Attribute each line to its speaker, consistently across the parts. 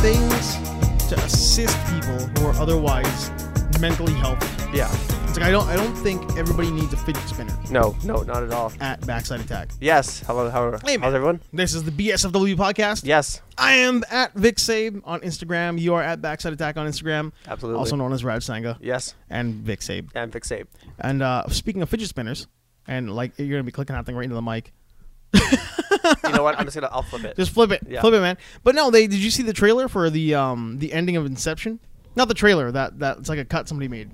Speaker 1: things to assist people who are otherwise mentally healthy.
Speaker 2: Yeah.
Speaker 1: It's like I don't I don't think everybody needs a fidget spinner
Speaker 2: No, no, not at all.
Speaker 1: at backside attack.
Speaker 2: Yes. Hello. How,
Speaker 1: Hey, man.
Speaker 2: how's everyone?
Speaker 1: This is the BSFW podcast.
Speaker 2: Yes.
Speaker 1: I am at Vic Sabe on Instagram. You are at Backside Attack on Instagram.
Speaker 2: Absolutely.
Speaker 1: Also known as Raj Sanga
Speaker 2: Yes.
Speaker 1: and Vic Sabe.
Speaker 2: And fixate.
Speaker 1: And uh, speaking of fidget spinners, and like you're gonna be clicking that thing right into the mic.
Speaker 2: You know what? I'm just gonna. I'll flip it.
Speaker 1: Just flip it,
Speaker 2: Yeah.
Speaker 1: flip it, man. But no, they did you see the trailer for the um the ending of Inception? Not the trailer that that it's like a cut somebody made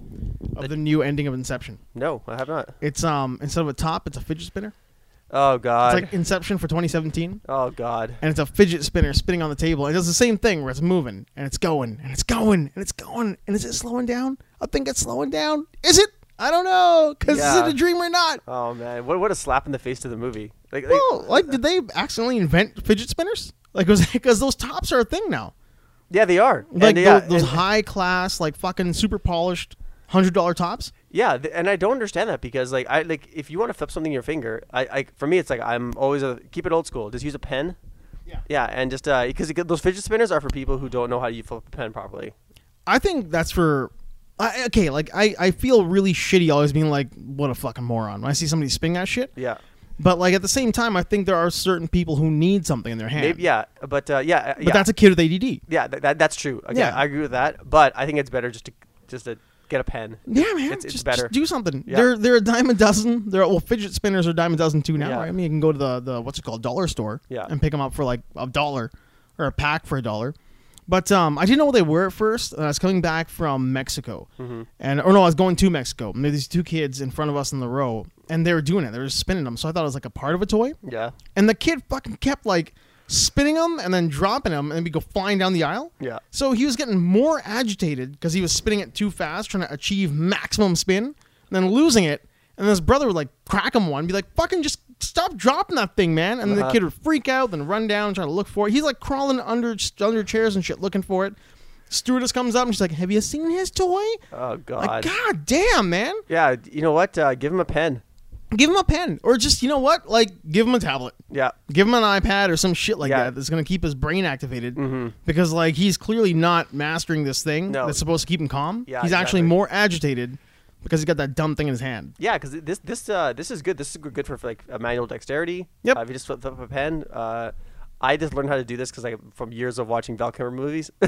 Speaker 1: of the new ending of Inception.
Speaker 2: no, I have not.
Speaker 1: It's um instead of a top, it's a fidget spinner.
Speaker 2: Oh
Speaker 1: It's
Speaker 2: God.
Speaker 1: like Inception for 2017,
Speaker 2: oh God.
Speaker 1: and it's a fidget spinner spinning on the table. And it does the same thing where it's moving and it's going and it's going and it's going. And is it slowing down? I think it's slowing down. Is it? I don't know. Cause is
Speaker 2: Yeah.
Speaker 1: it a dream or not?
Speaker 2: Oh man. What? What a slap in the face to the movie. Like. like-
Speaker 1: Well, like did they accidentally invent fidget spinners? Like was because those tops are a thing now.
Speaker 2: yeah, they are. And
Speaker 1: like
Speaker 2: they-
Speaker 1: tho-
Speaker 2: yeah,
Speaker 1: those
Speaker 2: and-
Speaker 1: high class, like fucking super polished hundred dollar tops.
Speaker 2: Yeah, th- and I don't understand that because like I like if you want to flip something in your finger, I like for me it's like I'm always a keep it old school. Just use a pen.
Speaker 1: Yeah.
Speaker 2: Yeah, and just uh because those fidget spinners are for people who don't know how to flip a pen properly.
Speaker 1: I think that's for. I, okay, like I, I feel really shitty always being like, what a fucking moron when I see somebody spin that shit.
Speaker 2: Yeah.
Speaker 1: But like at the same time, I think there are certain people who need something in their hand.
Speaker 2: Maybe, yeah, but uh, yeah,
Speaker 1: But that's a kid with ADD.
Speaker 2: yeah, th- that, that's true. Okay,
Speaker 1: Yeah.
Speaker 2: I agree with that, but I think it's better just to just to get a pen.
Speaker 1: Yeah, man.
Speaker 2: It's- it's
Speaker 1: just,
Speaker 2: better.
Speaker 1: just do something.
Speaker 2: Yeah.
Speaker 1: They're they're a dime a dozen. They're well, fidget spinners are a dime a dozen too now.
Speaker 2: Yeah.
Speaker 1: Right? I mean, you can go to the the what's it called dollar store.
Speaker 2: Yeah.
Speaker 1: And pick them up for like a dollar, or a pack for a dollar. But um, I didn't know what they were at first. And I was coming back from Mexico,
Speaker 2: Mm-hmm.
Speaker 1: and or no, I was going to Mexico. And there were these two kids in front of us in the row, and they were doing it. They were just spinning them. So I thought it was like a part of a toy.
Speaker 2: Yeah,
Speaker 1: And the kid fucking kept like spinning them and then dropping them, and then we go flying down the aisle.
Speaker 2: Yeah.
Speaker 1: So he was getting more agitated because he was spinning it too fast, trying to achieve maximum spin, and then losing it. And his brother would like crack him one, and be like, "Fucking just stop dropping that thing, man!" And the
Speaker 2: Uh-huh.
Speaker 1: kid would freak out, then run down, try to look for it. He's like crawling under under chairs and shit, looking for it. Stewardess comes up and she's like, "Have you seen his toy?"
Speaker 2: Oh,
Speaker 1: Like,
Speaker 2: God.
Speaker 1: God damn, man!
Speaker 2: yeah. You know what? Uh, give him a pen.
Speaker 1: Give him a pen, or just you know what? Like, give him a tablet.
Speaker 2: Yeah,
Speaker 1: Give him an iPad or some shit like
Speaker 2: Yeah. Mm-hmm.
Speaker 1: that that's gonna keep his brain activated because like he's clearly not mastering this thing
Speaker 2: No.
Speaker 1: that's supposed to keep him calm.
Speaker 2: Yeah,
Speaker 1: he's actually
Speaker 2: exactly.
Speaker 1: more agitated because he's got that dumb thing in his hand.
Speaker 2: yeah. Because this this uh, this is good. This is good good for like uh, manual dexterity.
Speaker 1: Yep.
Speaker 2: Uh, if you just flip, flip a pen. Uh, I just learned how to do this because like from years of watching Val Kilmer movies.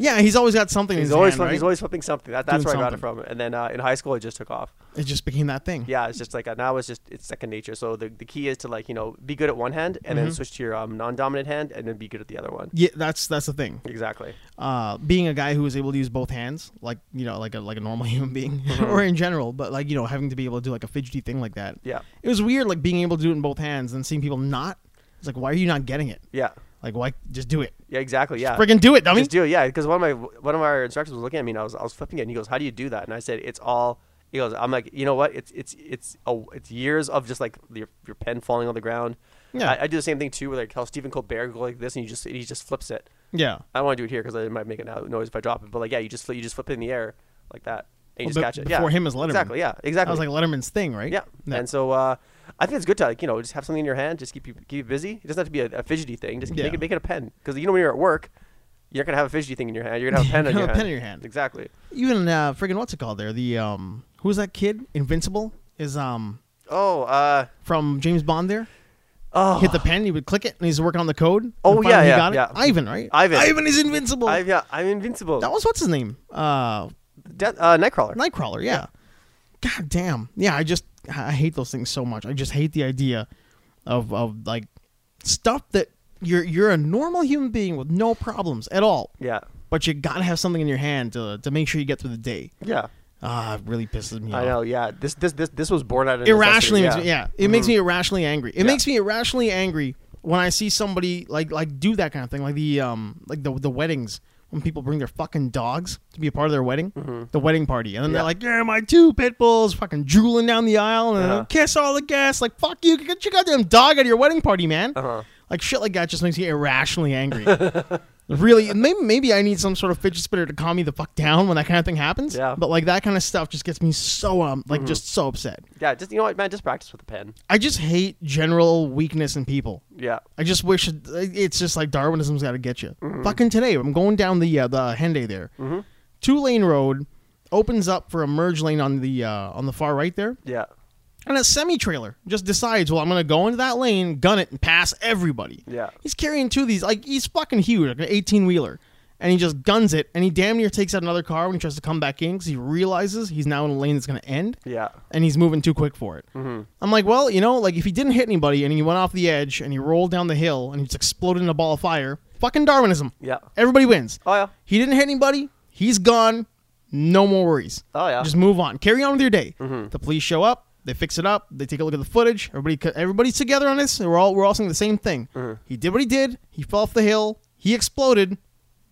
Speaker 1: yeah, he's always got something. in
Speaker 2: he's
Speaker 1: his
Speaker 2: always
Speaker 1: hand,
Speaker 2: flipping,
Speaker 1: right?
Speaker 2: he's always flipping something. That, that's
Speaker 1: Doing
Speaker 2: where I got it from. And then uh, in high school, it just took off.
Speaker 1: It just became that thing.
Speaker 2: Yeah, it's just like uh, now it's just it's second nature. So the, the key is to like you know be good at one hand and
Speaker 1: Mm-hmm.
Speaker 2: then switch to your um, non-dominant hand and then be good at the other one.
Speaker 1: Yeah, that's that's the thing.
Speaker 2: Exactly.
Speaker 1: Uh, being a guy who is able to use both hands, like you know, like a like a normal human being,
Speaker 2: Mm-hmm.
Speaker 1: or in general, but like you know, having to be able to do like a fidgety thing like that.
Speaker 2: Yeah.
Speaker 1: it was weird, like being able to do it in both hands and seeing people not. It's like, why are you not getting it?
Speaker 2: Yeah.
Speaker 1: Like, why just do it?
Speaker 2: Yeah. Exactly. Yeah.
Speaker 1: Friggin' do it, dummy.
Speaker 2: Uh, Just do it. Yeah. Because one of my one of our instructors was looking at me and I was I was flipping it and he goes, "How do you do that?" And I said, "It's all." He goes, "I'm like you know what? It's it's it's a, it's years of just like your, your pen falling on the ground."
Speaker 1: Yeah.
Speaker 2: I, I do the same thing too. Where like how Stephen Colbert go like this and you just he just flips it.
Speaker 1: yeah.
Speaker 2: I don't want to do it here because I might make a no- noise if I drop it. But like, yeah, you just fl- you just flip it in the air like that, and
Speaker 1: Well,
Speaker 2: you just
Speaker 1: be-
Speaker 2: catch it.
Speaker 1: before
Speaker 2: yeah.
Speaker 1: him is Letterman.
Speaker 2: Exactly. Yeah. Exactly.
Speaker 1: That was like Letterman's thing, right?
Speaker 2: yeah. And so uh, I think it's good to like you know just have something in your hand, just keep you keep you busy. It doesn't have to be a, a fidgety thing. Just
Speaker 1: Yeah.
Speaker 2: make it make it a pen because you know when you're at work, you're not gonna have a fidgety thing in your hand. You're gonna have a pen,
Speaker 1: You're
Speaker 2: in,
Speaker 1: gonna
Speaker 2: your
Speaker 1: have a
Speaker 2: hand.
Speaker 1: pen in your hand.
Speaker 2: Exactly.
Speaker 1: even uh, friggin' what's it called there? The um, who was that kid? Invincible is um
Speaker 2: Oh. Uh,
Speaker 1: from James Bond. There
Speaker 2: oh.
Speaker 1: hit the pen, he would click it, and he's working on the code. and
Speaker 2: Oh,
Speaker 1: finally
Speaker 2: yeah,
Speaker 1: he
Speaker 2: yeah,
Speaker 1: got it.
Speaker 2: yeah.
Speaker 1: Ivan, right?
Speaker 2: Ivan.
Speaker 1: Ivan is invincible.
Speaker 2: I, yeah. I'm invincible.
Speaker 1: That was what's his name? Uh,
Speaker 2: Death, uh, Nightcrawler.
Speaker 1: Nightcrawler. Yeah. God damn. Yeah, I just I hate those things so much. I just hate the idea of of like stuff that you're you're a normal human being with no problems at all.
Speaker 2: yeah.
Speaker 1: But you gotta have something in your hand to to make sure you get through the day.
Speaker 2: Yeah.
Speaker 1: Ah, it really pisses me off.
Speaker 2: I know. Yeah. This this this this was born out of
Speaker 1: Irrationally makes
Speaker 2: necessity,
Speaker 1: me, yeah. It makes me irrationally angry. It
Speaker 2: Mm-hmm. Yeah.
Speaker 1: makes me irrationally angry when I see somebody like like do that kind of thing, like the um like the the weddings when people bring their fucking dogs to be a part of their wedding, the wedding party, and then they're
Speaker 2: Mm-hmm. Yeah.
Speaker 1: like, "Yeah, my two pit bulls, fucking drooling down the aisle, and
Speaker 2: Uh-huh.
Speaker 1: kiss all the guests." Like, fuck you, get your goddamn dog out of your wedding party, man.
Speaker 2: Uh-huh.
Speaker 1: Like shit like that just makes me irrationally angry. Really, maybe maybe I need some sort of fidget spinner to calm me the fuck down when that kind of thing happens.
Speaker 2: Yeah. Mm-hmm.
Speaker 1: But like that kind of stuff just gets me so um like just so upset.
Speaker 2: Yeah, just you know what, man, just practice with a pen.
Speaker 1: I just hate general weakness in people.
Speaker 2: Yeah.
Speaker 1: I just wish it, it's just like Darwinism's got to get you. Fucking today, I'm going down the uh, the Henday there, two lane road opens up for a merge lane on the uh, on the far right there,
Speaker 2: Yeah.
Speaker 1: and a semi trailer just decides, well, I'm gonna go into that lane, gun it, and pass everybody.
Speaker 2: Yeah.
Speaker 1: He's carrying two of these, like he's fucking huge, like an 18 wheeler, and he just guns it, and he damn near takes out another car when he tries to come back in because he realizes he's now in a lane that's gonna end
Speaker 2: Yeah.
Speaker 1: and he's moving too quick for it.
Speaker 2: Mm-hmm.
Speaker 1: I'm like, well, you know, like if he didn't hit anybody and he went off the edge and he rolled down the hill and he just exploded in a ball of fire, fucking Darwinism.
Speaker 2: Yeah.
Speaker 1: Everybody wins.
Speaker 2: Oh yeah.
Speaker 1: He didn't hit anybody. He's gone. No more worries.
Speaker 2: Oh yeah. Mm-hmm.
Speaker 1: Just move on. Carry on with your day. The police show up. They fix it up. They take a look at the footage. Everybody, everybody's together on this. We're all we're all saying the same thing.
Speaker 2: Mm-hmm.
Speaker 1: He did what he did. He fell off the hill. He exploded.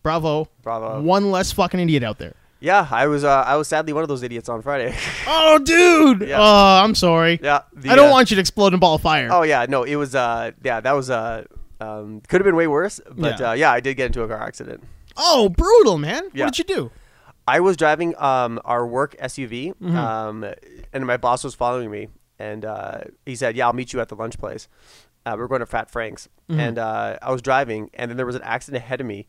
Speaker 1: Bravo.
Speaker 2: Bravo.
Speaker 1: One less fucking idiot out there.
Speaker 2: yeah, I was uh, I was sadly one of those idiots on Friday.
Speaker 1: Oh, dude.
Speaker 2: Yeah.
Speaker 1: Oh, I'm sorry.
Speaker 2: yeah. the,
Speaker 1: I don't
Speaker 2: uh,
Speaker 1: want you to explode in a ball of fire.
Speaker 2: Oh yeah, no, it was uh yeah, that was uh um could have been way worse, but
Speaker 1: Yeah.
Speaker 2: uh yeah, I did get into a car accident.
Speaker 1: Oh, brutal, man.
Speaker 2: Yeah.
Speaker 1: What did you do?
Speaker 2: I was driving um, our work SUV,
Speaker 1: Mm-hmm.
Speaker 2: um, and my boss was following me, and uh, he said, "Yeah, I'll meet you at the lunch place." Uh, we were going to Fat Frank's,
Speaker 1: Mm-hmm.
Speaker 2: and uh, I was driving, and then there was an accident ahead of me,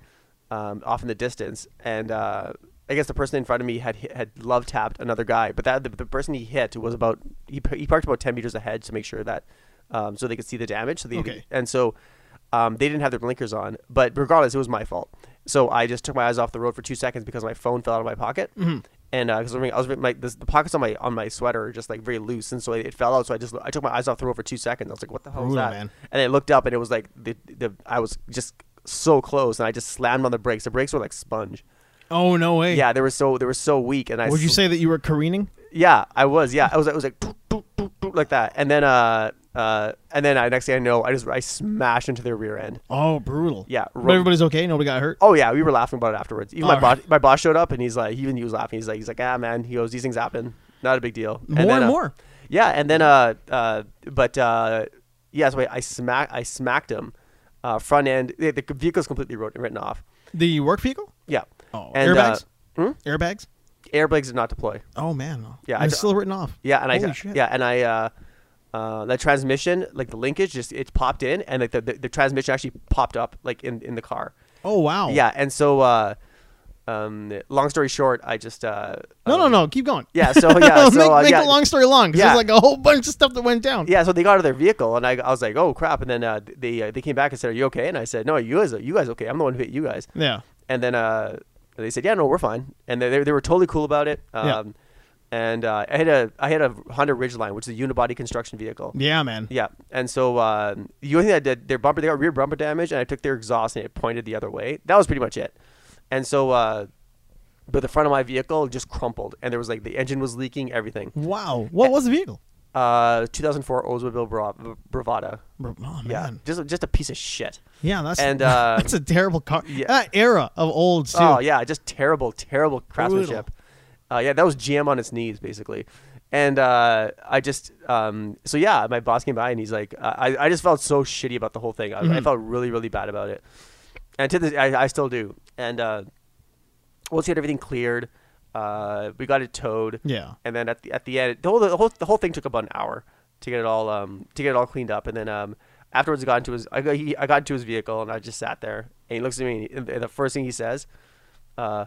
Speaker 2: um, off in the distance, and uh, I guess the person in front of me had hit- had love tapped another guy, but that the, the person he hit was about he, p- he parked about ten meters ahead to make sure that um, so they could see the damage. So they
Speaker 1: Okay.
Speaker 2: and so um, they didn't have their blinkers on. But regardless, it was my fault. So I just took my eyes off the road for two seconds because my phone fell out of my pocket,
Speaker 1: Mm-hmm.
Speaker 2: and because I was, wearing- I was wearing- my this, the pockets on my on my sweater are just like very loose, and so it, it fell out. So I just I took my eyes off the road for two seconds. I was like, "What the hell was
Speaker 1: Brutal,
Speaker 2: that?"
Speaker 1: man.
Speaker 2: And I looked up, and it was like the, the I was just so close, and I just slammed on the brakes. The brakes were like sponge.
Speaker 1: Oh, no way.
Speaker 2: Yeah, they were so they were so weak, and I
Speaker 1: Would you
Speaker 2: sl-
Speaker 1: say that you were careening?
Speaker 2: yeah, I was. Yeah, I was. I was like, doot, doot, doot, doot, like that, and then, uh, uh, and then I next thing I know, I just I smashed into their rear end.
Speaker 1: Oh, brutal.
Speaker 2: Yeah,
Speaker 1: But
Speaker 2: ro-
Speaker 1: everybody's okay. Nobody got hurt.
Speaker 2: Oh yeah, we were laughing about it afterwards. Even my
Speaker 1: All right.
Speaker 2: boss, my boss showed up, and he's like, even he was laughing. He's like, he's like, ah man, he goes, these things happen, not a big deal.
Speaker 1: More
Speaker 2: then,
Speaker 1: and
Speaker 2: uh,
Speaker 1: more.
Speaker 2: Yeah, and then, uh, uh, but uh, yeah, so I, I smack, I smacked him, uh, front end. The, the vehicle's completely wrote, written off.
Speaker 1: The work vehicle?
Speaker 2: Yeah.
Speaker 1: Oh,
Speaker 2: And,
Speaker 1: airbags?
Speaker 2: uh, hmm?
Speaker 1: Airbags?
Speaker 2: Airbags did not deploy.
Speaker 1: Oh, man. no.
Speaker 2: Yeah,
Speaker 1: And
Speaker 2: I
Speaker 1: it's
Speaker 2: d-
Speaker 1: still written off.
Speaker 2: Yeah, and
Speaker 1: Holy
Speaker 2: I
Speaker 1: shit.
Speaker 2: yeah, and I uh, uh, that transmission, like the linkage, just it popped in, and like the, the, the transmission actually popped up like in in the car.
Speaker 1: Oh, wow.
Speaker 2: Yeah, and so uh, um, long story short, I just uh,
Speaker 1: No, no,
Speaker 2: um,
Speaker 1: no. Keep going.
Speaker 2: Yeah, so yeah,
Speaker 1: make
Speaker 2: so uh,
Speaker 1: make
Speaker 2: yeah,
Speaker 1: the long story long because
Speaker 2: Yeah.
Speaker 1: there's like a whole bunch of stuff that went down.
Speaker 2: yeah, so they got out of their vehicle, and I, I was like, oh crap, and then uh, they uh, they came back and said, are you okay? And I said, no, you guys, you guys okay? I'm the one who hit you guys.
Speaker 1: Yeah.
Speaker 2: And then uh, they said, "Yeah, no, we're fine." And they, they, they were totally cool about it. Um,
Speaker 1: Yeah.
Speaker 2: And uh, I had a I had a Honda Ridgeline, which is a unibody construction vehicle.
Speaker 1: Yeah, man.
Speaker 2: Yeah, and so uh, the only thing I did, their bumper, they got rear bumper damage, and I took their exhaust and it pointed the other way. That was pretty much it. And so, uh, but the front of my vehicle just crumpled, and there was like the engine was leaking, everything.
Speaker 1: Wow. What was the vehicle?
Speaker 2: Uh, 2004 Oldsmobile Bra- Bravada.
Speaker 1: Bro- Oh,
Speaker 2: Yeah,
Speaker 1: man.
Speaker 2: just just a piece of shit.
Speaker 1: Yeah, that's
Speaker 2: And, uh,
Speaker 1: that's a terrible car.
Speaker 2: yeah.
Speaker 1: That era of olds, too.
Speaker 2: Oh yeah, just terrible, terrible craftsmanship. Uh, yeah, that was GM on its knees basically, and uh, I just um, so yeah, my boss came by and he's like, I, I just felt so shitty about the whole thing. I,
Speaker 1: Mm-hmm.
Speaker 2: I felt really really bad about it, and to this I, I still do. And uh, once we had everything cleared, uh, we got it towed.
Speaker 1: Yeah.
Speaker 2: And then at the at the end, the whole the whole, the whole thing took about an hour to get it all um to get it all cleaned up, and then um afterwards I got into his I got, he, I got into his vehicle and I just sat there and he looks at me and, and the first thing he says, uh,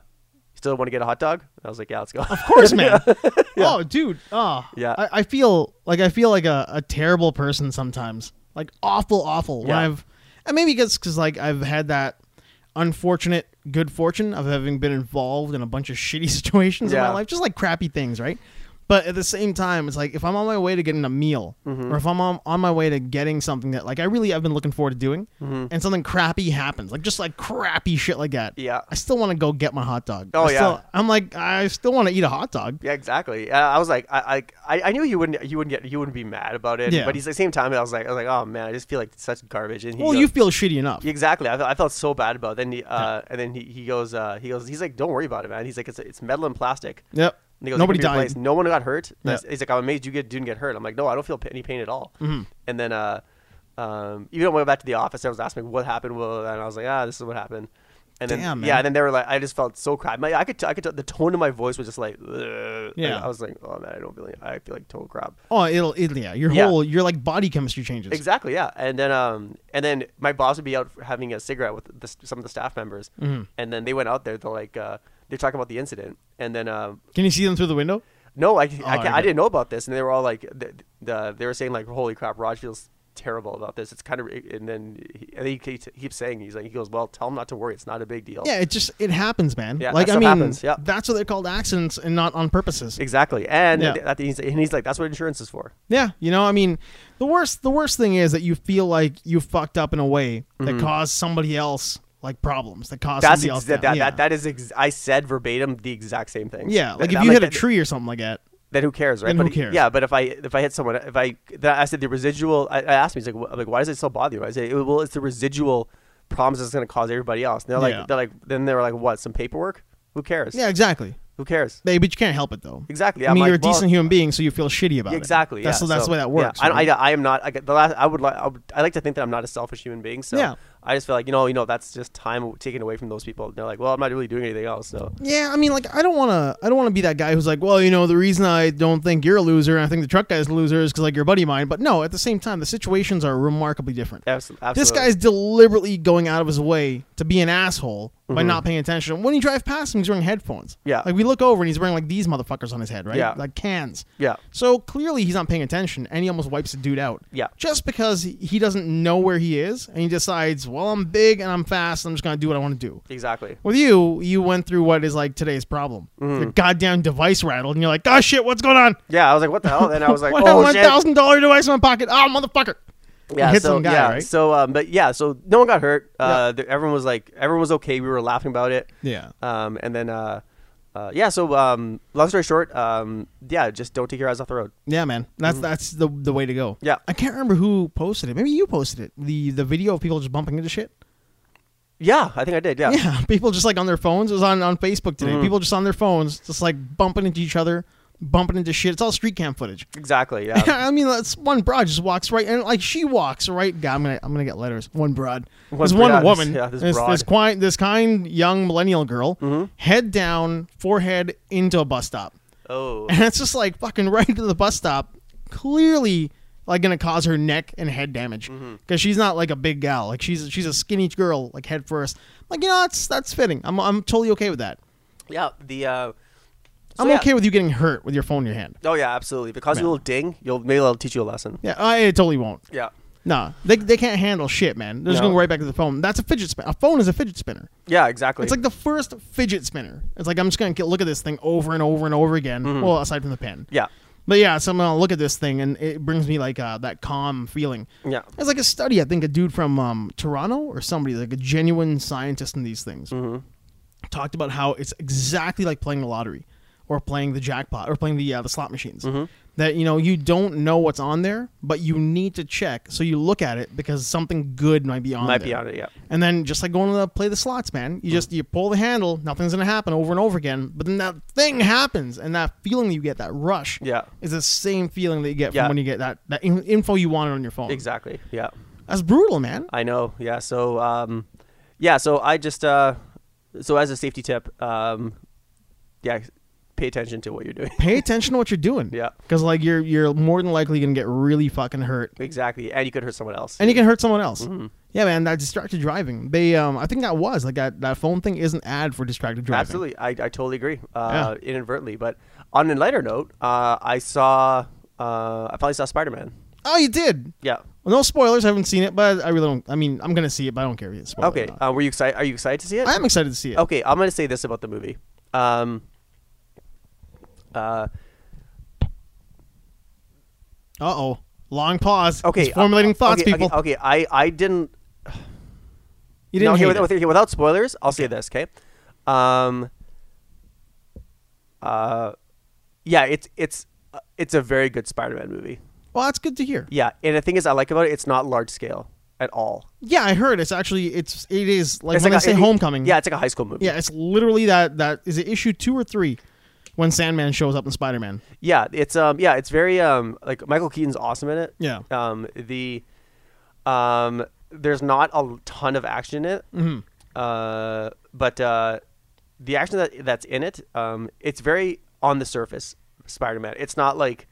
Speaker 2: still want to get a hot dog? And I was like, yeah, let's go.
Speaker 1: Of course, man. Oh, dude. Oh,
Speaker 2: Yeah.
Speaker 1: I, I feel like I feel like a, a terrible person sometimes. Like awful, awful. When
Speaker 2: Yeah.
Speaker 1: I've and maybe because because like I've had that unfortunate good fortune of having been involved in a bunch of shitty situations in
Speaker 2: Yeah.
Speaker 1: my life, just like crappy things, right? But at the same time, it's like if I'm on my way to getting a meal,
Speaker 2: Mm-hmm.
Speaker 1: or if I'm on, on my way to getting something that like I really have been looking forward to doing,
Speaker 2: Mm-hmm.
Speaker 1: and something crappy happens, like just like crappy shit like that,
Speaker 2: Yeah.
Speaker 1: I still want to go get my hot dog.
Speaker 2: Oh,
Speaker 1: I still-
Speaker 2: yeah.
Speaker 1: I'm like I still want to eat a hot dog.
Speaker 2: Yeah, exactly. Uh, I was like, I, I, I- I knew you wouldn't, you wouldn't get, you wouldn't be mad about it.
Speaker 1: Yeah.
Speaker 2: But he's at the same time, I was like, I was like, oh man, I just feel like such garbage. And he
Speaker 1: Well,
Speaker 2: goes-
Speaker 1: you feel shitty enough.
Speaker 2: Exactly. I, felt- I felt so bad about it. Then he, uh, and then he, he goes, uh, he goes, he's like, don't worry about it, man. He's like, it's, it's metal and plastic.
Speaker 1: Yep.
Speaker 2: And he goes,
Speaker 1: Nobody
Speaker 2: "It can be
Speaker 1: died.
Speaker 2: replaced. No one got hurt.
Speaker 1: Yeah.
Speaker 2: That's- He's like, I'm amazed you get, didn't get hurt. I'm like, no, I don't feel pa- any pain at all.
Speaker 1: Mm-hmm.
Speaker 2: And then, uh, um, even when I went back to the office, I was asking me what happened. Well, and I was like, ah, this is what happened. And then
Speaker 1: Damn, man.
Speaker 2: yeah, and then they were like, I just felt so cry. My, I could, t- I could, t- the tone of my voice was just like, "Ugh."
Speaker 1: Yeah.
Speaker 2: And I was like, oh man, I don't feel, like, I feel like total crap.
Speaker 1: Oh, it'll, it yeah. Your
Speaker 2: Yeah.
Speaker 1: whole your like body chemistry changes.
Speaker 2: Exactly, yeah. And then um and then my boss would be out having a cigarette with the, some of the staff members,
Speaker 1: Mm-hmm.
Speaker 2: and then they went out there. They're like uh, they're talking about the incident, and then um
Speaker 1: Can you see them through the window?
Speaker 2: no, I I, can't,
Speaker 1: okay.
Speaker 2: I didn't know about this, and they were all like the, the they were saying like holy crap, Raj feels terrible about this. It's kind of and then he, and he keeps keeps saying he's like he goes well tell him not to worry, it's not a big deal.
Speaker 1: Yeah, it just it happens, man.
Speaker 2: Yeah,
Speaker 1: like I
Speaker 2: that stuff
Speaker 1: mean,
Speaker 2: happens, yeah.
Speaker 1: that's what they're called accidents and not on purposes.
Speaker 2: Exactly, and
Speaker 1: Yeah.
Speaker 2: that- and he's, and he's like, "That's what insurance is for."
Speaker 1: Yeah, you know, I mean, the worst the worst thing is that you feel like you fucked up in a way that caused somebody else like problems that caused
Speaker 2: Mm-hmm. That's
Speaker 1: somebody
Speaker 2: ex-
Speaker 1: else
Speaker 2: that,
Speaker 1: down.
Speaker 2: that,
Speaker 1: yeah.
Speaker 2: that is ex- I said verbatim the exact same thing.
Speaker 1: yeah, like
Speaker 2: That-
Speaker 1: if
Speaker 2: I'm
Speaker 1: you hit a
Speaker 2: that-
Speaker 1: tree or something like that.
Speaker 2: then who cares, right?
Speaker 1: Then
Speaker 2: but
Speaker 1: who
Speaker 2: it-
Speaker 1: cares?
Speaker 2: Yeah, but if I if I hit someone, if I then I said the residual, I, I asked me, he's like, wh- like, why does it still bother you? I say, well, it's the residual problems that's going to cause everybody else. And they're like,
Speaker 1: Yeah.
Speaker 2: they're like, then they were like, what? Some paperwork? Who cares?
Speaker 1: Yeah, exactly.
Speaker 2: Who cares?
Speaker 1: They, but you can't help it though.
Speaker 2: Exactly,
Speaker 1: I
Speaker 2: I'm
Speaker 1: mean,
Speaker 2: like,
Speaker 1: you're a
Speaker 2: well-
Speaker 1: decent human being, so you feel shitty about it.
Speaker 2: Exactly.
Speaker 1: That's
Speaker 2: yeah.
Speaker 1: that's the way that works.
Speaker 2: Yeah, I,
Speaker 1: right?
Speaker 2: I, I am not. I, get- the last I would like. I, would, I like to think that I'm not a selfish human being. So
Speaker 1: Yeah.
Speaker 2: I just feel like you know, you know, that's just time taken away from those people. They're like, well, I'm not really doing anything else. So
Speaker 1: Yeah, I mean, like, I don't want to. I don't want to be that guy who's like, well, you know, the reason I don't think you're a loser and I think the truck guy's a loser is because like your buddy of mine. But no, at the same time, the situations are remarkably different.
Speaker 2: abso- absolutely.
Speaker 1: This guy's deliberately going out of his way to be an asshole by not paying attention. When you drive past him, he's wearing headphones.
Speaker 2: Mm-hmm. Yeah.
Speaker 1: like we look over and he's wearing like these motherfuckers on his head, right?
Speaker 2: Yeah.
Speaker 1: like cans.
Speaker 2: Yeah.
Speaker 1: So clearly he's not paying attention, and he almost wipes the dude out.
Speaker 2: Yeah.
Speaker 1: Just because he- he doesn't know where he is, and he decides, well, I'm big and I'm fast, and I'm just gonna do what I want to do.
Speaker 2: Exactly.
Speaker 1: With you, you went through what is like today's problem.
Speaker 2: Mm-hmm.
Speaker 1: Your goddamn device rattled, and you're like, "Oh shit, what's going on?"
Speaker 2: Yeah, I was like, what the hell? Then I was like,
Speaker 1: what
Speaker 2: oh
Speaker 1: one
Speaker 2: shit.
Speaker 1: thousand dollar device in my pocket? Oh, motherfucker!
Speaker 2: yeah,
Speaker 1: You hit
Speaker 2: so,
Speaker 1: some guy,
Speaker 2: yeah.
Speaker 1: right?
Speaker 2: So, um, but yeah, so no one got hurt. Uh, th- everyone was like, everyone was okay. We were laughing about it.
Speaker 1: Yeah.
Speaker 2: Um, and then, uh, uh, yeah. So, um, long story short, um, yeah, just don't take your eyes off the road.
Speaker 1: Yeah, man, that's that's the the way to go.
Speaker 2: Mm-hmm. Yeah.
Speaker 1: I can't remember who posted it. Maybe you posted it. the The video of people just bumping into shit.
Speaker 2: Yeah, I think I did. Yeah. Mm-hmm.
Speaker 1: Yeah, people just like on their phones. It was on on Facebook today. People just on their phones, just like bumping into each other, bumping into shit. It's all street cam footage.
Speaker 2: Exactly. Yeah.
Speaker 1: I mean, that's one broad just walks right, and like she walks right. God, I'm gonna, I'm gonna get letters. One broad.
Speaker 2: One
Speaker 1: There's one
Speaker 2: broad,
Speaker 1: woman.
Speaker 2: yeah, this
Speaker 1: this,
Speaker 2: broad. Mm-hmm.
Speaker 1: this kind, this kind young millennial girl, head down, forehead into a bus stop,
Speaker 2: oh.
Speaker 1: and it's just like fucking right into the bus stop. Clearly, like gonna cause her neck and head damage because
Speaker 2: Mm-hmm.
Speaker 1: she's not like a big gal. Like she's she's a skinny girl, like head first. Like you know, that's that's fitting. I'm I'm totally okay with that.
Speaker 2: Yeah. The. Uh, so,
Speaker 1: I'm
Speaker 2: yeah.
Speaker 1: okay with you getting hurt with your phone in your hand.
Speaker 2: Oh yeah, absolutely. If it causes you a little ding, you'll maybe it'll teach you a lesson.
Speaker 1: Yeah, I, it totally won't.
Speaker 2: Yeah.
Speaker 1: Nah, they, they can't handle shit, man. They're just
Speaker 2: No.
Speaker 1: going right back to the phone. That's a fidget spinner. A phone is a fidget spinner.
Speaker 2: Yeah. Exactly.
Speaker 1: It's like the first fidget spinner. It's like I'm just gonna get, look at this thing over and over and over again. Well, aside from the pen.
Speaker 2: yeah.
Speaker 1: But yeah, so I'm gonna look at this thing and it brings me like uh, that calm feeling.
Speaker 2: Yeah.
Speaker 1: It's like a study. I think a dude from um, Toronto or somebody like a genuine scientist in these things
Speaker 2: Mm-hmm.
Speaker 1: talked about how it's exactly like playing the lottery or playing the jackpot or playing the uh, the slot machines.
Speaker 2: Mm-hmm.
Speaker 1: That you know you don't know what's on there, but you need to check. So you look at it because something good might be on.
Speaker 2: Might
Speaker 1: there.
Speaker 2: be on it. Yeah.
Speaker 1: And then just like going to the, play the slots, man, you just you pull the handle, nothing's gonna happen over and over again. But then that thing happens, and that feeling that you get, that rush,
Speaker 2: Yeah.
Speaker 1: is the same feeling that you get
Speaker 2: Yeah.
Speaker 1: from when you get that that in- info you wanted on your phone.
Speaker 2: Exactly. Yeah.
Speaker 1: That's brutal, man.
Speaker 2: I know. Yeah. So, um, yeah. So I just, uh, so as a safety tip, um, yeah, pay attention to what you're doing.
Speaker 1: Pay attention to what you're doing.
Speaker 2: Yeah.
Speaker 1: because like you're you're more than likely gonna get really fucking hurt,
Speaker 2: exactly. And you could hurt someone else.
Speaker 1: and you can hurt someone else.
Speaker 2: Mm-hmm.
Speaker 1: Yeah, man, that distracted driving. They, um, I think that was like that, that phone thing is an ad for distracted driving.
Speaker 2: Absolutely. I, I totally agree. Uh, inadvertently, but on a lighter note, uh, I saw, uh, I finally saw Spider-Man.
Speaker 1: Oh, you did.
Speaker 2: Yeah.
Speaker 1: Well, no spoilers. I haven't seen it, but I really don't. I mean, I'm gonna see it, but I don't care if it's spoiled.
Speaker 2: Okay. Uh, were you excited? Are you excited to see it?
Speaker 1: I am excited to see it.
Speaker 2: Okay, I'm gonna say this about the movie. Um, uh,
Speaker 1: Uh oh. Long pause.
Speaker 2: okay,
Speaker 1: He's formulating
Speaker 2: uh,
Speaker 1: thoughts,
Speaker 2: okay,
Speaker 1: people.
Speaker 2: Okay, okay, I I didn't.
Speaker 1: You didn't
Speaker 2: no, okay,
Speaker 1: hate
Speaker 2: without,
Speaker 1: it.
Speaker 2: okay, without spoilers, I'll say this. Okay. Um. Uh, yeah, it's it's uh, it's a very good Spider-Man movie.
Speaker 1: Well, that's good to hear.
Speaker 2: Yeah, and the thing is, I like about it, it's not large scale at all.
Speaker 1: Yeah, I heard it's actually it's it is like
Speaker 2: it's
Speaker 1: when
Speaker 2: like
Speaker 1: I say
Speaker 2: a, it-
Speaker 1: homecoming.
Speaker 2: Yeah, it's like a high school movie.
Speaker 1: yeah, it's literally that that is it issue two or three when Sandman shows up in Spider Man.
Speaker 2: Yeah, it's um yeah, it's very um like Michael Keaton's awesome in it.
Speaker 1: Yeah. Mm-hmm.
Speaker 2: Um the um there's not a ton of action in it. Uh, but uh, the action that that's in it, um, it's very on the surface Spider-Man. It's not like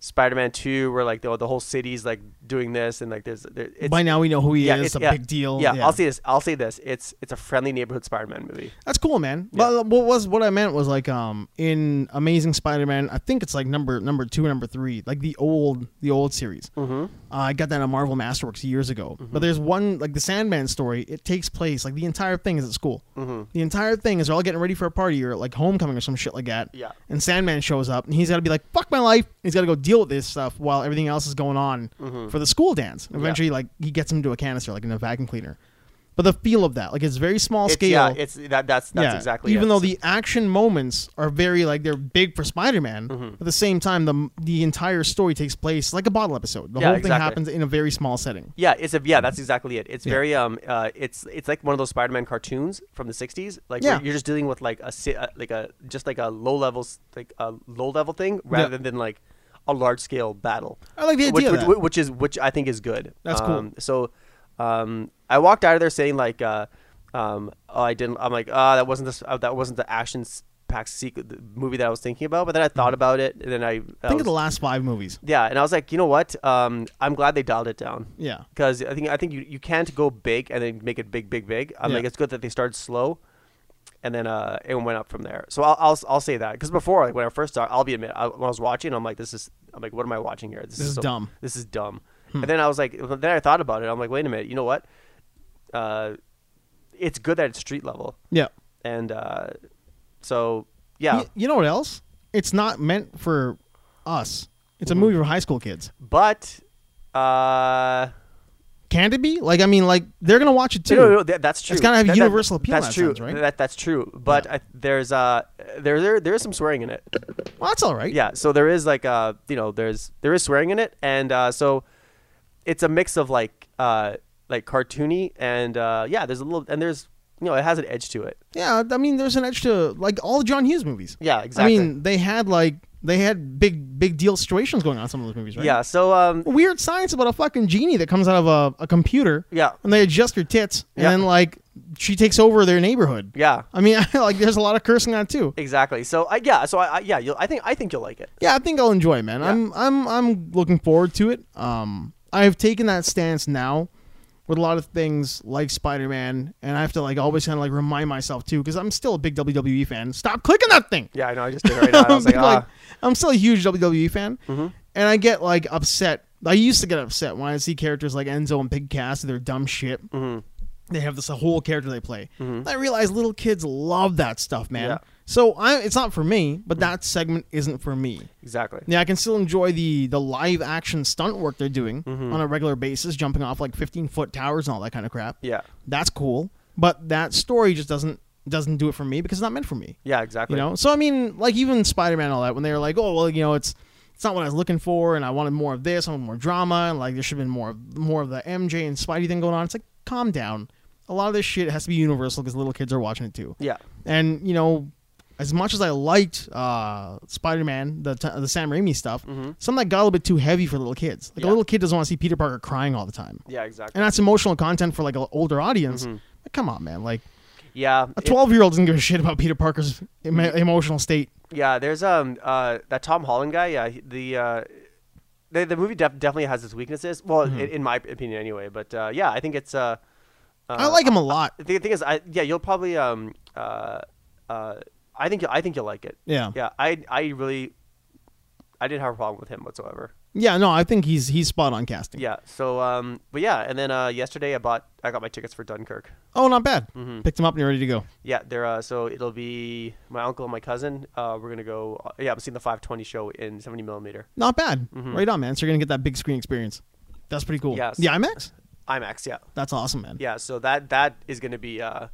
Speaker 2: Spider-Man Two, where like the, the whole city's like doing this and like there's there, it's,
Speaker 1: By now we know who he
Speaker 2: yeah,
Speaker 1: is.
Speaker 2: it's-
Speaker 1: a
Speaker 2: yeah,
Speaker 1: big deal.
Speaker 2: Yeah, I'll say this. I'll say this. It's it's a friendly neighborhood Spider-Man movie.
Speaker 1: That's cool, man. But what was what I meant was like um in Amazing Spider-Man, I think it's like number number two, number three, like the old the old series. Mm-hmm. Uh, I got that on Marvel Masterworks years ago.
Speaker 2: Mm-hmm.
Speaker 1: But there's one like the Sandman story. It takes place like the entire thing is at school. Mm-hmm. The entire thing is they're all getting ready for a party or like homecoming or some shit like that.
Speaker 2: Yeah.
Speaker 1: And Sandman shows up and he's got to be like, "Fuck my life." He's got to go deal with this stuff while everything else is going on
Speaker 2: Mm-hmm.
Speaker 1: for the school dance. Eventually, like he gets him to a canister, like in a vacuum cleaner. But the feel of that, like it's very small
Speaker 2: It's,
Speaker 1: scale.
Speaker 2: yeah, it's that that's that's
Speaker 1: Yeah,
Speaker 2: exactly.
Speaker 1: Even
Speaker 2: it.
Speaker 1: though the action moments are very like they're big for Spider-Man,
Speaker 2: Mm-hmm.
Speaker 1: at the same time the the entire story takes place like a bottle episode. The
Speaker 2: Yeah,
Speaker 1: whole thing
Speaker 2: exactly.
Speaker 1: happens in a very small setting.
Speaker 2: Yeah, it's a yeah.
Speaker 1: Mm-hmm.
Speaker 2: That's exactly it. It's very um. Uh, it's it's like one of those Spider-Man cartoons from the '60s. Like where
Speaker 1: Yeah.
Speaker 2: you're just dealing with like a si- uh, like a just like a low level s- like a low level thing rather than like a large scale battle.
Speaker 1: I like the
Speaker 2: which,
Speaker 1: idea of
Speaker 2: which,
Speaker 1: that.
Speaker 2: which, which is which I think is good.
Speaker 1: That's cool.
Speaker 2: Um, so, um, I walked out of there saying like, uh, um, oh, I didn't. I'm like, ah, that wasn't the, uh, that wasn't the action packed sequ- the movie that I was thinking about. But then I thought about it, and then I, I
Speaker 1: I Mm-hmm. think of
Speaker 2: was-
Speaker 1: the last five movies.
Speaker 2: yeah, and I was like, you know what? Um, I'm glad they dialed it down.
Speaker 1: Yeah.
Speaker 2: Because I think I think you, you can't go big and then make it big, big, big. I'm
Speaker 1: Yeah.
Speaker 2: like, it's good that they started slow, and then uh, it went up from there. So I'll I'll, I'll say that because before like when I first started, I'll be admit I, when I was watching, I'm like, this is I'm like, what am I watching here?
Speaker 1: This is
Speaker 2: so-
Speaker 1: dumb. Hmm.
Speaker 2: This is dumb. And then I was like, then I thought about it. I'm like, wait a minute. You know what? Uh, it's good that it's street level,
Speaker 1: Yeah.
Speaker 2: and uh,
Speaker 1: Y-
Speaker 2: so yeah.
Speaker 1: You, know what else? It's not meant for us. It's
Speaker 2: Mm-hmm.
Speaker 1: a movie for high school kids.
Speaker 2: But uh.
Speaker 1: Can it be? Like I mean, like they're gonna watch it too.
Speaker 2: No, no, no, that, that's true.
Speaker 1: gotta have
Speaker 2: That- that-
Speaker 1: universal appeal in
Speaker 2: That's
Speaker 1: that
Speaker 2: true.
Speaker 1: sense, right?
Speaker 2: That, that's true. But I, there's uh there there there is some swearing in it.
Speaker 1: Well, that's all right.
Speaker 2: Yeah. So there is like uh you know there's there is swearing in it, and uh, so it's a mix of like uh like cartoony and uh yeah there's a little and there's you know it has an edge to it.
Speaker 1: Yeah, I mean, there's an edge to like all the John Hughes movies.
Speaker 2: Yeah, exactly.
Speaker 1: I mean, they had like they had big big deal situations going on in some of those movies, right?
Speaker 2: Yeah. So um
Speaker 1: weird science about a fucking genie that comes out of a, a computer.
Speaker 2: Yeah.
Speaker 1: And they adjust her tits, and
Speaker 2: Yeah.
Speaker 1: then like she takes over their neighborhood.
Speaker 2: yeah
Speaker 1: I mean, like there's a lot of cursing on it, too.
Speaker 2: exactly. So I yeah so I, I yeah you'll, I think I think you'll like it.
Speaker 1: Yeah, I think I'll enjoy it, man. I'm I'm I'm looking forward to it. Um, I've taken that stance now with a lot of things like Spider-Man, and I have to like always kind of like remind myself too, because I'm still a big WWE fan. Stop clicking that thing.
Speaker 2: Yeah, I know. I just did it right now. I was like,
Speaker 1: But, like,
Speaker 2: ah. Mm-hmm.
Speaker 1: I'm still a huge WWE fan, and I get like upset. I used to get upset when I see characters like Enzo and Big Cass and their dumb shit.
Speaker 2: Mm-hmm.
Speaker 1: They have this whole character they play. I realize little kids love that stuff, man.
Speaker 2: Yeah.
Speaker 1: So I, it's not for me, but that segment isn't for me.
Speaker 2: exactly.
Speaker 1: Yeah, I can still enjoy the the live action stunt work they're doing
Speaker 2: Mm-hmm.
Speaker 1: on a regular basis, jumping off like 15 foot towers and all that kind of crap.
Speaker 2: Yeah.
Speaker 1: that's cool. But that story just doesn't doesn't do it for me because it's not meant for me.
Speaker 2: Yeah, exactly.
Speaker 1: You know, so I mean, like even Spider Man, all that. When they were like, "Oh, well, you know, it's it's not what I was looking for, and I wanted more of this, I wanted more drama, and like there should have been more of more of the MJ and Spidey thing going on." It's like, calm down. A lot of this shit has to be universal because little kids are watching it too.
Speaker 2: Yeah.
Speaker 1: And you know, as much as I liked uh, Spider Man, the t- the Sam Raimi stuff, some of that got a little bit too heavy for little kids. Like
Speaker 2: Mm-hmm.
Speaker 1: a
Speaker 2: Yeah.
Speaker 1: little kid doesn't want to see Peter Parker crying all the time,
Speaker 2: Yeah, exactly.
Speaker 1: and that's emotional content for like an older audience. But come on, man, like.
Speaker 2: yeah.
Speaker 1: A
Speaker 2: Mm-hmm. it-
Speaker 1: 12 year old doesn't give a shit about Peter Parker's em- emotional state.
Speaker 2: Yeah, there's um uh that Tom Holland guy. Yeah, he- the uh, the the movie def- definitely has its weaknesses. Well,
Speaker 1: Mm-hmm.
Speaker 2: in, in my opinion, anyway. But uh, yeah, I think it's uh, uh
Speaker 1: I like him a lot.
Speaker 2: the thing is, I yeah, you'll probably um uh uh I think I think you'll like it.
Speaker 1: Yeah.
Speaker 2: Yeah, I I really I didn't have a problem with him whatsoever.
Speaker 1: Yeah, no, I think he's he's spot on casting.
Speaker 2: Yeah. So um, but yeah, and then uh yesterday I bought I got my tickets for Dunkirk.
Speaker 1: Oh, not bad.
Speaker 2: Mm-hmm.
Speaker 1: Picked him up and you're ready to go.
Speaker 2: Yeah, they're uh, so it'll be my uncle and my cousin. Uh, we're gonna go. yeah, I'm seeing the 520 show in 70 millimeter
Speaker 1: Not bad. Right on, man. So you're gonna get that big screen experience. That's pretty cool.
Speaker 2: Mm-hmm. Yes.
Speaker 1: The IMAX?
Speaker 2: IMAX. Yeah.
Speaker 1: That's awesome, man.
Speaker 2: yeah so that that is going to be uh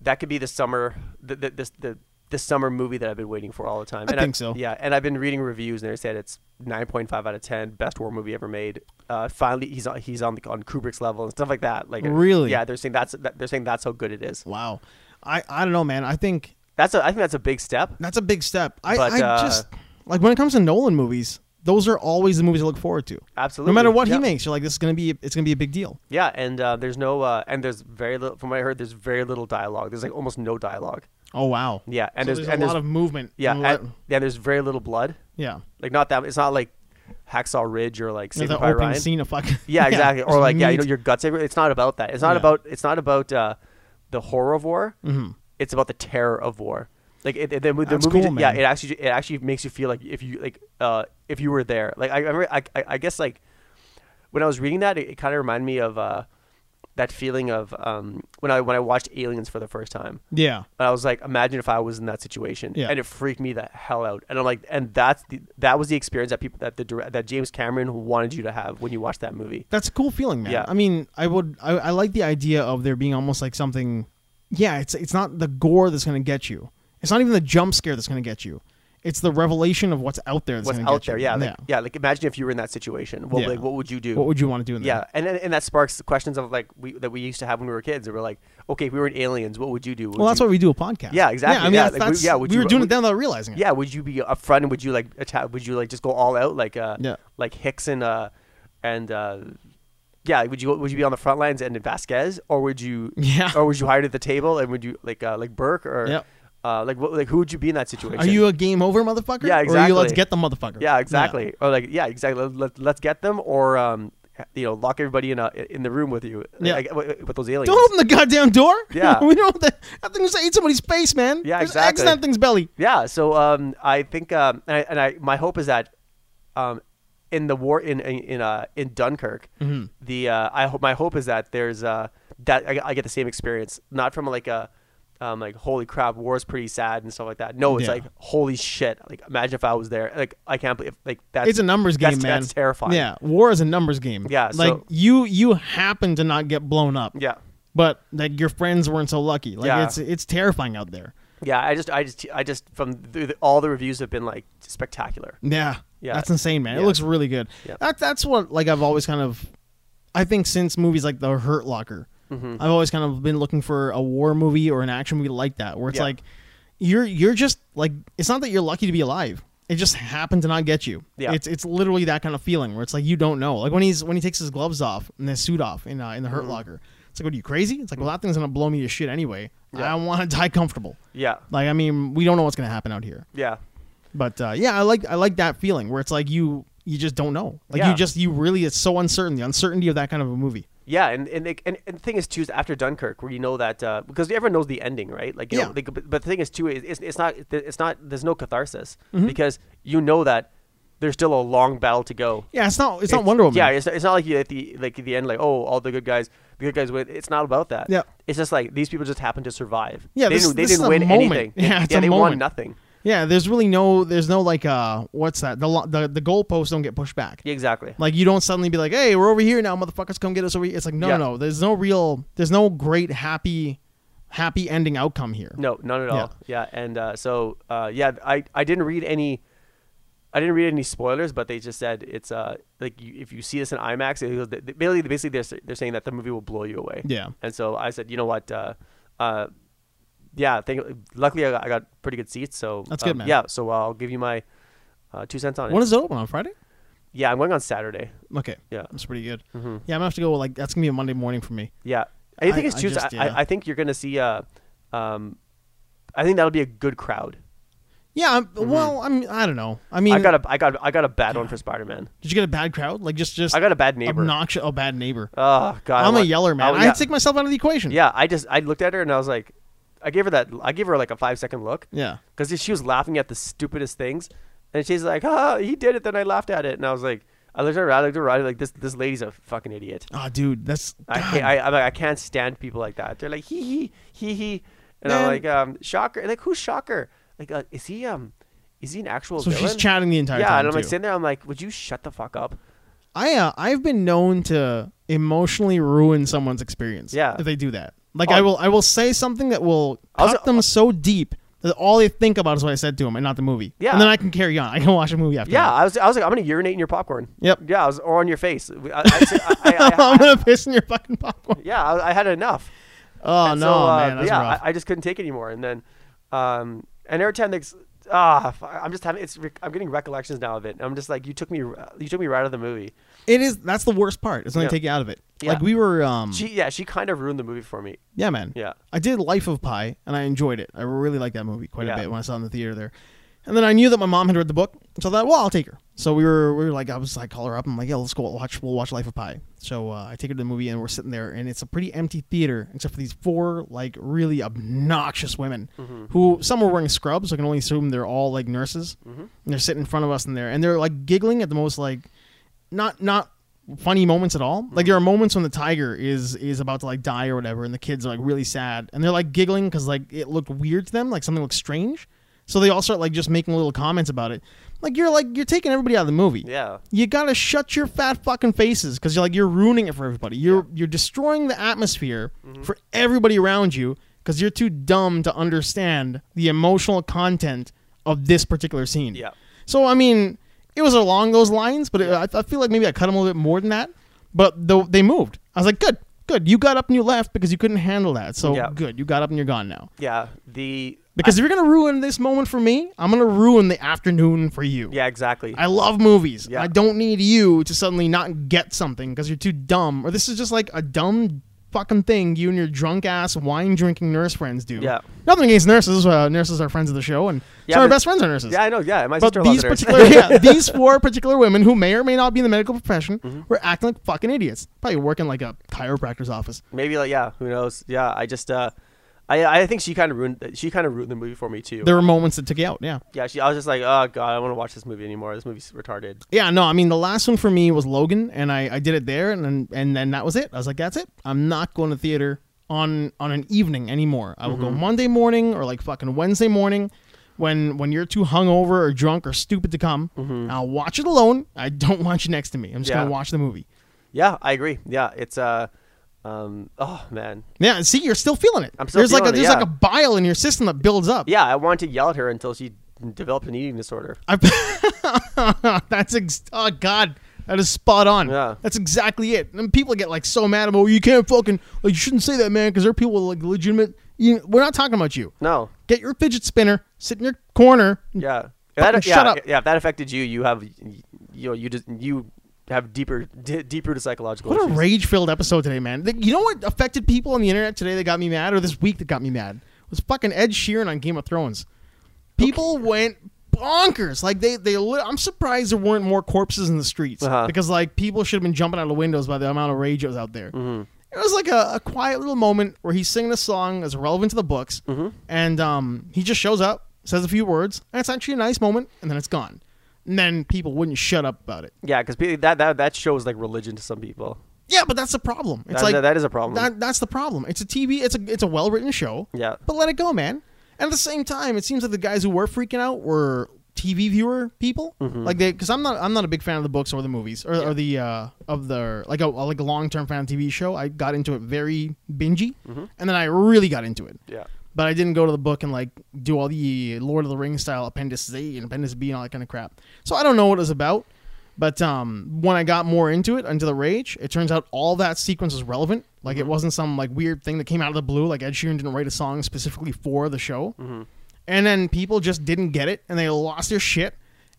Speaker 2: that could be the summer the the this the this summer movie that I've been waiting for all the time.
Speaker 1: I
Speaker 2: And
Speaker 1: think so.
Speaker 2: Yeah, and I've been reading reviews, and they said it's 9.5 out of 10, best war movie ever made. Uh, finally, he's on he's on the, on Kubrick's level and stuff like that. Like, uh,
Speaker 1: Really?
Speaker 2: Yeah, they're saying that's that, they're saying that's how good it is.
Speaker 1: Wow. I, I don't know, man. I think
Speaker 2: That's a, I think that's a big step.
Speaker 1: that's a big step. I,
Speaker 2: But,
Speaker 1: I
Speaker 2: uh,
Speaker 1: just like when it comes to Nolan movies, those are always the movies I look forward to.
Speaker 2: Absolutely.
Speaker 1: No matter what
Speaker 2: Yeah.
Speaker 1: he makes, you're like, this is gonna be it's gonna be a big deal.
Speaker 2: Yeah, and uh, there's no uh, and there's very little. From what I heard, there's very little dialogue. There's like almost no dialogue.
Speaker 1: Oh wow.
Speaker 2: Yeah, and
Speaker 1: So
Speaker 2: there's,
Speaker 1: there's,
Speaker 2: and
Speaker 1: a
Speaker 2: there's
Speaker 1: lot of movement.
Speaker 2: yeah
Speaker 1: and a lot-
Speaker 2: and- yeah. There's very little blood.
Speaker 1: yeah.
Speaker 2: Like not that. It's not like Hacksaw Ridge or like
Speaker 1: There's
Speaker 2: Saving
Speaker 1: that
Speaker 2: by
Speaker 1: opening
Speaker 2: Ryan.
Speaker 1: scene of fucking
Speaker 2: Yeah, exactly. Or
Speaker 1: just
Speaker 2: like yeah, you
Speaker 1: meat.
Speaker 2: know your guts. everywhere. It's not about that. It's not
Speaker 1: Yeah.
Speaker 2: about it's not about uh, the horror of war. Mm-hmm. It's about the terror of war. Like it, it, the, mo- the
Speaker 1: That's
Speaker 2: movie,
Speaker 1: cool,
Speaker 2: yeah,
Speaker 1: man.
Speaker 2: it actually it actually makes you feel like if you like uh, if you were there. Like I I remember, I, I, I guess like when I was reading that, it, it kind of reminded me of uh, that feeling of um, when I when I watched Aliens for the first time.
Speaker 1: yeah.
Speaker 2: And I was like, imagine if I was in that situation,
Speaker 1: Yeah.
Speaker 2: and it freaked me the hell out. And I'm like, and that's the, that was the experience that people that the dire- that James Cameron wanted you to have when you watched that movie.
Speaker 1: That's a cool feeling, man.
Speaker 2: Yeah.
Speaker 1: I mean, I would I, I like the idea of there being almost like something yeah, it's it's not the gore that's gonna get you. It's not even the jump scare that's gonna get you. It's the revelation of what's out there that's
Speaker 2: what's
Speaker 1: gonna
Speaker 2: out
Speaker 1: get you.
Speaker 2: there. Yeah, like, yeah. Like imagine if you were in that situation. What
Speaker 1: Yeah.
Speaker 2: like what would you do?
Speaker 1: What would you want to do in
Speaker 2: yeah,
Speaker 1: there?
Speaker 2: and, and and that sparks the questions of like we that we used to have when we were kids. That we're like, okay, if we were in aliens, what would you do? Would
Speaker 1: Well, that's
Speaker 2: you,
Speaker 1: why we do a podcast.
Speaker 2: Yeah, exactly.
Speaker 1: Yeah, I mean,
Speaker 2: Yeah,
Speaker 1: that's,
Speaker 2: like, we-
Speaker 1: that's,
Speaker 2: yeah, would
Speaker 1: we
Speaker 2: you-
Speaker 1: were doing
Speaker 2: would-
Speaker 1: it down without realizing it.
Speaker 2: Yeah, would you be up front? and Would you like attack? Would you like just go all out like uh
Speaker 1: Yeah.
Speaker 2: like Hicks and uh and uh yeah would you would you be on the front lines and Vasquez or would you
Speaker 1: Yeah.
Speaker 2: or would you hired at the table and would you like uh, like Burke or
Speaker 1: Yep.
Speaker 2: uh like what, like who would you be in that situation?
Speaker 1: Are you a game over motherfucker?
Speaker 2: Yeah,
Speaker 1: Or are you let's
Speaker 2: exactly.
Speaker 1: get the motherfucker?
Speaker 2: Yeah, exactly. Or like, yeah, exactly. Let, let, us get them, or um, you know, lock everybody in a in the room with you,
Speaker 1: Yeah.
Speaker 2: like, with with those aliens.
Speaker 1: Don't open the goddamn door.
Speaker 2: Yeah.
Speaker 1: we don't. That, that thing's ate somebody's face, man.
Speaker 2: Yeah,
Speaker 1: There's Eggs
Speaker 2: exactly.
Speaker 1: in that thing's belly.
Speaker 2: Yeah. So um, I think um, and I, and I my hope is that um, in the war in in in, uh, in Dunkirk,
Speaker 1: Mm-hmm.
Speaker 2: the uh, I hope my hope is that there's uh that I, I get the same experience, not from like a um, like holy crap, war is pretty sad and stuff like that. No, it's
Speaker 1: Yeah.
Speaker 2: like holy shit. Like imagine if I was there. Like I can't believe like that's
Speaker 1: It's a numbers game,
Speaker 2: that's,
Speaker 1: man.
Speaker 2: That's terrifying.
Speaker 1: Yeah, war is a numbers game.
Speaker 2: Yeah,
Speaker 1: like
Speaker 2: so-
Speaker 1: you you happen to not get blown up.
Speaker 2: Yeah.
Speaker 1: but like your friends weren't so lucky. Like
Speaker 2: Yeah.
Speaker 1: it's it's terrifying out there.
Speaker 2: Yeah, I just, I just, I just from the, all the reviews have been like spectacular.
Speaker 1: Yeah,
Speaker 2: Yeah.
Speaker 1: that's insane, man. It
Speaker 2: Yeah.
Speaker 1: looks really good.
Speaker 2: Yeah.
Speaker 1: That that's what like I've always kind of, I think since movies like The Hurt Locker,
Speaker 2: Mm-hmm.
Speaker 1: I've always kind of been looking for a war movie or an action movie like that, where it's
Speaker 2: Yeah.
Speaker 1: like, you're you're just like it's not that you're lucky to be alive. It just happened to not get you.
Speaker 2: Yeah.
Speaker 1: It's it's literally that kind of feeling where it's like you don't know. Like when he's when he takes his gloves off and his suit off in uh, in the
Speaker 2: Mm-hmm.
Speaker 1: Hurt Locker, it's like, what are you crazy? It's like, well, that thing's gonna blow me to shit anyway. I want to die comfortable.
Speaker 2: Yeah,
Speaker 1: Like I mean, we don't know what's gonna happen out here.
Speaker 2: yeah,
Speaker 1: But uh, yeah, I like I like that feeling where it's like you you just don't know. Like
Speaker 2: Yeah.
Speaker 1: you just you really it's so uncertain. The uncertainty of that kind of a movie.
Speaker 2: yeah. And and, they, and and the thing is too is after Dunkirk, where you know that uh, because everyone knows the ending, right? Like, you
Speaker 1: Yeah.
Speaker 2: know, like, but, but the thing is too is it's, it's not it's not there's no catharsis
Speaker 1: Mm-hmm.
Speaker 2: because you know that there's still a long battle to go.
Speaker 1: Yeah, it's not it's, not Wonder Woman.
Speaker 2: Yeah, it's, it's not like you at the like at the end like oh all the good guys the good guys win. It's not about that.
Speaker 1: Yeah.
Speaker 2: it's just like these people just happen to survive.
Speaker 1: Yeah,
Speaker 2: they
Speaker 1: this-
Speaker 2: didn't, they
Speaker 1: this is
Speaker 2: didn't
Speaker 1: a
Speaker 2: win
Speaker 1: moment.
Speaker 2: anything.
Speaker 1: Yeah, it's a
Speaker 2: they won
Speaker 1: moment.
Speaker 2: nothing.
Speaker 1: yeah. There's really no there's no like uh what's that the lo- the the goalposts don't get pushed back.
Speaker 2: Yeah, exactly.
Speaker 1: Like you don't suddenly be like, hey, we're over here now, motherfuckers, come get us over here. It's like no,
Speaker 2: Yeah.
Speaker 1: no, no. There's no real there's no great happy happy ending outcome here.
Speaker 2: No, none at all. Yeah, and uh, so uh, yeah, I, I didn't read any, I didn't read any spoilers, but they just said it's uh like you, if you see this in IMAX, it, they- they- basically basically they're s- they're saying that the movie will blow you away.
Speaker 1: Yeah.
Speaker 2: and so I said, you know what, uh, uh, yeah, I think luckily I got, I got pretty good seats, so
Speaker 1: That's
Speaker 2: um,
Speaker 1: good, man.
Speaker 2: Yeah, so I'll give you my uh, two cents on it.
Speaker 1: When does it open on Friday?
Speaker 2: yeah, I'm going on Saturday.
Speaker 1: Okay.
Speaker 2: Yeah. Mm-hmm.
Speaker 1: That's pretty good. Yeah, I'm gonna have to go. Like that's gonna be a Monday morning for me.
Speaker 2: Yeah, I think
Speaker 1: I-
Speaker 2: it's
Speaker 1: I
Speaker 2: Tuesday.
Speaker 1: just-
Speaker 2: I,
Speaker 1: yeah.
Speaker 2: I, I think you're gonna see uh, um, I think that'll be a good crowd.
Speaker 1: Yeah. I'm, Well, I'm. I don't know. I mean,
Speaker 2: Mm-hmm. I got a I got I got a bad one for Spider Man.
Speaker 1: Did you get a bad crowd? Like just just
Speaker 2: I got a bad neighbor.
Speaker 1: obnoxious, oh bad neighbor.
Speaker 2: Oh god, I
Speaker 1: I'm a
Speaker 2: want-
Speaker 1: yeller, man. I
Speaker 2: I, yeah,
Speaker 1: had to take myself out of the equation.
Speaker 2: yeah, I just I looked at her and I was like, I gave her that I gave her like a five second look
Speaker 1: yeah.
Speaker 2: because she was laughing at the stupidest things, and she's like, ah, he did it. Then I laughed at it, and I was like, I looked at her, I looked at her, I was like this this lady's a fucking idiot.
Speaker 1: Oh, dude, that's
Speaker 2: I
Speaker 1: God.
Speaker 2: hate, I I'm like, I can't stand people like that. They're like hee hee hee hee, and I'm
Speaker 1: Man.
Speaker 2: like um shocker, like who's shocker? Like uh, is he um is he an actual
Speaker 1: so she's
Speaker 2: villain?
Speaker 1: chatting the entire
Speaker 2: yeah,
Speaker 1: time.
Speaker 2: and I'm like
Speaker 1: too.
Speaker 2: sitting there, I'm like, would you shut the fuck up?
Speaker 1: I uh, I've been known to emotionally ruin someone's experience.
Speaker 2: Yeah.
Speaker 1: if they do that, like
Speaker 2: Oh.
Speaker 1: I will I will say something that will
Speaker 2: Also-
Speaker 1: cut them so deep that all they think about is what I said to them and not the movie.
Speaker 2: Yeah.
Speaker 1: and then I can carry on. I can watch a movie after.
Speaker 2: Yeah,
Speaker 1: that.
Speaker 2: I was, I was like, I'm gonna urinate in your popcorn.
Speaker 1: Yep.
Speaker 2: Yeah, I was, or on your face. I, I, I, I,
Speaker 1: I'm gonna piss in your fucking popcorn.
Speaker 2: yeah, I, I had enough.
Speaker 1: Oh
Speaker 2: And
Speaker 1: no,
Speaker 2: so, uh,
Speaker 1: man, that's
Speaker 2: yeah,
Speaker 1: rough.
Speaker 2: I, I just couldn't take it anymore. And then, um, and every time they, s- ah, fu- I'm just having it's. rec- I'm getting recollections now of it. And I'm just like, you took me, r- you took me right out of the movie.
Speaker 1: It is that's the worst part. It's when
Speaker 2: Yeah.
Speaker 1: they take you out of it.
Speaker 2: Yeah.
Speaker 1: Like we were um
Speaker 2: She, yeah, she kind of ruined the movie for me.
Speaker 1: yeah, man.
Speaker 2: Yeah.
Speaker 1: I did Life of Pi and I enjoyed it. I really liked that movie quite
Speaker 2: Yeah.
Speaker 1: a bit when I saw it in the theater there. And then I knew that my mom had read the book, so I thought, well, I'll take her. So we were we were like I was like call her up. I'm like, yeah, let's go watch we'll watch Life of Pi. So uh, I take her to the movie and we're sitting there and it's a pretty empty theater except for these four like really obnoxious women who some were wearing scrubs. So I can only assume they're all like nurses. And they're sitting in front of us in there and they're like giggling at the most like not not funny moments at all. Like there are moments when the tiger is is about to like die or whatever, and the kids are like really sad, and they're like giggling because like it looked weird to them, like something looked strange. So they all start like just making little comments about it. Like you're like you're taking everybody out of the movie.
Speaker 2: Yeah.
Speaker 1: You gotta shut your fat fucking faces because you're like you're ruining it for everybody. You're you're destroying the atmosphere
Speaker 2: Mm-hmm.
Speaker 1: for everybody around you because you're too dumb to understand the emotional content of this particular scene.
Speaker 2: Yeah.
Speaker 1: So I mean, it was along those lines, but it, I, I feel like maybe I cut them a little bit more than that. But the, they moved. I was like, good, good. You got up and you left because you couldn't handle that. So
Speaker 2: Yeah.
Speaker 1: good, you got up and you're gone now.
Speaker 2: Yeah. The
Speaker 1: Because if you're gonna ruin this moment for me, I'm gonna ruin the afternoon for you.
Speaker 2: yeah, exactly.
Speaker 1: I love movies.
Speaker 2: Yeah.
Speaker 1: I don't need you to suddenly not get something because you're too dumb, or this is just like a dumb fucking thing you and your drunk ass wine drinking nurse friends do.
Speaker 2: Yeah.
Speaker 1: Nothing against nurses. Uh, nurses are friends of the show, and
Speaker 2: Yeah,
Speaker 1: some of
Speaker 2: but-
Speaker 1: our best friends are nurses
Speaker 2: yeah, I know. Yeah, my
Speaker 1: but
Speaker 2: sister
Speaker 1: these
Speaker 2: loves nurse.
Speaker 1: particular yeah, these four particular women who may or may not be in the medical profession were acting like fucking idiots. Probably working like a chiropractor's office.
Speaker 2: Maybe like yeah, who knows? Yeah, I just uh, I I think she kind of ruined she kind of ruined the movie for me too.
Speaker 1: There were moments that took you out. Yeah,
Speaker 2: yeah, she I was just like, oh god, I don't want to watch this movie anymore. This movie's retarded.
Speaker 1: yeah. No, I mean the last one for me was Logan, and I, I did it there, and then and then that was it. I was like, that's it. I'm not going to theater on on an evening anymore. I will go Monday morning or like fucking Wednesday morning. When, when you're too hungover or drunk or stupid to come, I'll watch it alone. I don't want you next to me. I'm just
Speaker 2: Yeah.
Speaker 1: gonna watch the movie.
Speaker 2: Yeah, I agree. Yeah, it's uh, um, oh man,
Speaker 1: Yeah, see, you're still feeling it.
Speaker 2: I'm still
Speaker 1: there's like
Speaker 2: feeling
Speaker 1: a,
Speaker 2: it,
Speaker 1: there's
Speaker 2: yeah.
Speaker 1: like a bile in your system that builds up.
Speaker 2: yeah, I wanted to yell at her until she developed an eating disorder.
Speaker 1: I- that's ex- oh god, that is spot on.
Speaker 2: Yeah.
Speaker 1: that's exactly it. And people get like so mad about "Oh, you can't fucking like you shouldn't say that man because there are people with, like legitimate. You, we're not talking about you.
Speaker 2: No,
Speaker 1: Get your fidget spinner, sit in your corner.
Speaker 2: yeah, If
Speaker 1: Fucking
Speaker 2: that, yeah,
Speaker 1: shut up.
Speaker 2: yeah. If that affected you, you have you know you just you have deeper d- deep rooted psychological
Speaker 1: What a
Speaker 2: issues.
Speaker 1: rage filled episode today, man. Like, You know what affected people on the internet today that got me mad, or this week that got me mad? Was fucking Ed Sheeran on Game of Thrones. People went bonkers. Like they, they. Li- I'm surprised there weren't more corpses in the streets
Speaker 2: Uh-huh.
Speaker 1: because like people should have been jumping out of windows by the amount of rage that was out there.
Speaker 2: Mm-hmm.
Speaker 1: It was like a, a quiet little moment where he's singing a song that's relevant to the books,
Speaker 2: Mm-hmm.
Speaker 1: and um, he just shows up, says a few words, and it's actually a nice moment, and then it's gone. And then people wouldn't shut up about it.
Speaker 2: Yeah, because that that that shows like religion to some people.
Speaker 1: Yeah, but that's the problem. It's
Speaker 2: That-
Speaker 1: like
Speaker 2: that- that is a problem.
Speaker 1: That, that's the problem. It's a TV. It's a it's a well written show.
Speaker 2: Yeah.
Speaker 1: but let it go, man. And at the same time, it seems like the guys who were freaking out were TV viewer people.
Speaker 2: Mm-hmm.
Speaker 1: Like they, because I'm not I'm not a big fan of the books or the movies or, or the uh of the like a like a long term fan of TV show. I got into it very bingy,
Speaker 2: Mm-hmm.
Speaker 1: and then I really got into it.
Speaker 2: Yeah.
Speaker 1: But I didn't go to the book and like do all the Lord of the Rings style Appendix A and Appendix B and all that kind of crap. So I don't know what it was about. But um, when I got more into it, into the rage, it turns out all that sequence was relevant. Like it wasn't some like weird thing that came out of the blue. Like Ed Sheeran didn't write a song specifically for the show. And then people just didn't get it, and they lost their shit,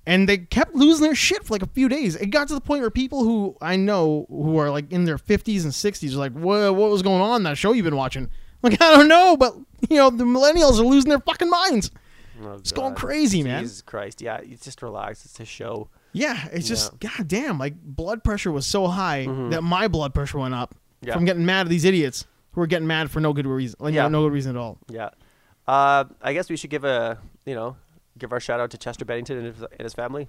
Speaker 1: and they kept losing their shit for like a few days. It got to the point where people who I know who are like in their fifties and sixties are like, "Whoa, what was going on in that show you've been watching?" Like I don't know, but you know the millennials are losing their fucking minds.
Speaker 2: Oh,
Speaker 1: It's going
Speaker 2: God.
Speaker 1: crazy, man.
Speaker 2: Jesus Christ. Yeah, it's just relax. It's a show.
Speaker 1: Yeah, it's just goddamn. Like blood pressure was so high that my blood pressure went up
Speaker 2: Mm-hmm. Yeah.
Speaker 1: from getting mad at these idiots who were getting mad for no good reason. Like,
Speaker 2: Yeah.
Speaker 1: no, no good reason at all.
Speaker 2: Yeah. Uh, I guess we should give a you know give our shout out to Chester Bennington and his, and his family.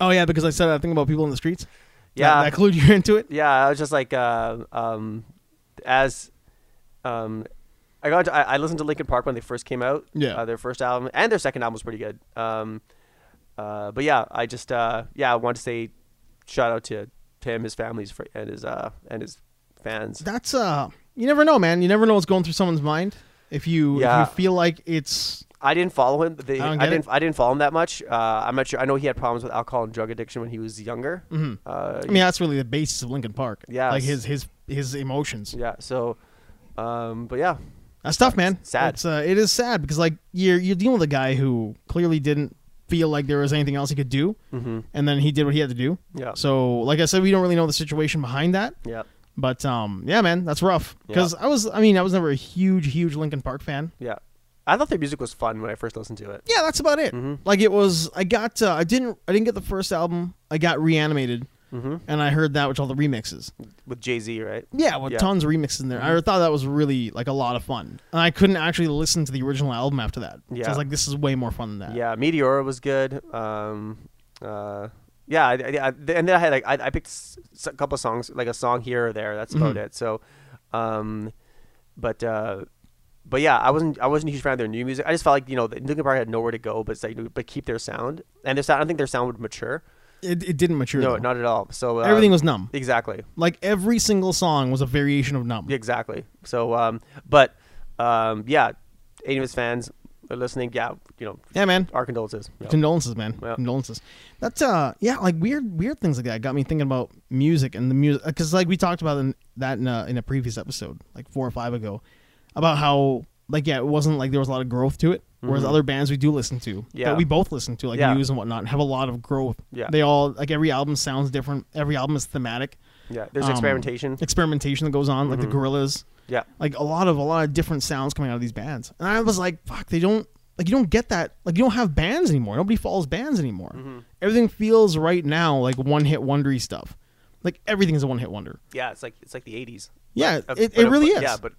Speaker 1: Oh yeah, because I said that thing about people in the streets.
Speaker 2: Yeah.
Speaker 1: that, that clued you into it.
Speaker 2: Yeah, I was just like uh, um, as um, I got to, I, I listened to Linkin Park when they first came out.
Speaker 1: Yeah.
Speaker 2: uh, their first album and their second album was pretty good. Um, uh, but yeah, I just uh, yeah I want to say shout out to to him, his family's fr- and his uh and his fans.
Speaker 1: That's uh, you never know, man. You never know what's going through someone's mind. If you
Speaker 2: Yeah.
Speaker 1: if you feel like it's
Speaker 2: I didn't follow him. They,
Speaker 1: I
Speaker 2: I,
Speaker 1: don't get
Speaker 2: didn't. I didn't follow him that much. Uh, I'm not sure. I know he had problems with alcohol and drug addiction when he was younger. Mm-hmm. Uh,
Speaker 1: I mean that's really the basis of Lincoln Park.
Speaker 2: Yes.
Speaker 1: like his his his emotions.
Speaker 2: yeah. So, um, but yeah,
Speaker 1: That's tough, man.
Speaker 2: Sad.
Speaker 1: It's, uh, it is sad because like you're you're dealing with a guy who clearly didn't feel like there was anything else he could do,
Speaker 2: Mhm.
Speaker 1: and then he did what he had to do.
Speaker 2: Yeah.
Speaker 1: Mm-hmm. So like I said, we don't really know the situation behind that,
Speaker 2: Yeah.
Speaker 1: but um, yeah, man, that's rough.
Speaker 2: Yeah.
Speaker 1: Because I was, I mean, I was never a huge, huge Linkin Park fan.
Speaker 2: Yeah. I thought their music was fun when I first listened to it.
Speaker 1: Yeah, that's about it.
Speaker 2: Mm-hmm.
Speaker 1: Like it was, I got, uh, I didn't, I didn't get the first album. I got reanimated,
Speaker 2: Mhm.
Speaker 1: and I heard that with all the remixes.
Speaker 2: With Jay Z, right?
Speaker 1: Yeah, with
Speaker 2: Yeah. Mm-hmm.
Speaker 1: tons of remixes in there. I thought that was really like a lot of fun, and I couldn't actually listen to the original album after that. So I
Speaker 2: Yeah.
Speaker 1: was like, this is way more fun than that.
Speaker 2: Yeah, Meteora was good. Um, uh, yeah, I, I, I, and then I had like I, I picked s- s- a couple songs, like a song here or there. That's
Speaker 1: Mm-hmm.
Speaker 2: about it. So, um, but uh, but yeah, I wasn't I wasn't a huge fan of their new music. I just felt like you know the Linkin Park had nowhere to go, but it's like, but keep their sound and their sound. I don't think their sound would mature.
Speaker 1: It, it didn't mature.
Speaker 2: No,
Speaker 1: though.
Speaker 2: not at all. So uh,
Speaker 1: everything was numb.
Speaker 2: exactly.
Speaker 1: Like every single song was a variation of numb.
Speaker 2: Exactly. So, um, but um, yeah, any of his fans are listening. Yeah, you know,
Speaker 1: Yeah, man.
Speaker 2: our condolences. Yeah.
Speaker 1: Condolences, man.
Speaker 2: Yeah.
Speaker 1: Condolences. That's uh, yeah, like weird, weird things like that got me thinking about music and the music because like we talked about in, that in a, in a previous episode, like four or five ago, about how like yeah, it wasn't like there was a lot of growth to it. Whereas other bands we do listen to,
Speaker 2: Mm-hmm. Yeah.
Speaker 1: that we both listen to, like
Speaker 2: Yeah.
Speaker 1: Muse and whatnot, have a lot of growth.
Speaker 2: Yeah.
Speaker 1: they all like every album sounds different. Every album is thematic.
Speaker 2: Yeah, there's
Speaker 1: Um,
Speaker 2: experimentation. Mm-hmm.
Speaker 1: experimentation that goes on, like the Gorillas.
Speaker 2: Yeah.
Speaker 1: like a lot of a lot of different sounds coming out of these bands. And I was like, fuck, they don't like you don't get that. Like you don't have bands anymore. Nobody follows bands anymore.
Speaker 2: Mm-hmm.
Speaker 1: Everything feels right now like one hit wondery stuff. Like everything is a one hit wonder.
Speaker 2: Yeah, it's like it's like the '80s.
Speaker 1: Yeah,
Speaker 2: But-
Speaker 1: it-
Speaker 2: but
Speaker 1: it
Speaker 2: a-
Speaker 1: really
Speaker 2: but-
Speaker 1: is.
Speaker 2: Yeah, but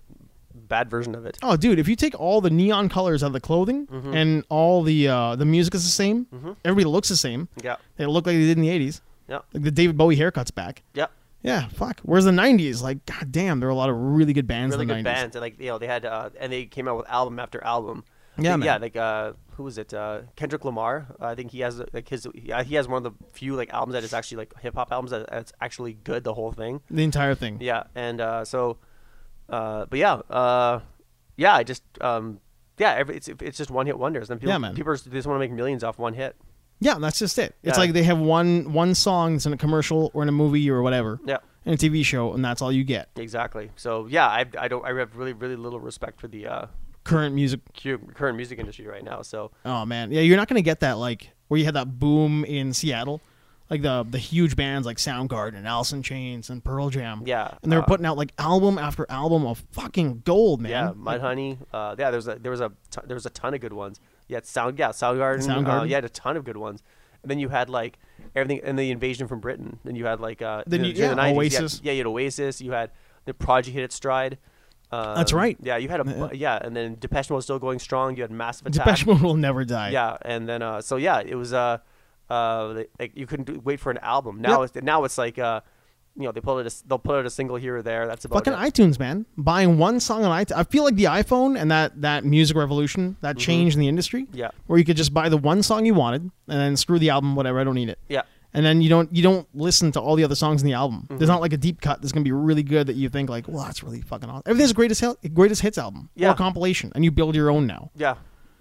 Speaker 2: bad version of it.
Speaker 1: Oh, dude, if you take all the neon colors out of the clothing
Speaker 2: Mm-hmm.
Speaker 1: and all the uh, the music is the same, everybody looks the same.
Speaker 2: Yeah,
Speaker 1: They look like they did in the '80s.
Speaker 2: yeah,
Speaker 1: Like the David Bowie haircut's back.
Speaker 2: yeah.
Speaker 1: Yeah, fuck. Whereas the '90s, like, god damn, there were a lot of really good bands
Speaker 2: Really
Speaker 1: in
Speaker 2: good
Speaker 1: the '90s.
Speaker 2: bands, and like you know they had, uh, and they came out with album after album.
Speaker 1: Yeah,
Speaker 2: yeah.
Speaker 1: man.
Speaker 2: Like uh, who was it? Uh, Kendrick Lamar. I think he has uh, like his. Yeah, he has one of the few like albums that is actually like hip hop albums that, that's actually good. The whole thing.
Speaker 1: The entire thing.
Speaker 2: Yeah, and uh, so, uh, but yeah, uh, yeah. I just um, yeah. Every, it's it's just one hit wonders. And people
Speaker 1: Yeah, man.
Speaker 2: people are, they just want to make millions off one hit.
Speaker 1: Yeah, that's just it. It's
Speaker 2: Yeah.
Speaker 1: like they have one one song that's in a commercial or in a movie or whatever,
Speaker 2: Yeah.
Speaker 1: in a TV show, and that's all you get.
Speaker 2: Exactly. So yeah, I, I don't I have really really little respect for the uh,
Speaker 1: Current music.
Speaker 2: cu- current music industry right now. So
Speaker 1: Oh man, yeah, you're not gonna get that like where you had that boom in Seattle, like the the huge bands like Soundgarden and Alice in Chains and Pearl Jam.
Speaker 2: Yeah,
Speaker 1: and they were
Speaker 2: uh,
Speaker 1: putting out like album after album of fucking gold, man.
Speaker 2: yeah, Mud Honey. Uh, yeah, there's a there was a ton, there was a ton of good ones. Yeah, it's Sound yeah Soundgarden. Uh,
Speaker 1: Soundgarden.
Speaker 2: you had a ton of good ones. And then you had like everything and the invasion from Britain. Then you had like uh,
Speaker 1: Then
Speaker 2: the-
Speaker 1: you-
Speaker 2: during
Speaker 1: yeah,
Speaker 2: the 90s, you had-
Speaker 1: Oasis.
Speaker 2: yeah, you had Oasis. You had the Prodigy hit its stride. Um,
Speaker 1: That's right. Uh,
Speaker 2: Yeah, you had a bu- yeah, and then Depeche Mode was still going strong. You had Massive Attack.
Speaker 1: Depeche Mode will never die.
Speaker 2: Yeah, and then uh, so yeah, it was uh, uh, like you couldn't do, wait for an album. Now it's now it's like uh, you know they pull out a, s- they'll put out a single here or there. That's about
Speaker 1: Fucking
Speaker 2: it.
Speaker 1: iTunes, man. Buying one song on iTunes. I feel like the iPhone and that that music revolution, that change in the industry.
Speaker 2: Mm-hmm. Yeah.
Speaker 1: Where you could just buy the one song you wanted and then screw the album, whatever, I don't need it.
Speaker 2: Yeah.
Speaker 1: And then you don't you don't listen to all the other songs in the album.
Speaker 2: Mm-hmm.
Speaker 1: There's not like a deep cut that's gonna be really good that you think like, well, that's really fucking awesome. Everything's a greatest hel- greatest hits album
Speaker 2: Yeah.
Speaker 1: or compilation, and you build your own now.
Speaker 2: Yeah,